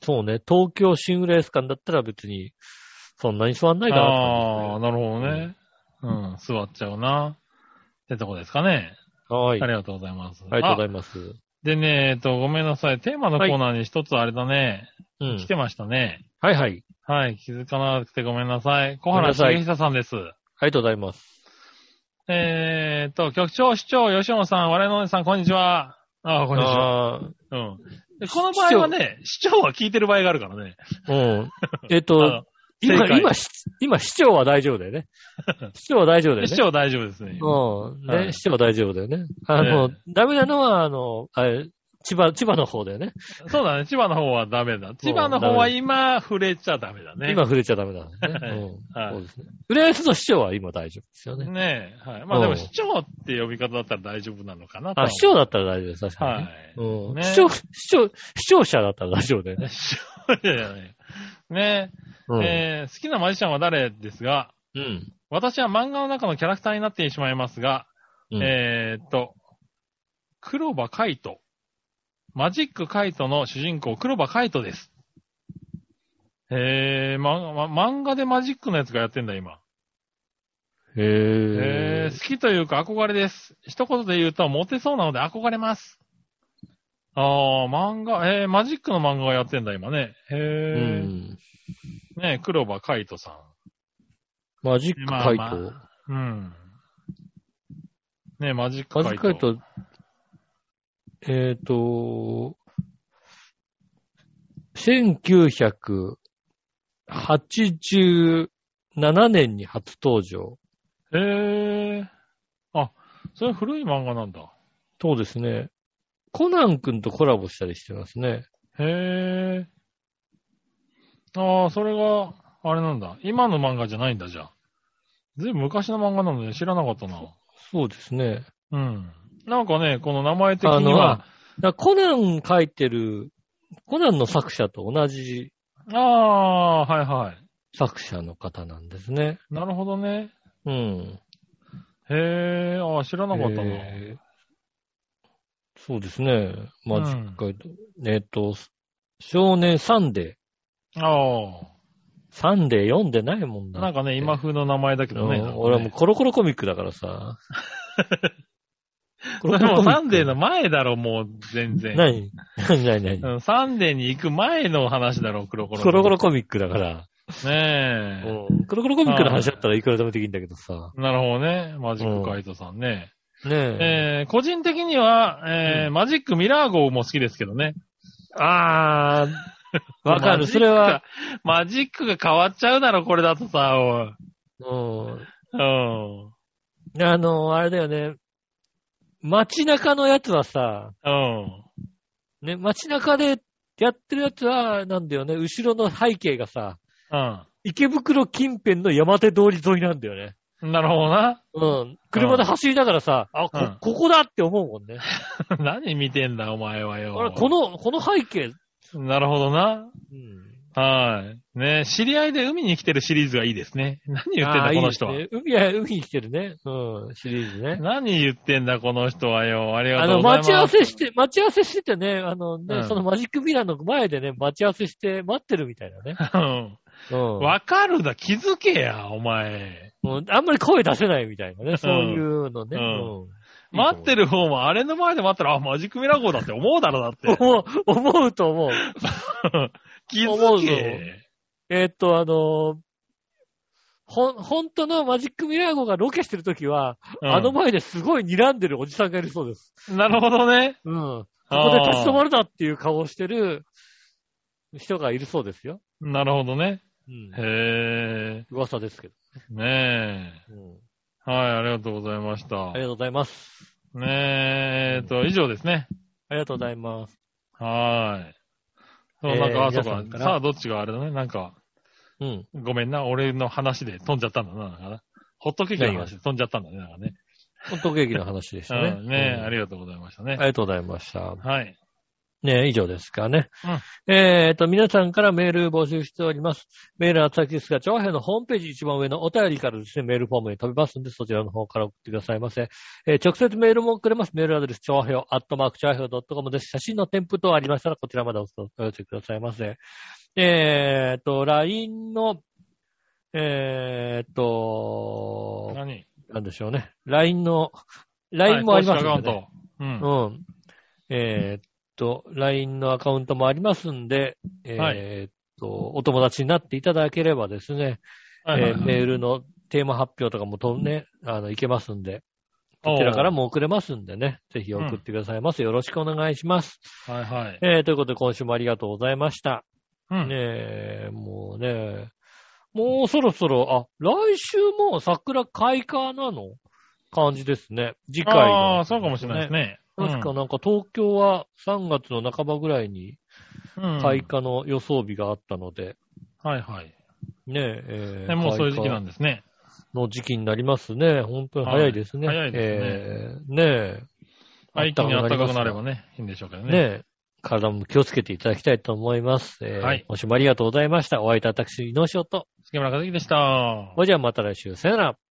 [SPEAKER 2] そうね、東京シングレース間だったら別に、そんなに座んないか
[SPEAKER 3] あ
[SPEAKER 2] な
[SPEAKER 3] あ、
[SPEAKER 2] って
[SPEAKER 3] なるほどね。うん、座っちゃうな。ってとこですかね。
[SPEAKER 2] 感じですね。
[SPEAKER 3] あ
[SPEAKER 2] はい。
[SPEAKER 3] りがとうございます。
[SPEAKER 2] ありがとうござ
[SPEAKER 3] います。
[SPEAKER 2] います。
[SPEAKER 3] でね、えっと、ごめんなさい。テーマのコーナーに一つあれだね。
[SPEAKER 2] うん
[SPEAKER 3] 来。てましたね。
[SPEAKER 2] はいはい。
[SPEAKER 3] はい、気づかなくてごめんなさい。小
[SPEAKER 2] めん
[SPEAKER 3] 原
[SPEAKER 2] なさい
[SPEAKER 3] 茂久さんです。
[SPEAKER 2] ありがとうございます。
[SPEAKER 3] えーっと、局長、市長、吉本さん、我々のお姉さん、こんにちは。ああ、こんにちは。
[SPEAKER 2] ああ
[SPEAKER 3] うん。でこの場合はね、市長は聞いてる場合があるからね。
[SPEAKER 2] うん。え
[SPEAKER 3] あ
[SPEAKER 2] っと、今
[SPEAKER 3] 正、解
[SPEAKER 2] 今、し今、市長は大丈夫だよ ね。市長は大丈夫だよね。
[SPEAKER 3] 市長大丈夫ですね。
[SPEAKER 2] うん。ね、
[SPEAKER 3] はい
[SPEAKER 2] しても大丈夫だよね。あの、
[SPEAKER 3] え
[SPEAKER 2] ダメなのは、あの、あれ、千葉、千葉の方だよね。
[SPEAKER 3] そうだね、千葉の方はダメだ。千葉の方は今、触れちゃダメだね。
[SPEAKER 2] 今触れちゃダメだからね。うん。
[SPEAKER 3] はい
[SPEAKER 2] そうですね。浦安の市長は今大丈夫ですよね。
[SPEAKER 3] ねえ、はい。まあ
[SPEAKER 2] うん
[SPEAKER 3] でも、市長って呼び方だったら大丈夫なのかなとは
[SPEAKER 2] あ、市長だったら大丈夫です、確か
[SPEAKER 3] はい
[SPEAKER 2] に、ね。。うん、
[SPEAKER 3] ね
[SPEAKER 2] 市長、市長、視聴者だったら大丈夫だよね。
[SPEAKER 3] 市長じゃない。 ね
[SPEAKER 2] う
[SPEAKER 3] え、
[SPEAKER 2] ん。
[SPEAKER 3] えー好きなマジシャンは誰ですが、
[SPEAKER 2] うん。
[SPEAKER 3] 私は漫画の中のキャラクターになってしまいますが、
[SPEAKER 2] うん
[SPEAKER 3] えーっと、黒羽カイト。マジックカイトの主人公、黒羽カイトです。へえ、ま、ま、漫画でマジックのやつがやってんだ、今。
[SPEAKER 2] へ
[SPEAKER 3] へえ、好きというか憧れです。一言で言うと、モテそうなので憧れます。ああ、漫画、えー、マジックの漫画がやってんだ、今ね。
[SPEAKER 2] え。う
[SPEAKER 3] へ
[SPEAKER 2] ん。
[SPEAKER 3] え、ね黒羽カイトさん。
[SPEAKER 2] マジック回答。
[SPEAKER 3] まあまうん。ねマジック
[SPEAKER 2] マ
[SPEAKER 3] カ
[SPEAKER 2] ジ
[SPEAKER 3] イ
[SPEAKER 2] ッ
[SPEAKER 3] ト。
[SPEAKER 2] ク回答、えっ、と、1987年に初登場。
[SPEAKER 3] へえ。あ、それ古い漫画なんだ。
[SPEAKER 2] そうですね。コナン君とコラボしたりしてますね。
[SPEAKER 3] へえ。ああ、それが、あれなんだ。今の漫画じゃないんだ、じゃあ。ずいぶん昔の漫画なので知らなかったな。
[SPEAKER 2] そうですね。
[SPEAKER 3] うん。なんかね、この名前的
[SPEAKER 2] あ
[SPEAKER 3] に
[SPEAKER 2] の、
[SPEAKER 3] は、
[SPEAKER 2] だからコナン書いてる、コナンの作者と同じ
[SPEAKER 3] ああー、はいは
[SPEAKER 2] 作者の方なんですね。
[SPEAKER 3] い。なるほどね。
[SPEAKER 2] うん。
[SPEAKER 3] へえ、ああ、知らなかったな。
[SPEAKER 2] えーそうですね。マジックガイド。えっ、と、少年サンデ
[SPEAKER 3] ああ、
[SPEAKER 2] 3で読んでないもんだ。
[SPEAKER 3] なんかね、今風の名前だけどね。
[SPEAKER 2] う
[SPEAKER 3] なんんかね
[SPEAKER 2] 俺はもうコロコロコミックだから さ。コ
[SPEAKER 3] それもサンデーの
[SPEAKER 2] の
[SPEAKER 3] 前だろ、もう、全然。
[SPEAKER 2] 何何何何
[SPEAKER 3] うんサンデーに行く前の話だろ、コロコロ。
[SPEAKER 2] コロコロコミックだから。
[SPEAKER 3] ねえ。
[SPEAKER 2] うんコロコロコミックの話だったらいくらでもできるんだけどさ。
[SPEAKER 3] なるほどね。マジックカイトさんね。
[SPEAKER 2] ねえ。
[SPEAKER 3] えー個人的には、えー
[SPEAKER 2] うん
[SPEAKER 3] マジックミラー号も好きですけどね。
[SPEAKER 2] あー、わか
[SPEAKER 3] マ
[SPEAKER 2] る。
[SPEAKER 3] ジック
[SPEAKER 2] それは、
[SPEAKER 3] マジックが変わっちゃうだろ、これだとさ、おい。
[SPEAKER 2] うん。
[SPEAKER 3] うん。
[SPEAKER 2] あの、あれだよね。街中のやつはさ、
[SPEAKER 3] うん。
[SPEAKER 2] ね、街中でやってるやつは、なんだよね、後ろの背景がさ、
[SPEAKER 3] うん。
[SPEAKER 2] 池袋近辺の山手通り沿いなんだよね。
[SPEAKER 3] なるほどな。
[SPEAKER 2] うん。車で走りながらさ、あ、こ、
[SPEAKER 3] うん
[SPEAKER 2] ここだって思うもんね。
[SPEAKER 3] 何見てんだ、お前はよ。
[SPEAKER 2] あれ、この、この背景、
[SPEAKER 3] なるほどな。
[SPEAKER 2] うん。
[SPEAKER 3] はい。ね知り合いで海に来てるシリーズがいいですね。何言ってん
[SPEAKER 2] あ
[SPEAKER 3] だ、
[SPEAKER 2] ー
[SPEAKER 3] この人は。
[SPEAKER 2] いいですね海は、海に来てるね。うん、シリーズね。
[SPEAKER 3] 何言ってんだ、この人はよ。ありが
[SPEAKER 2] あ
[SPEAKER 3] とう
[SPEAKER 2] の、
[SPEAKER 3] ございま
[SPEAKER 2] 待
[SPEAKER 3] す。
[SPEAKER 2] ち合わせして、待ち合わせしててね、あのね、
[SPEAKER 3] うん
[SPEAKER 2] そのマジックミラーの前でね、待ち合わせして待ってるみたいなね。
[SPEAKER 3] うん
[SPEAKER 2] うん。
[SPEAKER 3] わかるだ、気づけや、お前。
[SPEAKER 2] もうあんまり声出せないみたいなね、そういうのね。
[SPEAKER 3] うん
[SPEAKER 2] うん
[SPEAKER 3] 待ってる方も、あれの前で待ったら、あ、マジックミラー号だって思うだろ、だって。
[SPEAKER 2] 思う、思うと思う。
[SPEAKER 3] 気
[SPEAKER 2] 思う
[SPEAKER 3] づ
[SPEAKER 2] ぞ
[SPEAKER 3] け。
[SPEAKER 2] えーっと、あのーほん、本当のマジックミラー号がロケしてるときは、
[SPEAKER 3] うん
[SPEAKER 2] あの前ですごい睨んでるおじさんがいるそうです。
[SPEAKER 3] なるほどね。
[SPEAKER 2] うん。こ
[SPEAKER 3] あー
[SPEAKER 2] こで立ち止まるなっていう顔をしてる人がいるそうですよ。
[SPEAKER 3] なるほどね。
[SPEAKER 2] うん。
[SPEAKER 3] へ
[SPEAKER 2] 噂ですけど、
[SPEAKER 3] え。ね
[SPEAKER 2] うん。
[SPEAKER 3] え。はい、ありがとうございました
[SPEAKER 2] あり。がとうございます。
[SPEAKER 3] ねえ、えっと、以上ですね。
[SPEAKER 2] ありがとうございます。
[SPEAKER 3] はーい。そう、
[SPEAKER 2] えー
[SPEAKER 3] なんか、あ、そう
[SPEAKER 2] 皆さ
[SPEAKER 3] か
[SPEAKER 2] ん。から
[SPEAKER 3] さあ、どっちがあれだね。なんか、
[SPEAKER 2] うん。
[SPEAKER 3] ごめんな。俺の話で飛んじゃったんだな。なんかなホットケーキの話で飛んじゃったんだね。なんかね。
[SPEAKER 2] ホットケーキの話でした ね。
[SPEAKER 3] うん、ねえ、あ
[SPEAKER 2] り
[SPEAKER 3] りがとうございましたね。
[SPEAKER 2] ありがとうございました。
[SPEAKER 3] はい。
[SPEAKER 2] ねえ、以上ですかね。えっ、と、皆さんからメール募集しております。メールは先ですが、長編のホームページ一番上のお便りからですね、メールフォームに飛びますので、そちらの方から送ってくださいませ。えー直接メールもくれます。メールアドレス、長編、アットマーク、長編 .com です。写真の添付等ありましたら、こちらまでお寄せくださいませ。えっ、と、LINE の、えっ、と、
[SPEAKER 3] 何
[SPEAKER 2] なんでしょうね。LINE の、LINE もあります
[SPEAKER 3] は
[SPEAKER 2] の
[SPEAKER 3] い公
[SPEAKER 2] で、
[SPEAKER 3] 式アカ。ウン
[SPEAKER 2] ね
[SPEAKER 3] ト。うん。
[SPEAKER 2] うん。えーっと、LINE のアカウントもありますんで、
[SPEAKER 3] はい
[SPEAKER 2] えーっと、お友達になっていただければですね、
[SPEAKER 3] はいはい
[SPEAKER 2] えー
[SPEAKER 3] はい
[SPEAKER 2] メールのテーマ発表とかもとね、あの、いけますんで、こちらからも送れますんでね、ぜひ送ってくださいませ。よろしくお願いします。
[SPEAKER 3] おーはいはい。
[SPEAKER 2] えーということで今週もありがとうございました。
[SPEAKER 3] うん。
[SPEAKER 2] ねえ、もうね、もうそろそろ、あ、来週も桜開花なの感じですね。次回の、
[SPEAKER 3] ああ、そうかもしれないですね。
[SPEAKER 2] 確かなんか東京は3月の半ばぐらいに
[SPEAKER 3] うん、うん
[SPEAKER 2] 開花の予想日があったので、
[SPEAKER 3] はいはい。
[SPEAKER 2] ねえ、えー
[SPEAKER 3] ねもうそういう時期な
[SPEAKER 2] 開
[SPEAKER 3] んですね。
[SPEAKER 2] 花の時期になりますね。本当に早いですね。
[SPEAKER 3] はい早いですね
[SPEAKER 2] えーね
[SPEAKER 3] はい、一気に暖かくなれば
[SPEAKER 2] ね。
[SPEAKER 3] ね、いいんでしょうけど
[SPEAKER 2] ね
[SPEAKER 3] ね。
[SPEAKER 2] え体も気をつけていただきたいと思います。えー
[SPEAKER 3] はい
[SPEAKER 2] もしもありがとうございました。お会いいたい私、井上翔と。
[SPEAKER 3] 月村和樹でした。
[SPEAKER 2] それじゃあまた来週。さよなら。